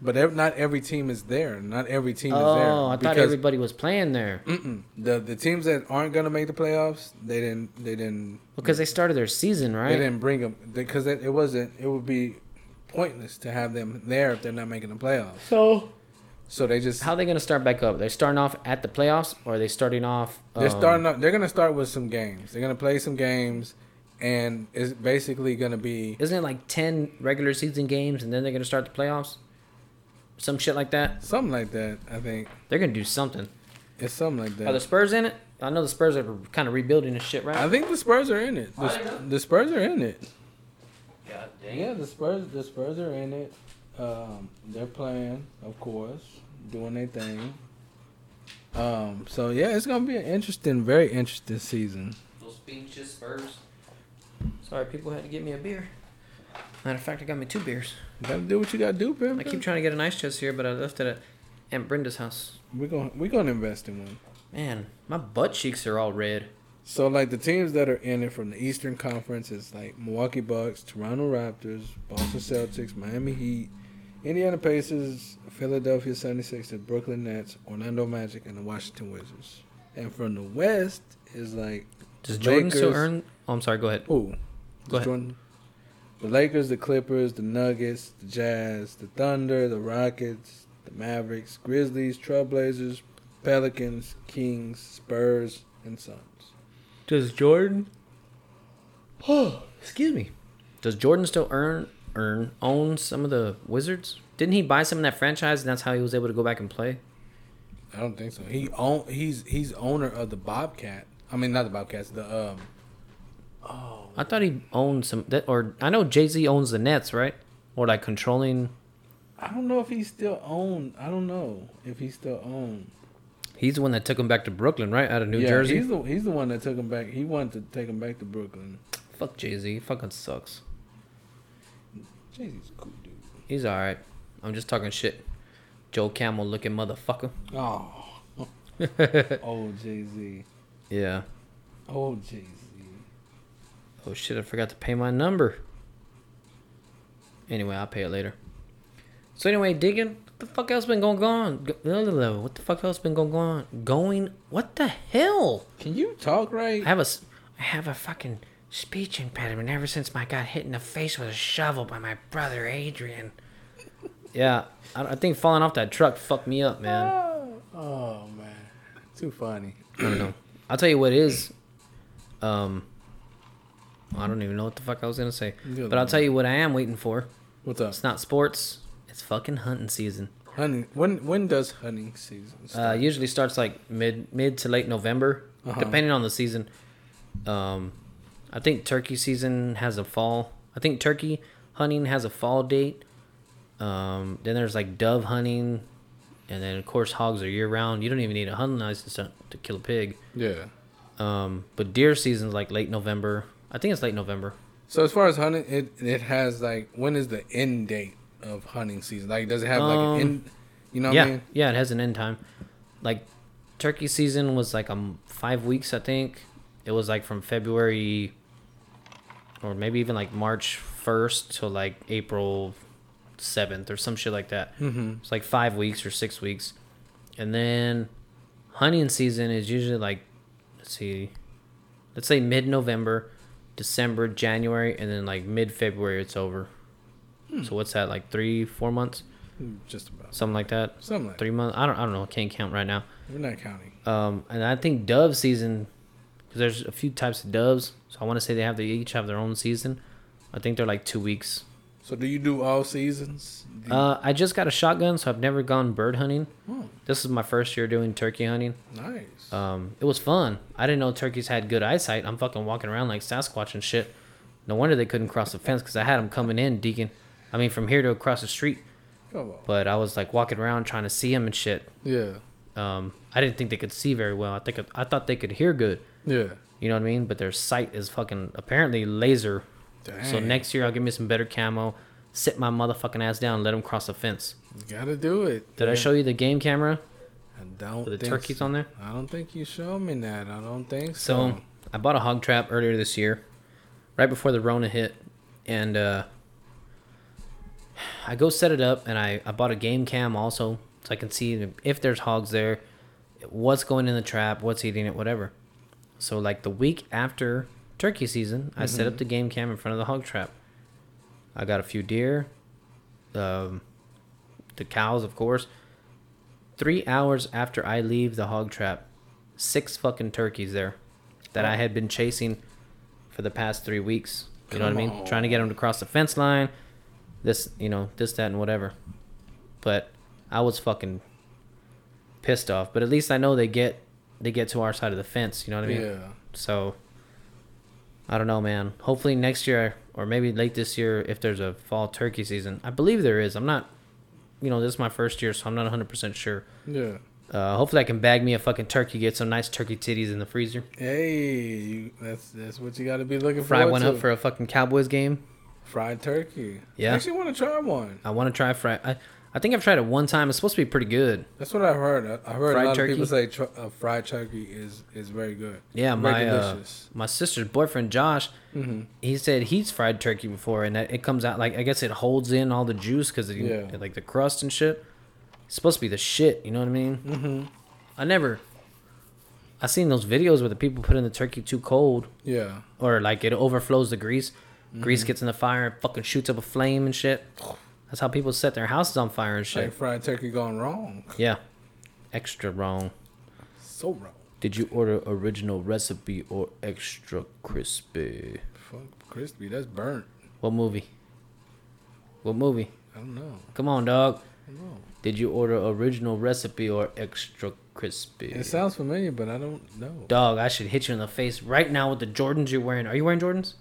Speaker 3: but ev- not every team is there. Not every team is there.
Speaker 2: Oh, I thought
Speaker 3: because-
Speaker 2: everybody was playing there
Speaker 3: the the teams that aren't gonna make the playoffs, they didn't they didn't
Speaker 2: because they started their season,
Speaker 3: they
Speaker 2: right?
Speaker 3: didn't bring them because it, it wasn't it would be pointless to have them there if they're not making the playoffs.
Speaker 2: So
Speaker 3: So they just
Speaker 2: how are they gonna start back up? They're starting off at the playoffs, or are they starting off?
Speaker 3: they're
Speaker 2: um,
Speaker 3: starting up. They're gonna start with some games. They're gonna play some games, and it's basically gonna be
Speaker 2: Isn't it like 10 regular season games and then they're going to start the playoffs? Some shit like that.
Speaker 3: something like that. I think
Speaker 2: They're going to do something.
Speaker 3: it's something like
Speaker 2: Are the
Speaker 3: that.
Speaker 2: Spurs in it? I know the Spurs are kind of rebuilding and shit, right?
Speaker 3: I think the Spurs are in it. The,
Speaker 2: Are they?
Speaker 3: the Spurs are in it.
Speaker 2: God
Speaker 3: Yeah, the Spurs. The Spurs are in it. Um, they're playing, of course, doing their thing. Um, so yeah, it's gonna be an interesting, very interesting season.
Speaker 2: Those speeches, Spurs. Sorry, people had to get me a beer. Matter of fact, I got me two beers.
Speaker 3: You gotta do what you gotta do, baby.
Speaker 2: I keep trying to get an ice chest here, but I left it at Aunt Brenda's house.
Speaker 3: We're gonna we're gonna invest in one.
Speaker 2: Man, my butt cheeks are all red.
Speaker 3: So like the teams that are in it from the Eastern Conference is like Milwaukee Bucks, Toronto Raptors, Boston Celtics, Miami Heat, Indiana Pacers, Philadelphia 76ers, Brooklyn Nets, Orlando Magic, and the Washington Wizards. And from the West is like
Speaker 2: Does Jordan still
Speaker 3: Lakers-
Speaker 2: earn? Oh, I'm sorry, go ahead.
Speaker 3: Who?
Speaker 2: Go ahead.
Speaker 3: Jordan. The Lakers, the Clippers, the Nuggets, the Jazz, the Thunder, the Rockets, the Mavericks, Grizzlies, Trailblazers, Pelicans, Kings, Spurs, and Suns.
Speaker 2: Does Jordan? Excuse me. Does Jordan still earn earn own some of the Wizards? Didn't he buy some of that franchise, and that's how he was able to go back and play?
Speaker 3: I don't think so. He own he's he's owner of the Bobcat. I mean not the Bobcats, the um
Speaker 2: I thought he owned some, that, or I know Jay Z owns the Nets, right? Or like controlling.
Speaker 3: I don't know if he still own I don't know if he still own.
Speaker 2: He's the one that took him back to Brooklyn, right, out of New
Speaker 3: yeah,
Speaker 2: Jersey.
Speaker 3: He's the he's the one that took him back. He wanted to take him back to Brooklyn.
Speaker 2: Fuck Jay Z. Fucking sucks.
Speaker 3: Jay-Z's a cool dude.
Speaker 2: He's all right. I'm just talking shit. Joe Camel looking motherfucker.
Speaker 3: Oh, old Jay Z,
Speaker 2: yeah.
Speaker 3: old Jay Z.
Speaker 2: Oh shit, I forgot to pay my number. Anyway, I'll pay it later. So anyway, digging, what the fuck else been going on? G- What the fuck else been going on? Going what the hell?
Speaker 3: Can you talk right?
Speaker 2: I have a s- I have a fucking speech impediment ever since my got hit in the face with a shovel by my brother Adrian. Yeah, I, I think falling off that truck fucked me up, man.
Speaker 3: Oh man, too funny.
Speaker 2: I don't know. I'll tell you what is. Um, I don't even know what the fuck I was gonna say, but I'll tell you what I am waiting for.
Speaker 3: What's up?
Speaker 2: It's not sports. It's fucking hunting season.
Speaker 3: Hunting. When when does hunting season?
Speaker 2: Uh,
Speaker 3: Start?
Speaker 2: usually starts like mid mid to late November, depending on the season. Um, I think turkey season has a fall. I think turkey hunting has a fall date. Um, then there's like dove hunting, and then of course hogs are year round. You don't even need a hunting license to, to kill a pig.
Speaker 3: yeah.
Speaker 2: Um, but deer season's like late November. I think it's late November.
Speaker 3: So as far as hunting, it it has like when is the end date of hunting season? Like does it have like
Speaker 2: Um,
Speaker 3: an end? You know what
Speaker 2: yeah,
Speaker 3: I mean?
Speaker 2: yeah, it has an end time. Like turkey season was like um five weeks, I think. It was like from February, or maybe even like March first to like April seventh or some shit like that. Mm-hmm. It's like five weeks or six weeks, and then hunting season is usually like let's see, let's say mid November, December, January, and then like mid February it's over.
Speaker 3: Hmm.
Speaker 2: So what's that like three, four months,
Speaker 3: Just about
Speaker 2: something like that?
Speaker 3: something like
Speaker 2: three months. I don't. I don't know. Can't count right now.
Speaker 3: that. We're not counting.
Speaker 2: Um, and I think dove season, because there's a few types of doves. So I want to say they have they each have their own season. I think they're like two weeks.
Speaker 3: So do you do all seasons? Do you-
Speaker 2: Uh, I just got a shotgun, so I've never gone bird hunting.
Speaker 3: Hmm.
Speaker 2: This is my first year doing turkey hunting.
Speaker 3: nice.
Speaker 2: Um, it was fun. I didn't know turkeys had good eyesight. I'm fucking walking around like Sasquatch and shit. No wonder they couldn't cross the fence because I had them coming in, Deacon. I mean, from here to across the street.
Speaker 3: Come on.
Speaker 2: But I was like walking around trying to see them and shit.
Speaker 3: Yeah.
Speaker 2: um, I didn't think they could see very well. I think I thought they could hear good.
Speaker 3: Yeah.
Speaker 2: You know what I mean? But their sight is fucking apparently laser. So
Speaker 3: Dang.
Speaker 2: next year I'll give me some better camo. Sit my motherfucking ass down and let them cross the fence.
Speaker 3: You gotta do it.
Speaker 2: Did I show you the game camera
Speaker 3: I don't.
Speaker 2: with the
Speaker 3: think
Speaker 2: turkeys
Speaker 3: so.
Speaker 2: on there?
Speaker 3: I don't think you showed me that. I don't think so.
Speaker 2: So I bought a hog trap earlier this year, right before the Rona hit, and uh, I go set it up, and I, I bought a game cam also, so I can see if there's hogs there, what's going in the trap, what's eating it, whatever. So like the week after turkey season, I set up the game cam in front of the hog trap. I got a few deer, um, the cows, of course. Three hours after I leave the hog trap, six fucking turkeys there that I had been chasing for the past three weeks. You know what I mean?
Speaker 3: Come on.
Speaker 2: Trying to get them to cross the fence line, this, you know, this, that, and whatever. But I was fucking pissed off. But at least I know they get they get to our side of the fence. You know what I mean?
Speaker 3: yeah.
Speaker 2: So I don't know, man. Hopefully next year or maybe late this year, if there's a fall turkey season, I believe there is. I'm not, you know, this is my first year, so I'm not 100 percent sure.
Speaker 3: Yeah.
Speaker 2: Uh, hopefully, I can bag me a fucking turkey, get some nice turkey titties in the freezer,
Speaker 3: Hey, you, that's that's what you gotta be looking for.
Speaker 2: fry one up
Speaker 3: to.
Speaker 2: for a fucking Cowboys game.
Speaker 3: fried turkey.
Speaker 2: Yeah.
Speaker 3: I actually want to try one.
Speaker 2: I want to try fry. I, I think I've tried it one time. It's supposed to be pretty good.
Speaker 3: That's what I heard. I, I heard
Speaker 2: Fried
Speaker 3: a lot
Speaker 2: turkey?
Speaker 3: of people say tr- uh, fried turkey is is very good.
Speaker 2: Yeah,
Speaker 3: very
Speaker 2: my uh,
Speaker 3: delicious. Mm-hmm.
Speaker 2: my sister's boyfriend Josh, he said he's fried turkey before, and that it comes out like I guess it holds in all the juice because
Speaker 3: Yeah.
Speaker 2: like the crust and shit. It's supposed to be the shit, you know what I mean? Mm-hmm. I never. I seen those videos where the people put in the turkey too cold,
Speaker 3: Yeah,
Speaker 2: or like it overflows the grease.
Speaker 3: Mm-hmm.
Speaker 2: Grease gets in the fire and fucking shoots up a flame and shit. That's how people set their houses on fire and shit.
Speaker 3: like fried turkey gone wrong.
Speaker 2: Yeah, extra wrong.
Speaker 3: So wrong.
Speaker 2: Did you order original recipe or extra crispy?
Speaker 3: Fuck crispy. That's burnt.
Speaker 2: What movie? What movie?
Speaker 3: I don't know.
Speaker 2: Come on, dog.
Speaker 3: I don't know.
Speaker 2: Did you order original recipe or extra crispy?
Speaker 3: It sounds familiar, but I don't know.
Speaker 2: dog, I should hit you in the face right now with the Jordans you're wearing. Are you wearing Jordans?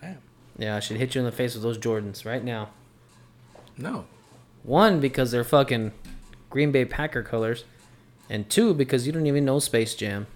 Speaker 3: Damn.
Speaker 2: Yeah, I should hit you in the face with those Jordans right now.
Speaker 3: No.
Speaker 2: One, because they're fucking Green Bay Packer colors. And two, because you don't even know Space Jam.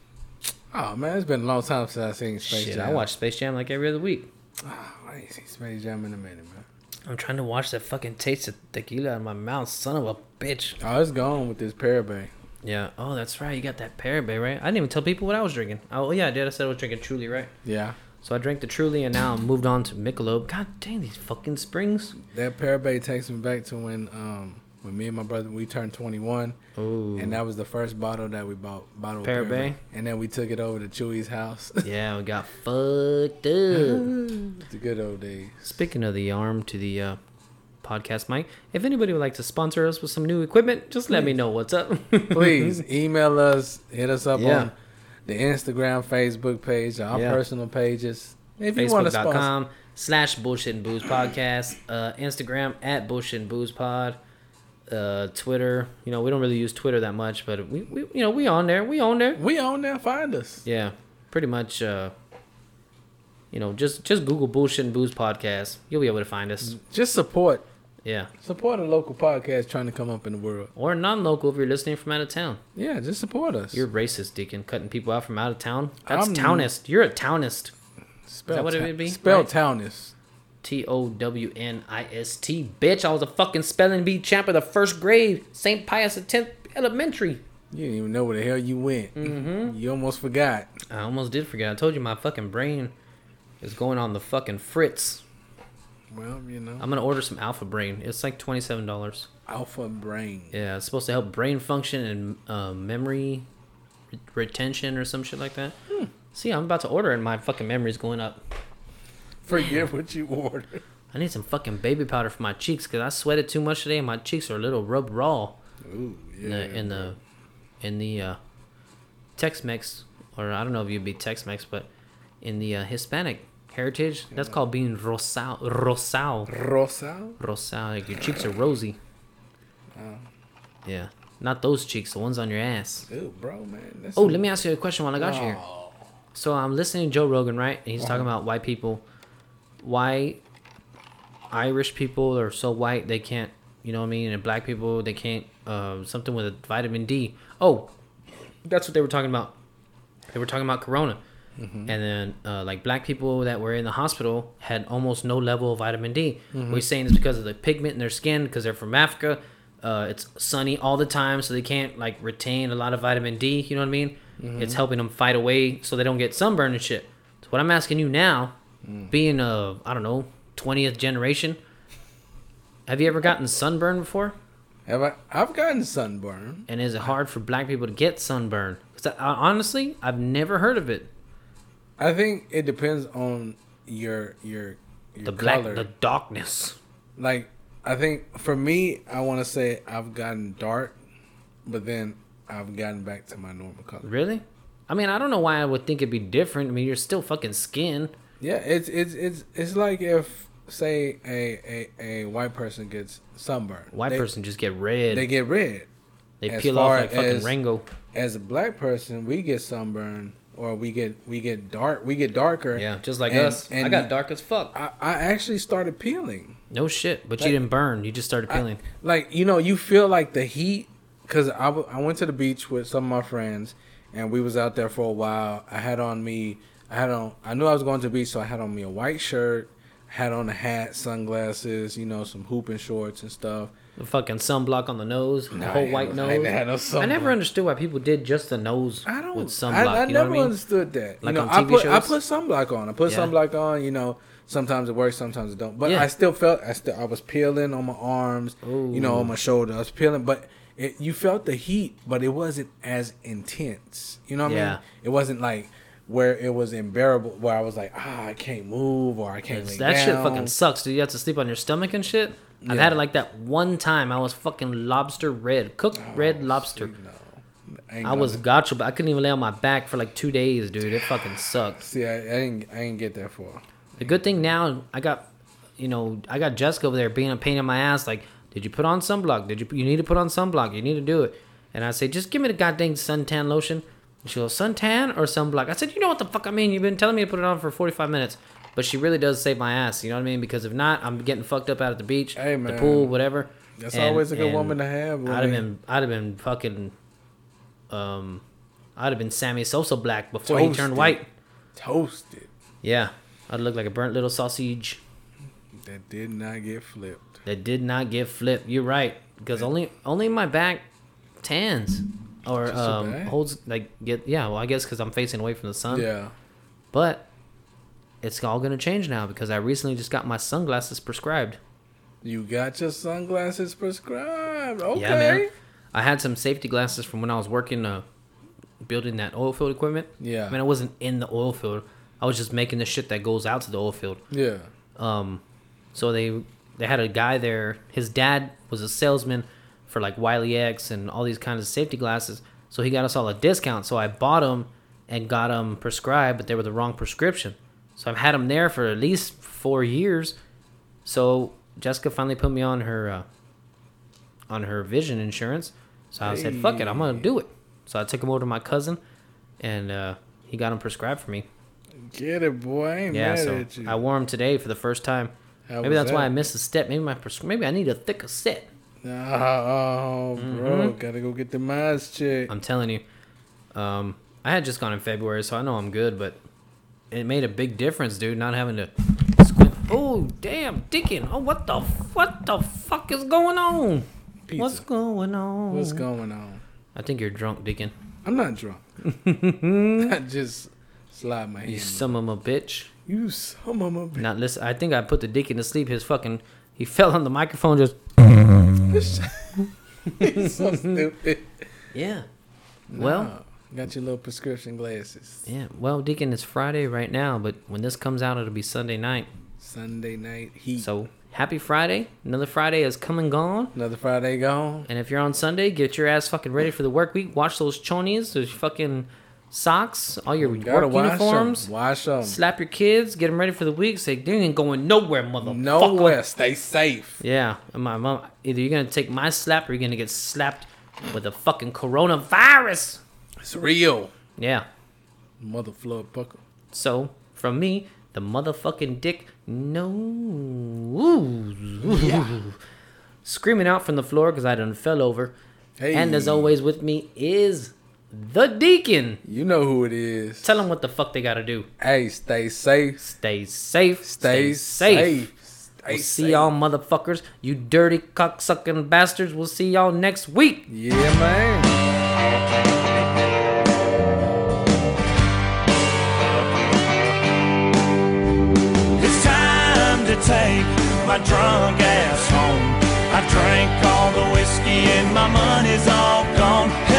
Speaker 3: Oh man, it's been a long time since I seen Space
Speaker 2: Shit,
Speaker 3: Jam. Ah,
Speaker 2: I watch Space Jam like every other week.
Speaker 3: I ain't seen Space Jam in a minute, man.
Speaker 2: I'm trying to wash that fucking taste of tequila out of my mouth, son of a bitch.
Speaker 3: Oh, it's gone with this parabay.
Speaker 2: Yeah. Oh, that's right. You got that Parabay, right? I didn't even tell people what I was drinking. Oh, yeah, I did. I said I was drinking Truly, right?
Speaker 3: Yeah.
Speaker 2: So I drank the Truly, and now I moved on to Michelob. God dang, these fucking springs.
Speaker 3: That parabay takes me back to when um when me and my brother we turned 21,
Speaker 2: Ooh.
Speaker 3: and that was the first bottle that we bought. Bottle of
Speaker 2: Pear Bay?
Speaker 3: and then we took it over to Chewy's house.
Speaker 2: yeah, we got fucked up.
Speaker 3: the good old days.
Speaker 2: Speaking of the arm to the uh, podcast mic, if anybody would like to sponsor us with some new equipment, just let me know what's up.
Speaker 3: Please email us, hit us up
Speaker 2: Yeah.
Speaker 3: on the Instagram, Facebook page, our
Speaker 2: Yeah.
Speaker 3: personal pages. If you want to sponsor,
Speaker 2: Facebook.com slash Bullshit and Booze Podcast. Uh, Instagram at Bullshit and Booze Pod. Uh, Twitter. You know, we don't really use Twitter that much, but we, we you know, we on there. We on there.
Speaker 3: we on there. Find us.
Speaker 2: Yeah, pretty much. Uh, you know, just just Google Bullshit and Booze Podcast. You'll be able to find us.
Speaker 3: Just support
Speaker 2: Yeah.
Speaker 3: support a local podcast trying to come up in the world.
Speaker 2: Or non-local if you're listening from out of town.
Speaker 3: Yeah, just support us.
Speaker 2: You're racist, Deacon, cutting people out from out of town. That's
Speaker 3: I'm-
Speaker 2: townist. You're a townist.
Speaker 3: spell
Speaker 2: that what it
Speaker 3: ta-
Speaker 2: would be?
Speaker 3: Spell
Speaker 2: Right.
Speaker 3: townness.
Speaker 2: T O W N I S T. Bitch, I was a fucking spelling bee champ of the first grade, St. Pius X elementary.
Speaker 3: You didn't even know where the hell you went.
Speaker 2: Mm-hmm.
Speaker 3: You almost forgot.
Speaker 2: I almost did forget. I told you my fucking brain is going on the fucking fritz.
Speaker 3: Well, you know,
Speaker 2: I'm gonna order some Alpha Brain. It's like twenty seven dollars.
Speaker 3: alpha brain.
Speaker 2: Yeah, it's supposed to help brain function and uh, memory re- retention or some shit like that. See, I'm about to order and my fucking memory's going up.
Speaker 3: Forget what you ordered.
Speaker 2: I need some fucking baby powder for my cheeks because I sweated too much today and my cheeks are a little rub raw.
Speaker 3: Ooh, yeah.
Speaker 2: in the in the in the uh, Tex-Mex, or I don't know if you'd be Tex-Mex, but in the uh, Hispanic heritage, that's called being rosado, rosado,
Speaker 3: Rosal?
Speaker 2: rosado. Like your cheeks are rosy. Yeah, not those cheeks, the ones on your ass.
Speaker 3: Ooh, bro, man. That's
Speaker 2: Oh, let me ask you a question while I got you here. So I'm listening to Joe Rogan, right? And he's talking about white people, why Irish people are so white they can't, you know what I mean, and black people they can't uh, something with a vitamin D. Oh, that's what they were talking about. They were talking about corona, and then uh, like black people that were in the hospital had almost no level of vitamin D. We're saying it's because of the pigment in their skin because they're from Africa. Uh, it's sunny all the time, so they can't like retain a lot of vitamin D. You know what I mean? It's helping them fight away so they don't get sunburn and shit. So what I'm asking you now, being a I don't know 20th generation, have you ever gotten sunburn before?
Speaker 3: Have I? I've gotten sunburn.
Speaker 2: And is it hard for black people to get sunburn? 'Cause I- I- honestly, I've never heard of it.
Speaker 3: I think it depends on your your your
Speaker 2: The black,
Speaker 3: color.
Speaker 2: the darkness.
Speaker 3: Like, I think for me, I want to say I've gotten dark, but then I've gotten back to my normal color.
Speaker 2: Really? I mean, I don't know why I would think it'd be different. I mean, you're still fucking skin.
Speaker 3: Yeah, it's it's it's it's like if say a a, a white person gets sunburned.
Speaker 2: White
Speaker 3: They-
Speaker 2: person just get red.
Speaker 3: They
Speaker 2: They,
Speaker 3: get red. as
Speaker 2: peel off
Speaker 3: far
Speaker 2: like fucking
Speaker 3: as-
Speaker 2: Rango.
Speaker 3: as a black person, we get sunburn or we get we get dark we get darker.
Speaker 2: Yeah, just like
Speaker 3: And-
Speaker 2: us. I
Speaker 3: and
Speaker 2: got dark as fuck.
Speaker 3: I, I actually started peeling.
Speaker 2: No shit, but
Speaker 3: Like-
Speaker 2: you didn't burn. You just started peeling.
Speaker 3: Like you know, you feel like the heat because I, w- I went to the beach with some of my friends and we was out there for a while. I had on me I had on I knew I was going to the beach, so I had on me a white shirt, had on a hat, sunglasses, you know, some hooping shorts and stuff.
Speaker 2: the fucking sunblock on the nose, the
Speaker 3: I
Speaker 2: whole
Speaker 3: ain't
Speaker 2: white
Speaker 3: no-
Speaker 2: nose.
Speaker 3: I
Speaker 2: I,
Speaker 3: ain't had no
Speaker 2: never
Speaker 3: sunblock.
Speaker 2: understood why people did just the nose
Speaker 3: I don't.
Speaker 2: with sunblock.
Speaker 3: I, I
Speaker 2: you know
Speaker 3: never
Speaker 2: what I mean?
Speaker 3: understood that.
Speaker 2: Like
Speaker 3: you
Speaker 2: on
Speaker 3: know, I
Speaker 2: TV
Speaker 3: put I
Speaker 2: shows?
Speaker 3: put sunblock on. I put
Speaker 2: Yeah.
Speaker 3: sunblock on. You know, sometimes it works, sometimes it don't. But
Speaker 2: Yeah.
Speaker 3: I still felt I still I was peeling on my arms. You know, on my shoulder, I was peeling. But it, you felt the heat, but it wasn't as intense. You know what I
Speaker 2: Yeah.
Speaker 3: mean? It wasn't like where it was unbearable. Where I was like, ah, I can't move or I can't.
Speaker 2: It's-
Speaker 3: lay
Speaker 2: that shit
Speaker 3: down.
Speaker 2: fucking sucks, dude. You have to sleep on your stomach and shit. I've had it like that one time. I was fucking lobster red, cooked
Speaker 3: Oh,
Speaker 2: red lobster.
Speaker 3: ain't
Speaker 2: I was
Speaker 3: gonna-
Speaker 2: gotcha, but I couldn't even lay on my back for like two days, dude. It fucking sucks.
Speaker 3: See, I, I didn't. I didn't get that far.
Speaker 2: The good thing now, I got, you know, I got Jessica over there being a pain in my ass. Like, did you put on sunblock? Did you? You need to put on sunblock. You need to do it. And I say, just give me the goddamn suntan lotion. And she goes, suntan or sunblock? I said, you know what the fuck I mean. You've been telling me to put it on for 45 minutes. But she really does save my ass. You know what I mean? Because if not, I'm getting fucked up out at the beach,
Speaker 3: Hey,
Speaker 2: the
Speaker 3: man.
Speaker 2: pool, whatever.
Speaker 3: That's
Speaker 2: And-
Speaker 3: always a good
Speaker 2: and
Speaker 3: woman to have.
Speaker 2: I'd have
Speaker 3: Lily.
Speaker 2: been, I'd have been fucking, um, I'd have been Sammy Sosa black before he
Speaker 3: Toasted.
Speaker 2: turned white.
Speaker 3: toasted.
Speaker 2: Yeah, I'd look like a burnt little sausage.
Speaker 3: That did not get flipped.
Speaker 2: that did not get flipped. You're right, because only only my back tans or
Speaker 3: so
Speaker 2: um,
Speaker 3: bad?
Speaker 2: holds like get yeah. Well, I guess because I'm facing away from the sun.
Speaker 3: Yeah.
Speaker 2: But it's all gonna change now because I recently just got my sunglasses prescribed.
Speaker 3: You got your sunglasses prescribed. Okay.
Speaker 2: Yeah, man. I had some safety glasses from when I was working uh, building that oil field equipment.
Speaker 3: Yeah.
Speaker 2: I mean, I wasn't in the oil field. I was just making the shit that goes out to the oil field.
Speaker 3: Yeah.
Speaker 2: Um, so they they had a guy there. His dad was a salesman for like Wiley X and all these kinds of safety glasses. So he got us all a discount. So I bought them and got them prescribed, but they were the wrong prescription. So I've had them there for at least four years. So Jessica finally put me on her uh, on her vision insurance. So I said, "Fuck it, I'm gonna do it." So I took them over to my cousin, and uh, he got them prescribed for me.
Speaker 3: Get it, boy. I ain't
Speaker 2: Yeah,
Speaker 3: mad
Speaker 2: so
Speaker 3: at you.
Speaker 2: I wore them today for the first time.
Speaker 3: How
Speaker 2: maybe
Speaker 3: was
Speaker 2: that's why
Speaker 3: that?
Speaker 2: I missed a step. Maybe my pers- maybe I need a thicker set.
Speaker 3: oh, bro.
Speaker 2: Mm-hmm.
Speaker 3: Gotta go get the mask check.
Speaker 2: I'm telling you, um, I had just gone in February, so I know I'm good, but it made a big difference, dude. Not having to. Squint. Oh damn, Deacon! Oh what the what the fuck is going on?
Speaker 3: Pizza.
Speaker 2: What's going on?
Speaker 3: What's going on?
Speaker 2: I think you're drunk, Deacon.
Speaker 3: I'm not drunk. I just slide my hand.
Speaker 2: You some of a bitch.
Speaker 3: You some of my
Speaker 2: Not listen. I think I put the Deacon to sleep. His fucking he fell on the microphone. Just
Speaker 3: bitch. You're so stupid.
Speaker 2: yeah. Well.
Speaker 3: Oh, got your little prescription glasses.
Speaker 2: Yeah, well, Deacon, it's Friday right now, but when this comes out, it'll be Sunday night.
Speaker 3: Sunday night heat.
Speaker 2: So happy Friday! Another Friday is come and gone.
Speaker 3: Another Friday gone.
Speaker 2: And if you're on Sunday, get your ass fucking ready for the work week. Watch those chonies, those fucking socks, all your
Speaker 3: Gotta
Speaker 2: work
Speaker 3: wash
Speaker 2: uniforms.
Speaker 3: them. Wash them.
Speaker 2: Slap your kids, get them ready for the week. Say, they ain't going nowhere, motherfucker.
Speaker 3: Nowhere. Stay safe.
Speaker 2: Yeah, and my mom. Either you're gonna take my slap, or you're gonna get slapped with a fucking coronavirus.
Speaker 3: It's real.
Speaker 2: Yeah.
Speaker 3: Motherfucker.
Speaker 2: So, from me, the motherfucking dick no. Ooh. Screaming out from the floor because I done fell over.
Speaker 3: Hey.
Speaker 2: And as always, with me is the deacon.
Speaker 3: You know who it is.
Speaker 2: Tell them what the fuck they gotta do.
Speaker 3: Hey, stay safe.
Speaker 2: Stay safe.
Speaker 3: Stay, safe. Stay
Speaker 2: We'll see
Speaker 3: safe.
Speaker 2: y'all motherfuckers. You dirty cocksucking bastards. We'll see y'all next week.
Speaker 3: Yeah, man.
Speaker 7: It's time to take my drunk ass home. I drank all the whiskey and my money's all gone.